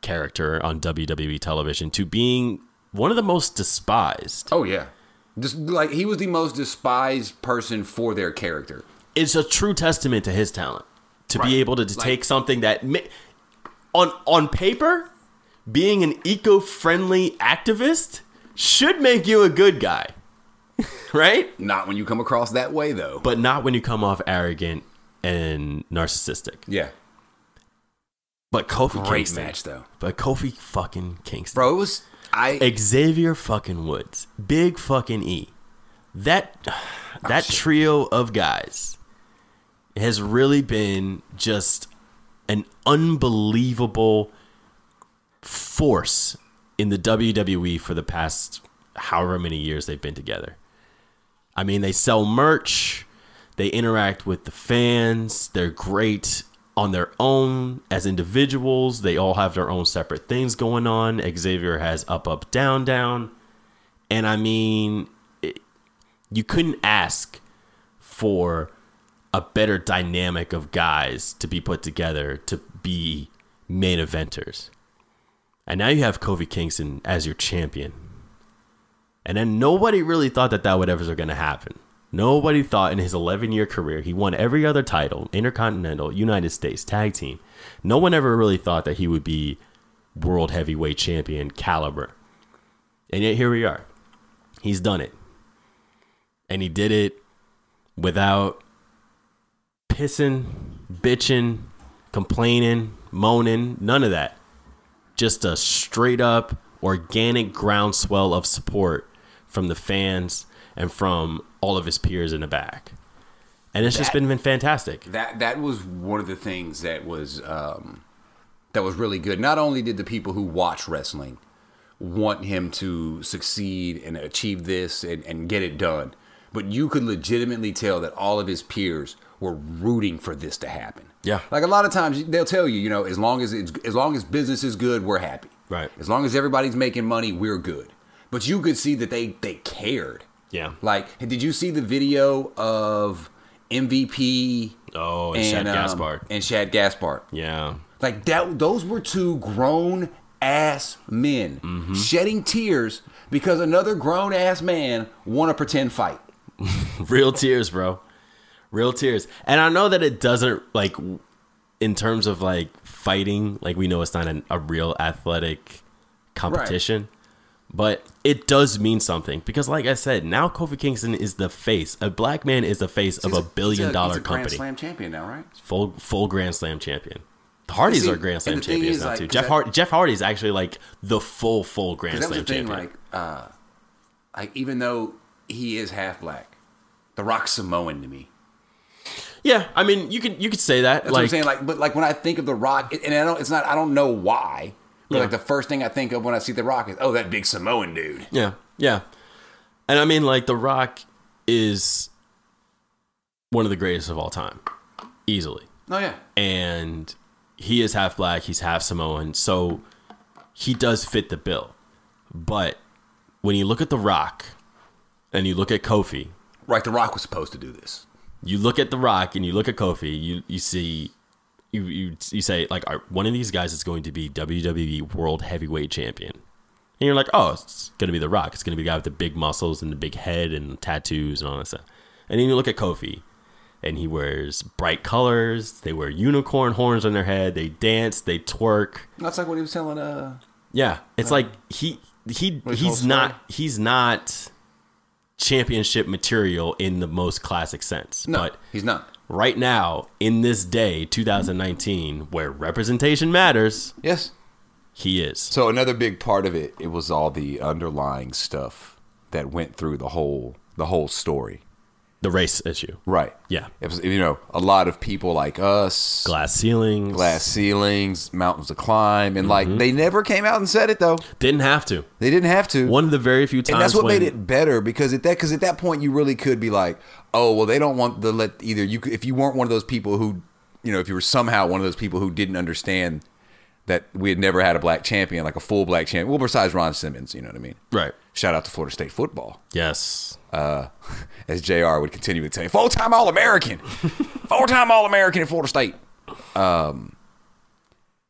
Speaker 1: character on WWE television to being one of the most despised
Speaker 2: Oh yeah, just like he was the most despised person for their character.
Speaker 1: is a true testament to his talent. To
Speaker 2: Right.
Speaker 1: be able to,
Speaker 2: Like-
Speaker 1: take something that ma- on on paper, being an eco-friendly activist should make you a good guy. right?
Speaker 2: Not when you come across that way though.
Speaker 1: But not when you come off arrogant and narcissistic.
Speaker 2: yeah,
Speaker 1: But Kofi
Speaker 2: great
Speaker 1: Kingston.
Speaker 2: match though,
Speaker 1: But Kofi fucking Kingston.
Speaker 2: bro. It was. I
Speaker 1: Xavier fucking Woods, Big fucking E. That that trio of guys has really been just an unbelievable force in the WWE for the past however many years they've been together. I mean, they sell merch, they interact with the fans, they're great on their own as individuals. They all have their own separate things going on. Xavier has up, up, down, down. And I mean, it, you couldn't ask for a better dynamic of guys to be put together to be main eventers. And now you have Kofi Kingston as your champion. And then nobody really thought that that would ever was going to happen. Nobody thought in his 11 year career, he won every other title Intercontinental, United States, Tag Team. No one ever really thought that he would be world heavyweight champion caliber. And yet here we are. He's done it. And he did it without pissing, bitching, complaining, moaning, none of that just a straight up organic groundswell of support from the fans and from all of his peers in the back. And it's just been, been fantastic.
Speaker 2: that that was one of the things that was um, that was really good. Not only did the people who watch wrestling want him to succeed and achieve this and, and get it done, but you could legitimately tell that all of his peers were rooting for this to happen.
Speaker 1: Yeah.
Speaker 2: like a lot of times they'll tell you, you know, as long as it's, as long as business is good, we're happy.
Speaker 1: Right.
Speaker 2: As long as everybody's making money, we're good. But you could see that they they cared.
Speaker 1: Yeah.
Speaker 2: Like, did you see the video of MVP
Speaker 1: Oh, and
Speaker 2: and,
Speaker 1: Oh, Shad
Speaker 2: um,
Speaker 1: Gaspard.
Speaker 2: and Shad Gaspard?
Speaker 1: yeah.
Speaker 5: Like that those were two grown ass men
Speaker 1: Mm-hmm.
Speaker 5: shedding tears because another grown ass man won a pretend fight.
Speaker 1: Real tears, bro. Real tears. And I know that it doesn't like w- in terms of like fighting, like we know it's not an, a real athletic competition, but it does mean something because like I said, now Kofi Kingston is the face. A black man is the face of
Speaker 5: He's
Speaker 1: a billion
Speaker 5: he's
Speaker 1: dollar
Speaker 5: he's a Grand
Speaker 1: company.
Speaker 5: Slam champion now, right?
Speaker 1: Full full Grand Slam champion. The Hardys
Speaker 5: See,
Speaker 1: are Grand Slam
Speaker 5: and the thing
Speaker 1: champions
Speaker 5: is,
Speaker 1: now
Speaker 5: like,
Speaker 1: too.
Speaker 5: 'cause
Speaker 1: Jeff
Speaker 5: that-
Speaker 1: Hard Jeff Hardy is actually like the full full Grand
Speaker 5: That was the thing.
Speaker 1: Slam champion.
Speaker 5: Like, uh, like even though he is half black, The Rock's Samoan to me.
Speaker 1: yeah, I mean you could you could say that.
Speaker 5: That's what I'm saying. Like, but like when I think of The Rock, and I don't, it's not. I don't know why. But
Speaker 1: Yeah.
Speaker 5: like the first thing I think of when I see The Rock is, oh, that big Samoan dude.
Speaker 1: Yeah, yeah. And I mean, like, The Rock is one of the greatest of all time, easily.
Speaker 5: Oh yeah,
Speaker 1: And he is half black, he's half Samoan, so he does fit the bill. But when you look at The Rock and you look at Kofi,
Speaker 5: right. The Rock was supposed to do this.
Speaker 1: you look at The Rock and you look at Kofi, you, you see. You, you, you say like "All right, one of these guys is going to be WWE World Heavyweight Champion, and you're like, oh, it's going to be The Rock. It's going to be the guy with the big muscles and the big head and tattoos and all that stuff. And then you look at Kofi, and he wears bright colors. They wear unicorn horns on their head. They dance. They twerk.
Speaker 5: That's like what he was telling. Uh,
Speaker 1: Yeah, it's like he he
Speaker 5: Like
Speaker 1: he's
Speaker 5: Hulk
Speaker 1: not he's not championship material in the most classic sense.
Speaker 5: no,
Speaker 1: But
Speaker 5: he's not.
Speaker 1: right now in this day 2019 where representation matters
Speaker 2: Yes.
Speaker 1: he is
Speaker 2: So another big part of it, it was all the underlying stuff that went through the whole the whole story.
Speaker 1: the race issue
Speaker 2: Right.
Speaker 1: Yeah.
Speaker 2: It was you know, a lot of people like us,
Speaker 1: glass ceilings
Speaker 2: glass ceilings, mountains to climb, and
Speaker 1: Mm-hmm.
Speaker 2: like they never came out and said it though.
Speaker 1: didn't have to
Speaker 2: They didn't have to.
Speaker 1: one of the very few times
Speaker 2: and that's what
Speaker 1: when-
Speaker 2: made it better because at that because at that point you really could be like, oh well, they don't want to let either you could- if you weren't one of those people who, you know, if you were somehow one of those people who didn't understand that we had never had a black champion like a full black champion. Well, besides Ron Simmons, you know what I mean?
Speaker 1: right
Speaker 2: Shout out to Florida State football,
Speaker 1: yes
Speaker 2: uh, as Jr. would continue to say, full time All American, four time All American at Florida State. Um,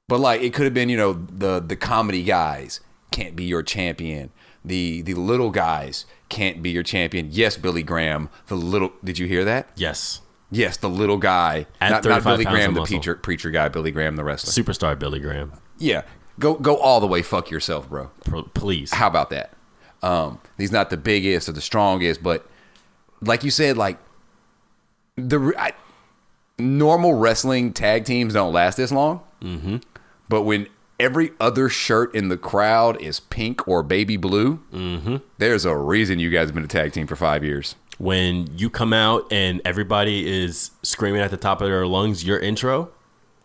Speaker 2: but like it could have been, you know, the the comedy guys can't be your champion. The the little guys can't be your champion. Yes, Billy Graham, the little. Did you hear that?
Speaker 1: yes
Speaker 2: Yes, the little guy,
Speaker 1: At
Speaker 2: not, not
Speaker 1: 35
Speaker 2: Billy
Speaker 1: pounds
Speaker 2: Graham,
Speaker 1: of
Speaker 2: the
Speaker 1: muscle.
Speaker 2: preacher, preacher guy, Billy Graham, the wrestler.
Speaker 1: superstar billy graham
Speaker 2: Yeah, go go all the way. Fuck yourself, bro.
Speaker 1: Pro- please
Speaker 2: How about that? Um, he's not the biggest or the strongest, but like you said, like the re- I, normal wrestling tag teams don't last this long. Mm-hmm. But when every other shirt in the crowd is pink or baby blue, there's a reason you guys have been a tag team for five years.
Speaker 1: when you come out and everybody is screaming at the top of their lungs your intro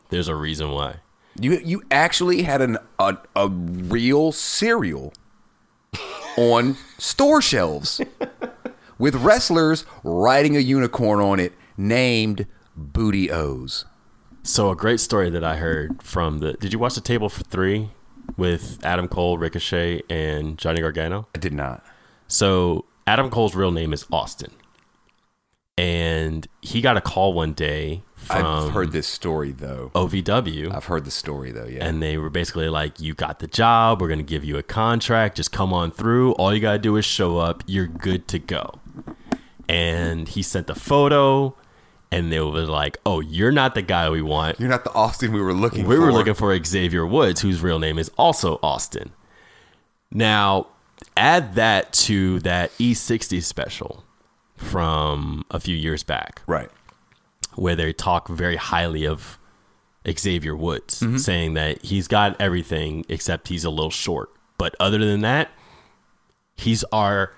Speaker 1: there's a reason why
Speaker 2: You you actually had an a, a real cereal on store shelves with wrestlers riding a unicorn on it named Booty O's.
Speaker 1: so a great story that i heard from the did you watch the table for three with adam cole ricochet and johnny gargano
Speaker 2: I did not.
Speaker 1: So Adam Cole's real name is Austin, and he got a call one day from
Speaker 2: I've heard this story though.
Speaker 1: OVW,
Speaker 2: I've heard the story though. Yeah.
Speaker 1: and they were basically like, "You got the job. We're gonna give you a contract. Just come on through. All you gotta do is show up. You're good to go." And he sent the photo, and they were like, "Oh, you're not the guy we want.
Speaker 2: You're not the Austin we were looking
Speaker 1: We
Speaker 2: for.
Speaker 1: were looking for Xavier Woods, whose real name is also Austin. Now, add that to that E60 special from a few years back,
Speaker 2: right.
Speaker 1: where they talk very highly of Xavier Woods, saying that he's got everything except he's a little short. But other than that, he's our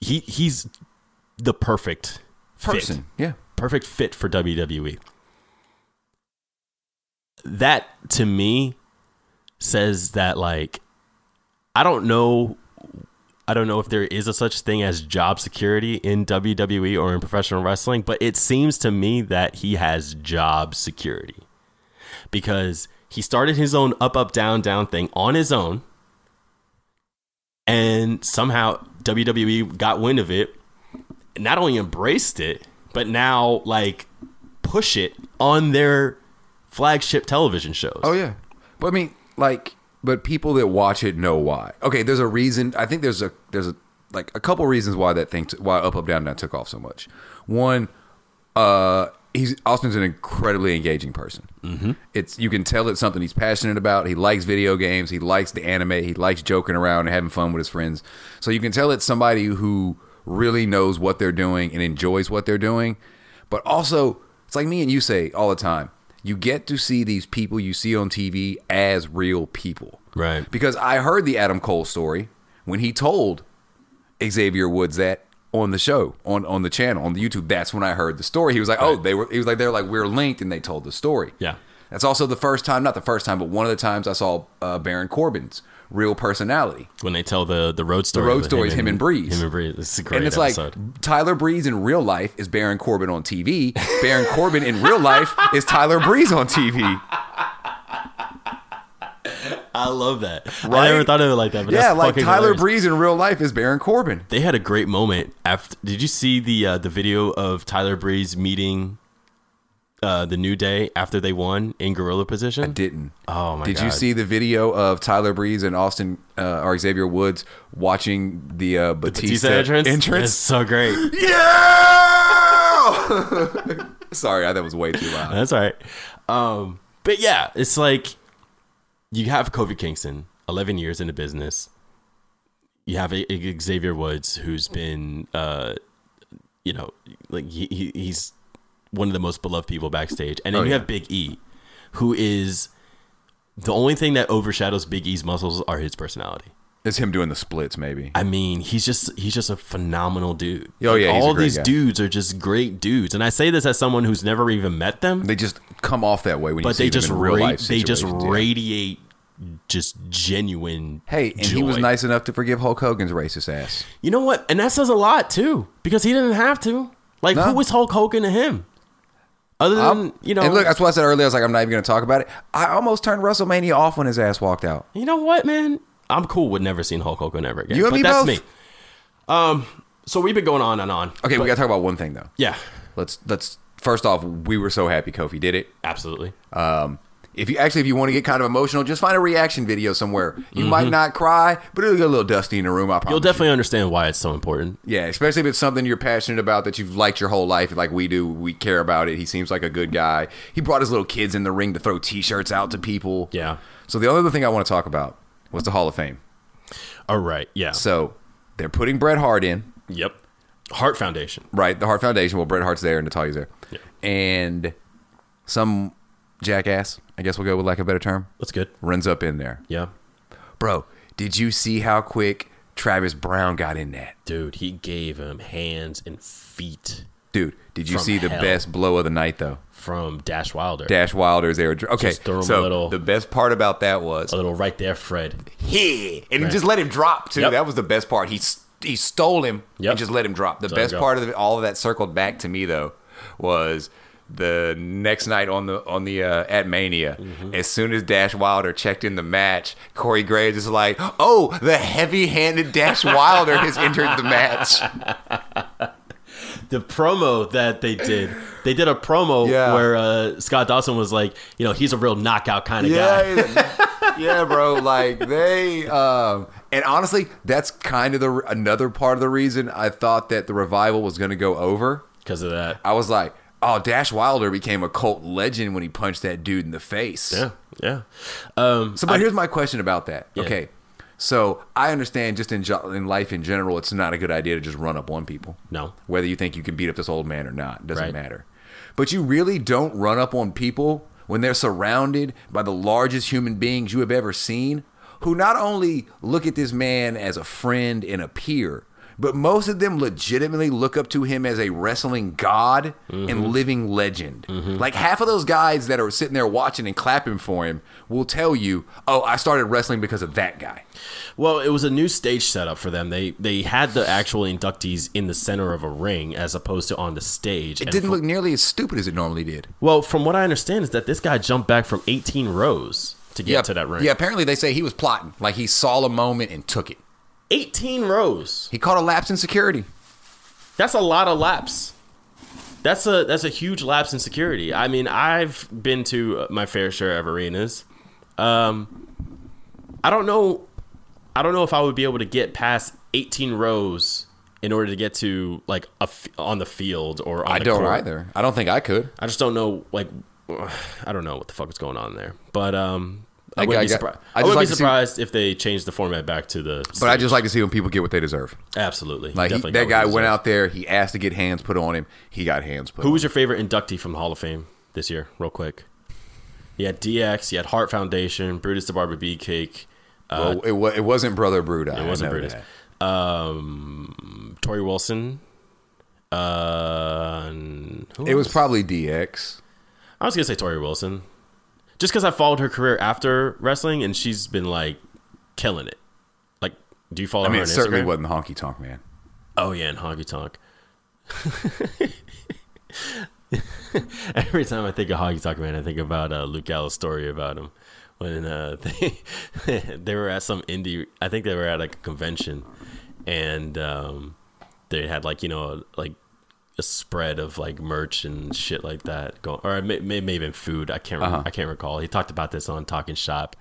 Speaker 1: he he's the perfect fit
Speaker 2: Person. Yeah.
Speaker 1: perfect fit for WWE. That to me says that like I don't know I don't know if there is a such thing as job security in WWE or in professional wrestling, but it seems to me that he has job security. Because he started his own up up down down thing on his own and somehow WWE got wind of it not only embraced it, but now like push it on their flagship television shows.
Speaker 2: Oh yeah,
Speaker 4: But I mean,
Speaker 2: like
Speaker 4: but people that watch it know why.
Speaker 2: okay, there's a reason. I think there's a there's a like a couple reasons why that thing t- why up up down down took off so much. One, uh, he's Austin's an incredibly engaging person. Mm-hmm. It's you can tell it's something he's passionate about. He likes video games. He likes the anime. He likes joking around and having fun with his friends. So you can tell it's somebody who really knows what they're doing and enjoys what they're doing. But also, it's like me and you say all the time. You get to see these people you see on TV as real people.
Speaker 1: Right.
Speaker 2: Because I heard the Adam Cole story when he told Xavier Woods that on the show, on on the channel, on the YouTube. That's when I heard the story. He was like, "Oh, they were." He was like, "They're like we're linked," and they told the story.
Speaker 1: Yeah.
Speaker 2: That's also the first time, not the first time, but one of the times I saw uh, Baron Corbin's real personality.
Speaker 1: When they tell the the road story,
Speaker 2: road
Speaker 1: with
Speaker 2: story is him and Breeze.
Speaker 1: Him and Breeze. It's a great
Speaker 2: and it's
Speaker 1: episode.
Speaker 2: like Tyler Breeze in real life is Baron Corbin on TV. Baron Corbin in real life is Tyler Breeze on TV.
Speaker 1: I love that.
Speaker 2: Right?
Speaker 1: I never thought of it like that. But
Speaker 2: Yeah,
Speaker 1: that's
Speaker 2: like
Speaker 1: fucking
Speaker 2: Tyler
Speaker 1: hilarious.
Speaker 2: Breeze in real life is Baron Corbin.
Speaker 1: They had a great moment after. Did you see the uh, the video of Tyler Breeze meeting uh, the New Day after they won in gorilla position?
Speaker 2: Didn't.
Speaker 1: Oh my
Speaker 2: Did
Speaker 1: god!
Speaker 2: you see the video of Tyler Breeze and Austin uh, or Xavier Woods watching the uh, Batista,
Speaker 1: Batista entrance? It's
Speaker 2: entrance?
Speaker 1: so great.
Speaker 2: Yeah! Sorry, I- that was way too loud.
Speaker 1: That's all right. Um, but yeah, it's like you have Kofi Kingston, 11 years in the business. You have a, a Xavier Woods, who's been, uh, you know, like he, he, he's one of the most beloved people backstage. And then
Speaker 2: Oh,
Speaker 1: you
Speaker 2: yeah.
Speaker 1: have Big E, who is the only thing that overshadows Big E's muscles are his personality.
Speaker 2: It's him doing the splits, maybe.
Speaker 1: I mean, he's just he's just a phenomenal dude.
Speaker 2: Oh, yeah, he's a
Speaker 1: all
Speaker 2: great
Speaker 1: these
Speaker 2: guy.
Speaker 1: dudes are just great dudes, and I say this as someone who's never even met them
Speaker 2: They just come off that way when you
Speaker 1: but
Speaker 2: see
Speaker 1: they
Speaker 2: them
Speaker 1: just
Speaker 2: in real
Speaker 1: ra-
Speaker 2: life.
Speaker 1: they just
Speaker 2: situations, yeah.
Speaker 1: radiate just genuine
Speaker 2: Hey, and he
Speaker 1: joy.
Speaker 2: was nice enough to forgive Hulk Hogan's racist ass.
Speaker 1: you know what and that says a lot too because he didn't have to like
Speaker 2: No.
Speaker 1: who was hulk hogan to him other than
Speaker 2: I'm-
Speaker 1: you know
Speaker 2: and look, that's what I said earlier. I was like, I'm not even going to talk about it. I almost turned WrestleMania off when his ass walked out.
Speaker 1: you know what man i'm cool with never seeing hulk hogan ever again
Speaker 2: You and
Speaker 1: but
Speaker 2: me
Speaker 1: that's
Speaker 2: both.
Speaker 1: me um so we've been going on and on
Speaker 2: Okay,
Speaker 1: But-
Speaker 2: we got to talk about one thing though.
Speaker 1: yeah
Speaker 2: Let's let's first off, we were so happy Kofi did it.
Speaker 1: absolutely
Speaker 2: Um, if you actually, if you want to get kind of emotional, just find a reaction video somewhere. You might not cry, but it'll get a little dusty in the room. I promise.
Speaker 1: Mm-hmm. you'll
Speaker 2: you.
Speaker 1: definitely understand why it's so important
Speaker 2: yeah, especially if it's something you're passionate about that you've liked your whole life, like we do. We care about it. He seems like a good guy. He brought his little kids in the ring to throw T-shirts out to people.
Speaker 1: Yeah.
Speaker 2: So the other thing I want to talk about was the Hall of Fame.
Speaker 1: all right yeah
Speaker 2: So they're putting Bret Hart in,
Speaker 1: yep heart foundation
Speaker 2: right? The Hart Foundation. Well, Bret Hart's there and Natalia's there,
Speaker 1: Yeah.
Speaker 2: and some jackass. I guess we'll go with like a better term.
Speaker 1: that's good
Speaker 2: Runs up in there.
Speaker 1: yeah
Speaker 2: Bro, did you see how quick Travis Brown got in that?
Speaker 1: dude he gave him hands and feet
Speaker 2: Dude, did you
Speaker 1: From
Speaker 2: see the
Speaker 1: hell.
Speaker 2: best blow of the night though?
Speaker 1: from Dash Wilder.
Speaker 2: Dash Wilder's there. Okay,
Speaker 1: Just throw him a
Speaker 2: so
Speaker 1: little- Oh.
Speaker 2: the best part about that was
Speaker 1: A little right there, Fred.
Speaker 2: he and he just let him drop too.
Speaker 1: Yep.
Speaker 2: That was the best part. He s- he stole him
Speaker 1: Yep.
Speaker 2: and just let him drop. The
Speaker 1: Let him
Speaker 2: best
Speaker 1: go.
Speaker 2: part of it, all of that circled back to me though was the next night on the on the uh, at Mania.
Speaker 1: Mm-hmm.
Speaker 2: As soon as Dash Wilder checked in the match, Corey Graves is like, "Oh, the heavy-handed Dash Wilder has entered the match."
Speaker 1: The promo that they did, they did a promo
Speaker 2: Yeah.
Speaker 1: where uh, Scott Dawson was like, you know, he's a real knockout kind of guy.
Speaker 2: Yeah, yeah, bro. Like they, um, and honestly, that's kind of the another part of the reason I thought that the revival was going to go over.
Speaker 1: Because of that.
Speaker 2: I was like, oh, Dash Wilder became a cult legend when he punched that dude in the face.
Speaker 1: Yeah, yeah. Um,
Speaker 2: So, but here's my question about that.
Speaker 1: Yeah.
Speaker 2: Okay, so I understand just in jo- in life in general, it's not a good idea to just run up on people.
Speaker 1: No.
Speaker 2: whether you think you can beat up this old man or not, doesn't
Speaker 1: Right.
Speaker 2: matter. But you really don't run up on people when they're surrounded by the largest human beings you have ever seen, who not only look at this man as a friend and a peer. But most of them legitimately look up to him as a wrestling god
Speaker 1: Mm-hmm.
Speaker 2: and living legend. Like half of those guys that are sitting there watching and clapping for him will tell you, "Oh, I started wrestling because of that guy."
Speaker 1: Well, it was a new stage setup for them. They they had the actual inductees in the center of a ring as opposed to on the stage.
Speaker 2: It
Speaker 1: And
Speaker 2: didn't
Speaker 1: fr-
Speaker 2: look nearly as stupid as it normally did.
Speaker 1: well, from what I understand, is that this guy jumped back from 18 rows to get
Speaker 2: yeah,
Speaker 1: to that ring.
Speaker 2: Yeah, apparently they say he was plotting. Like he saw a moment and took it.
Speaker 1: 18 rows.
Speaker 2: He caught a lapse in security.
Speaker 1: That's a lot of laps. that's a that's a huge lapse in security. I mean, I've been to my fair share of arenas. Um, I don't know, I don't know if I would be able to get past 18 rows in order to get to like a f- on the field or on
Speaker 2: I
Speaker 1: the
Speaker 2: don't
Speaker 1: court.
Speaker 2: either.
Speaker 4: I don't think I could.
Speaker 1: I just don't know, like, I don't know what the fuck was going on there, but um. I
Speaker 2: Like,
Speaker 1: wouldn't,
Speaker 2: I
Speaker 1: be,
Speaker 2: got-
Speaker 1: surprised.
Speaker 2: I
Speaker 1: I
Speaker 2: just
Speaker 1: wouldn't
Speaker 2: like
Speaker 1: be
Speaker 2: to see-
Speaker 1: surprised if they changed the format back to the.
Speaker 2: But I just like to see when people get what they deserve.
Speaker 1: absolutely
Speaker 2: Like he,
Speaker 1: Definitely got
Speaker 2: that
Speaker 1: what
Speaker 2: guy
Speaker 1: he
Speaker 2: went
Speaker 1: deserved.
Speaker 2: out there, he asked to get hands put on him. He got hands put.
Speaker 1: Who
Speaker 2: on
Speaker 1: was your favorite inductee from the Hall of Fame this year, real quick? You had DX, you had Heart Foundation, Brutus the Barber Bee Cake,
Speaker 2: him. well, it, wa- it wasn't Brother Bruda.
Speaker 1: it wasn't Brutus. Um, Tori Wilson. Uh, and who
Speaker 2: It was
Speaker 1: else?
Speaker 2: probably DX.
Speaker 1: I was gonna say Tori Wilson, just because I followed her career after wrestling, and she's been like killing it. Like, do you follow
Speaker 2: I mean,
Speaker 1: her?
Speaker 2: it
Speaker 1: on
Speaker 2: certainly
Speaker 1: Instagram?
Speaker 2: wasn't Honky Tonk Man.
Speaker 1: Oh yeah, and Honky Tonk. Every time I think of Honky Tonk Man, I think about uh, Luke Gallows' story about him when uh, they they were at some indie. I think they were at like a convention, and um, they had like you know like a spread of like merch and shit like that going, or it may, may, may have been food. I can't rem- I can't recall. He talked about this on Talking Shop.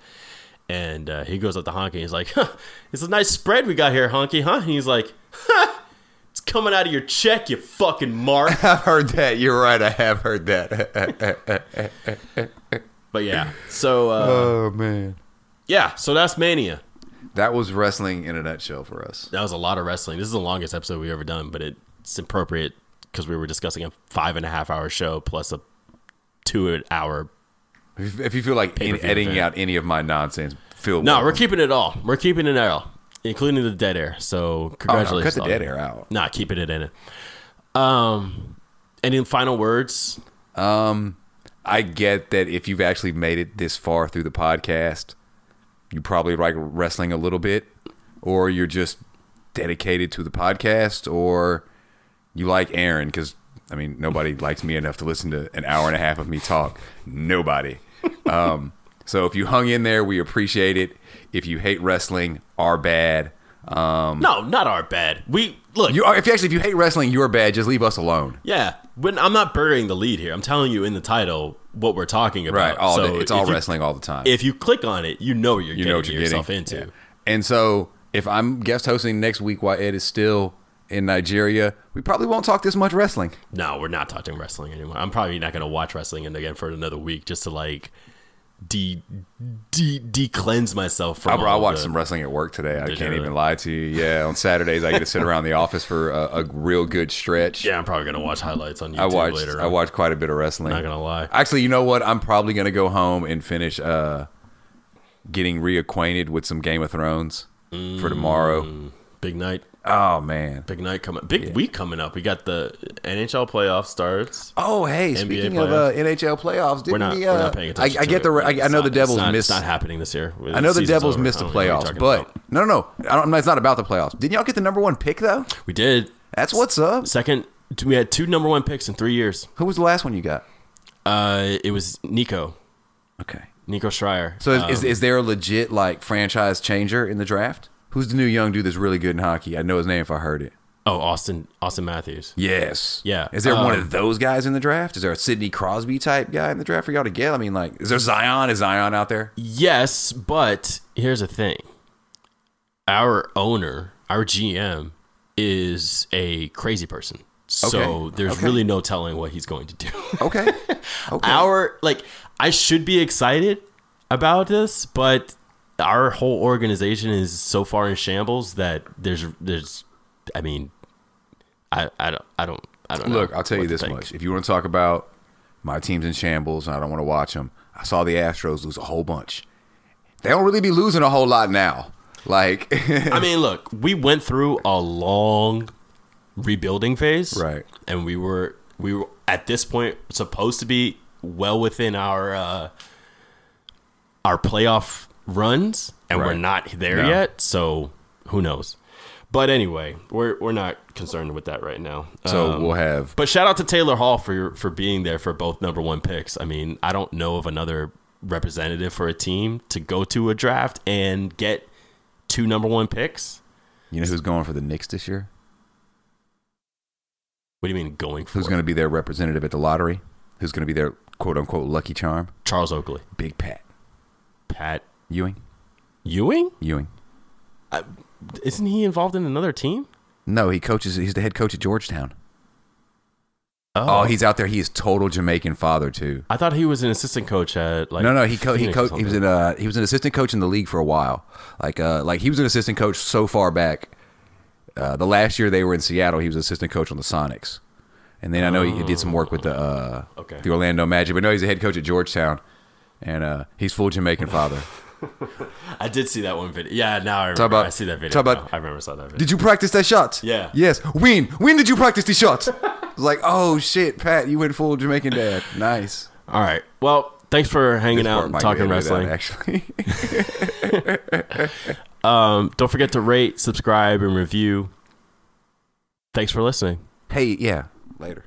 Speaker 1: And uh, he goes up to Honky. And he's like, huh, "It's a nice spread we got here, Honky, huh?" And he's like, it's coming out of your check, you fucking mark.
Speaker 2: I've heard that. You're right. I have heard that.
Speaker 1: but yeah, so uh,
Speaker 2: oh man,
Speaker 1: yeah, so that's Mania.
Speaker 2: that was wrestling in a nutshell for us.
Speaker 1: That was a lot of wrestling. This is the longest episode we've ever done, but it's appropriate because we were discussing a five and a half hour show plus a two hour.
Speaker 2: If, if you feel like in,
Speaker 1: Pay-per-view
Speaker 2: editing
Speaker 1: event.
Speaker 2: out any of my nonsense, feel
Speaker 1: No, we're
Speaker 2: welcome. Oh,
Speaker 1: keeping it all. We're keeping it all, including the dead air. So
Speaker 2: Oh, no,
Speaker 1: congratulations.
Speaker 2: cut the
Speaker 1: on
Speaker 2: dead
Speaker 1: it.
Speaker 2: air out.
Speaker 1: Nah, keeping it in it. Um, any final words?
Speaker 2: I get that if you've actually made it this far through the podcast, you probably like wrestling a little bit, or you're just dedicated to the podcast, or you like Aaron because I mean nobody likes me enough to listen to an hour and a half of me talk. Nobody. Um, so if you hung in there, we appreciate it. If you hate wrestling, are bad. Um,
Speaker 1: no, not our bad. We look.
Speaker 2: You are if you actually if you hate wrestling, you're bad. Just leave us alone.
Speaker 1: Yeah, when I'm not burying the lead here. I'm telling you in the title what we're talking about.
Speaker 2: Right, all
Speaker 1: So
Speaker 2: day. It's all
Speaker 1: if you-
Speaker 2: wrestling all the time.
Speaker 1: If you click on it, you know what you're
Speaker 2: you
Speaker 1: getting
Speaker 2: know what you're
Speaker 1: yourself
Speaker 2: getting
Speaker 1: into.
Speaker 2: Yeah. And so, if I'm guest hosting next week while Ed is still in Nigeria, we probably won't talk this much wrestling.
Speaker 1: No, we're not talking wrestling anymore. I'm probably not going to watch wrestling and again for another week just to like de de de cleanse myself from.
Speaker 2: I, I
Speaker 1: all
Speaker 2: watched
Speaker 1: the-
Speaker 2: some wrestling at work today. I
Speaker 1: you
Speaker 2: can't
Speaker 1: really?
Speaker 2: even lie to you. Yeah, on Saturdays I get to sit around the office for a, a real good stretch.
Speaker 1: Yeah, I'm probably going to watch highlights on YouTube
Speaker 2: I watched.
Speaker 1: later.
Speaker 2: I
Speaker 1: on.
Speaker 2: watched quite a bit of wrestling.
Speaker 1: Not gonna lie.
Speaker 2: Actually, you know what? I'm probably gonna go home and finish uh, getting reacquainted with some Game of Thrones for
Speaker 1: Mm.
Speaker 2: tomorrow.
Speaker 1: Big night,
Speaker 2: Oh man.
Speaker 1: big night coming, big week coming up. We got the NHL playoff starts.
Speaker 2: Oh, hey! speaking of uh, NHL playoffs, didn't
Speaker 1: We're not,
Speaker 2: the,
Speaker 1: we're
Speaker 2: uh,
Speaker 1: not paying
Speaker 2: I,
Speaker 1: attention.
Speaker 2: I
Speaker 1: to
Speaker 2: get
Speaker 1: it,
Speaker 2: the.
Speaker 1: but
Speaker 2: I, I
Speaker 1: it's
Speaker 2: know the
Speaker 1: not- it's
Speaker 2: Devils
Speaker 1: not,
Speaker 2: missed.
Speaker 1: It's not happening this year.
Speaker 2: I know the
Speaker 1: season's
Speaker 2: Devils
Speaker 1: over.
Speaker 2: missed the
Speaker 1: I don't know what you're
Speaker 2: playoffs,
Speaker 1: talking
Speaker 2: but
Speaker 1: about.
Speaker 2: no, no, no. I don't, no, it's not about the playoffs. Didn't y'all get the number one pick though?
Speaker 1: we did.
Speaker 2: That's what's up.
Speaker 1: Second, we had two number one picks in three years.
Speaker 2: Who was the last one you got?
Speaker 1: Uh, it was Nico,
Speaker 2: Okay.
Speaker 1: Nico Schreier. Uh,
Speaker 2: So is, is is there a legit like franchise changer in the draft? Who's the new young dude that's really good in hockey? I know his name if I heard it.
Speaker 1: oh, Austin, Austin Matthews.
Speaker 2: Yes.
Speaker 1: Yeah.
Speaker 2: Is there one
Speaker 1: Um,
Speaker 2: of those guys in the draft? Is there a Sidney Crosby type guy in the draft for y'all to get? I mean, like, is there Zion? Is Zion out there?
Speaker 1: Yes, but here's the thing: our owner, our GM, is a crazy person. So
Speaker 2: Okay.
Speaker 1: there's
Speaker 2: Okay.
Speaker 1: really no telling what he's going to do.
Speaker 2: Okay. Okay.
Speaker 1: our like I should be excited about this, but our whole organization is so far in shambles that there's there's I mean I I don't I don't I don't know
Speaker 2: Look, I'll tell
Speaker 1: what
Speaker 2: you
Speaker 1: to
Speaker 2: this
Speaker 1: think.
Speaker 2: much. If you want to talk about my team's in shambles and I don't want to watch them, I saw the Astros lose a whole bunch. They don't really be losing a whole lot now. Like,
Speaker 1: I mean, look, we went through a long rebuilding phase,
Speaker 2: Right.
Speaker 1: And we were we were at this point supposed to be well within our uh, our playoff runs, and we're
Speaker 2: Right.
Speaker 1: not there
Speaker 2: No.
Speaker 1: yet. So who knows? But anyway, we're we're not concerned with that right now.
Speaker 2: so
Speaker 1: Um,
Speaker 2: we'll have.
Speaker 1: but shout out to Taylor Hall for for being there for both number one picks. I mean, I don't know of another representative for a team to go to a draft and get two number one picks.
Speaker 2: You know who's going for the Knicks this year?
Speaker 1: What do you mean going for?
Speaker 2: Who's
Speaker 1: it?
Speaker 2: going to be their representative at the lottery? Who's going to be their quote unquote lucky charm?
Speaker 1: Charles Oakley,
Speaker 2: Big Pat
Speaker 1: Pat
Speaker 2: Ewing.
Speaker 1: Ewing?
Speaker 2: Ewing.
Speaker 1: Isn't he involved in another team?
Speaker 2: No, he coaches. He's the head coach at Georgetown. Oh, he's out there. He is total Jamaican father too.
Speaker 1: I thought he was an assistant coach at like
Speaker 2: no, no, he co- he
Speaker 1: Phoenix
Speaker 2: co-
Speaker 1: or
Speaker 2: he was
Speaker 1: something.
Speaker 2: in uh he was an assistant coach in the league for a while. Like uh like he was an assistant coach so far back. Uh, the last year they were in Seattle, he was assistant coach on the Sonics, and then I know he did some work with the uh
Speaker 1: Okay.
Speaker 2: the Orlando Magic. But no, he's a head coach at Georgetown, and uh he's full Jamaican father.
Speaker 1: I did see that one video. Yeah, now I remember.
Speaker 2: about-
Speaker 1: I see that video.
Speaker 2: talk about-
Speaker 1: now. I remember saw that video.
Speaker 2: Did you practice that shot?
Speaker 1: Yeah.
Speaker 2: Yes. When? When did you practice the shot? It's like, oh shit, Pat, you went full Jamaican dad. Nice.
Speaker 1: All right. Well, thanks for hanging
Speaker 2: This
Speaker 1: out
Speaker 2: part
Speaker 1: and
Speaker 2: might
Speaker 1: talking
Speaker 2: be edited out,
Speaker 1: wrestling.
Speaker 2: actually.
Speaker 1: Um, don't forget to rate, subscribe, and review. Thanks for listening.
Speaker 2: hey, yeah. Later.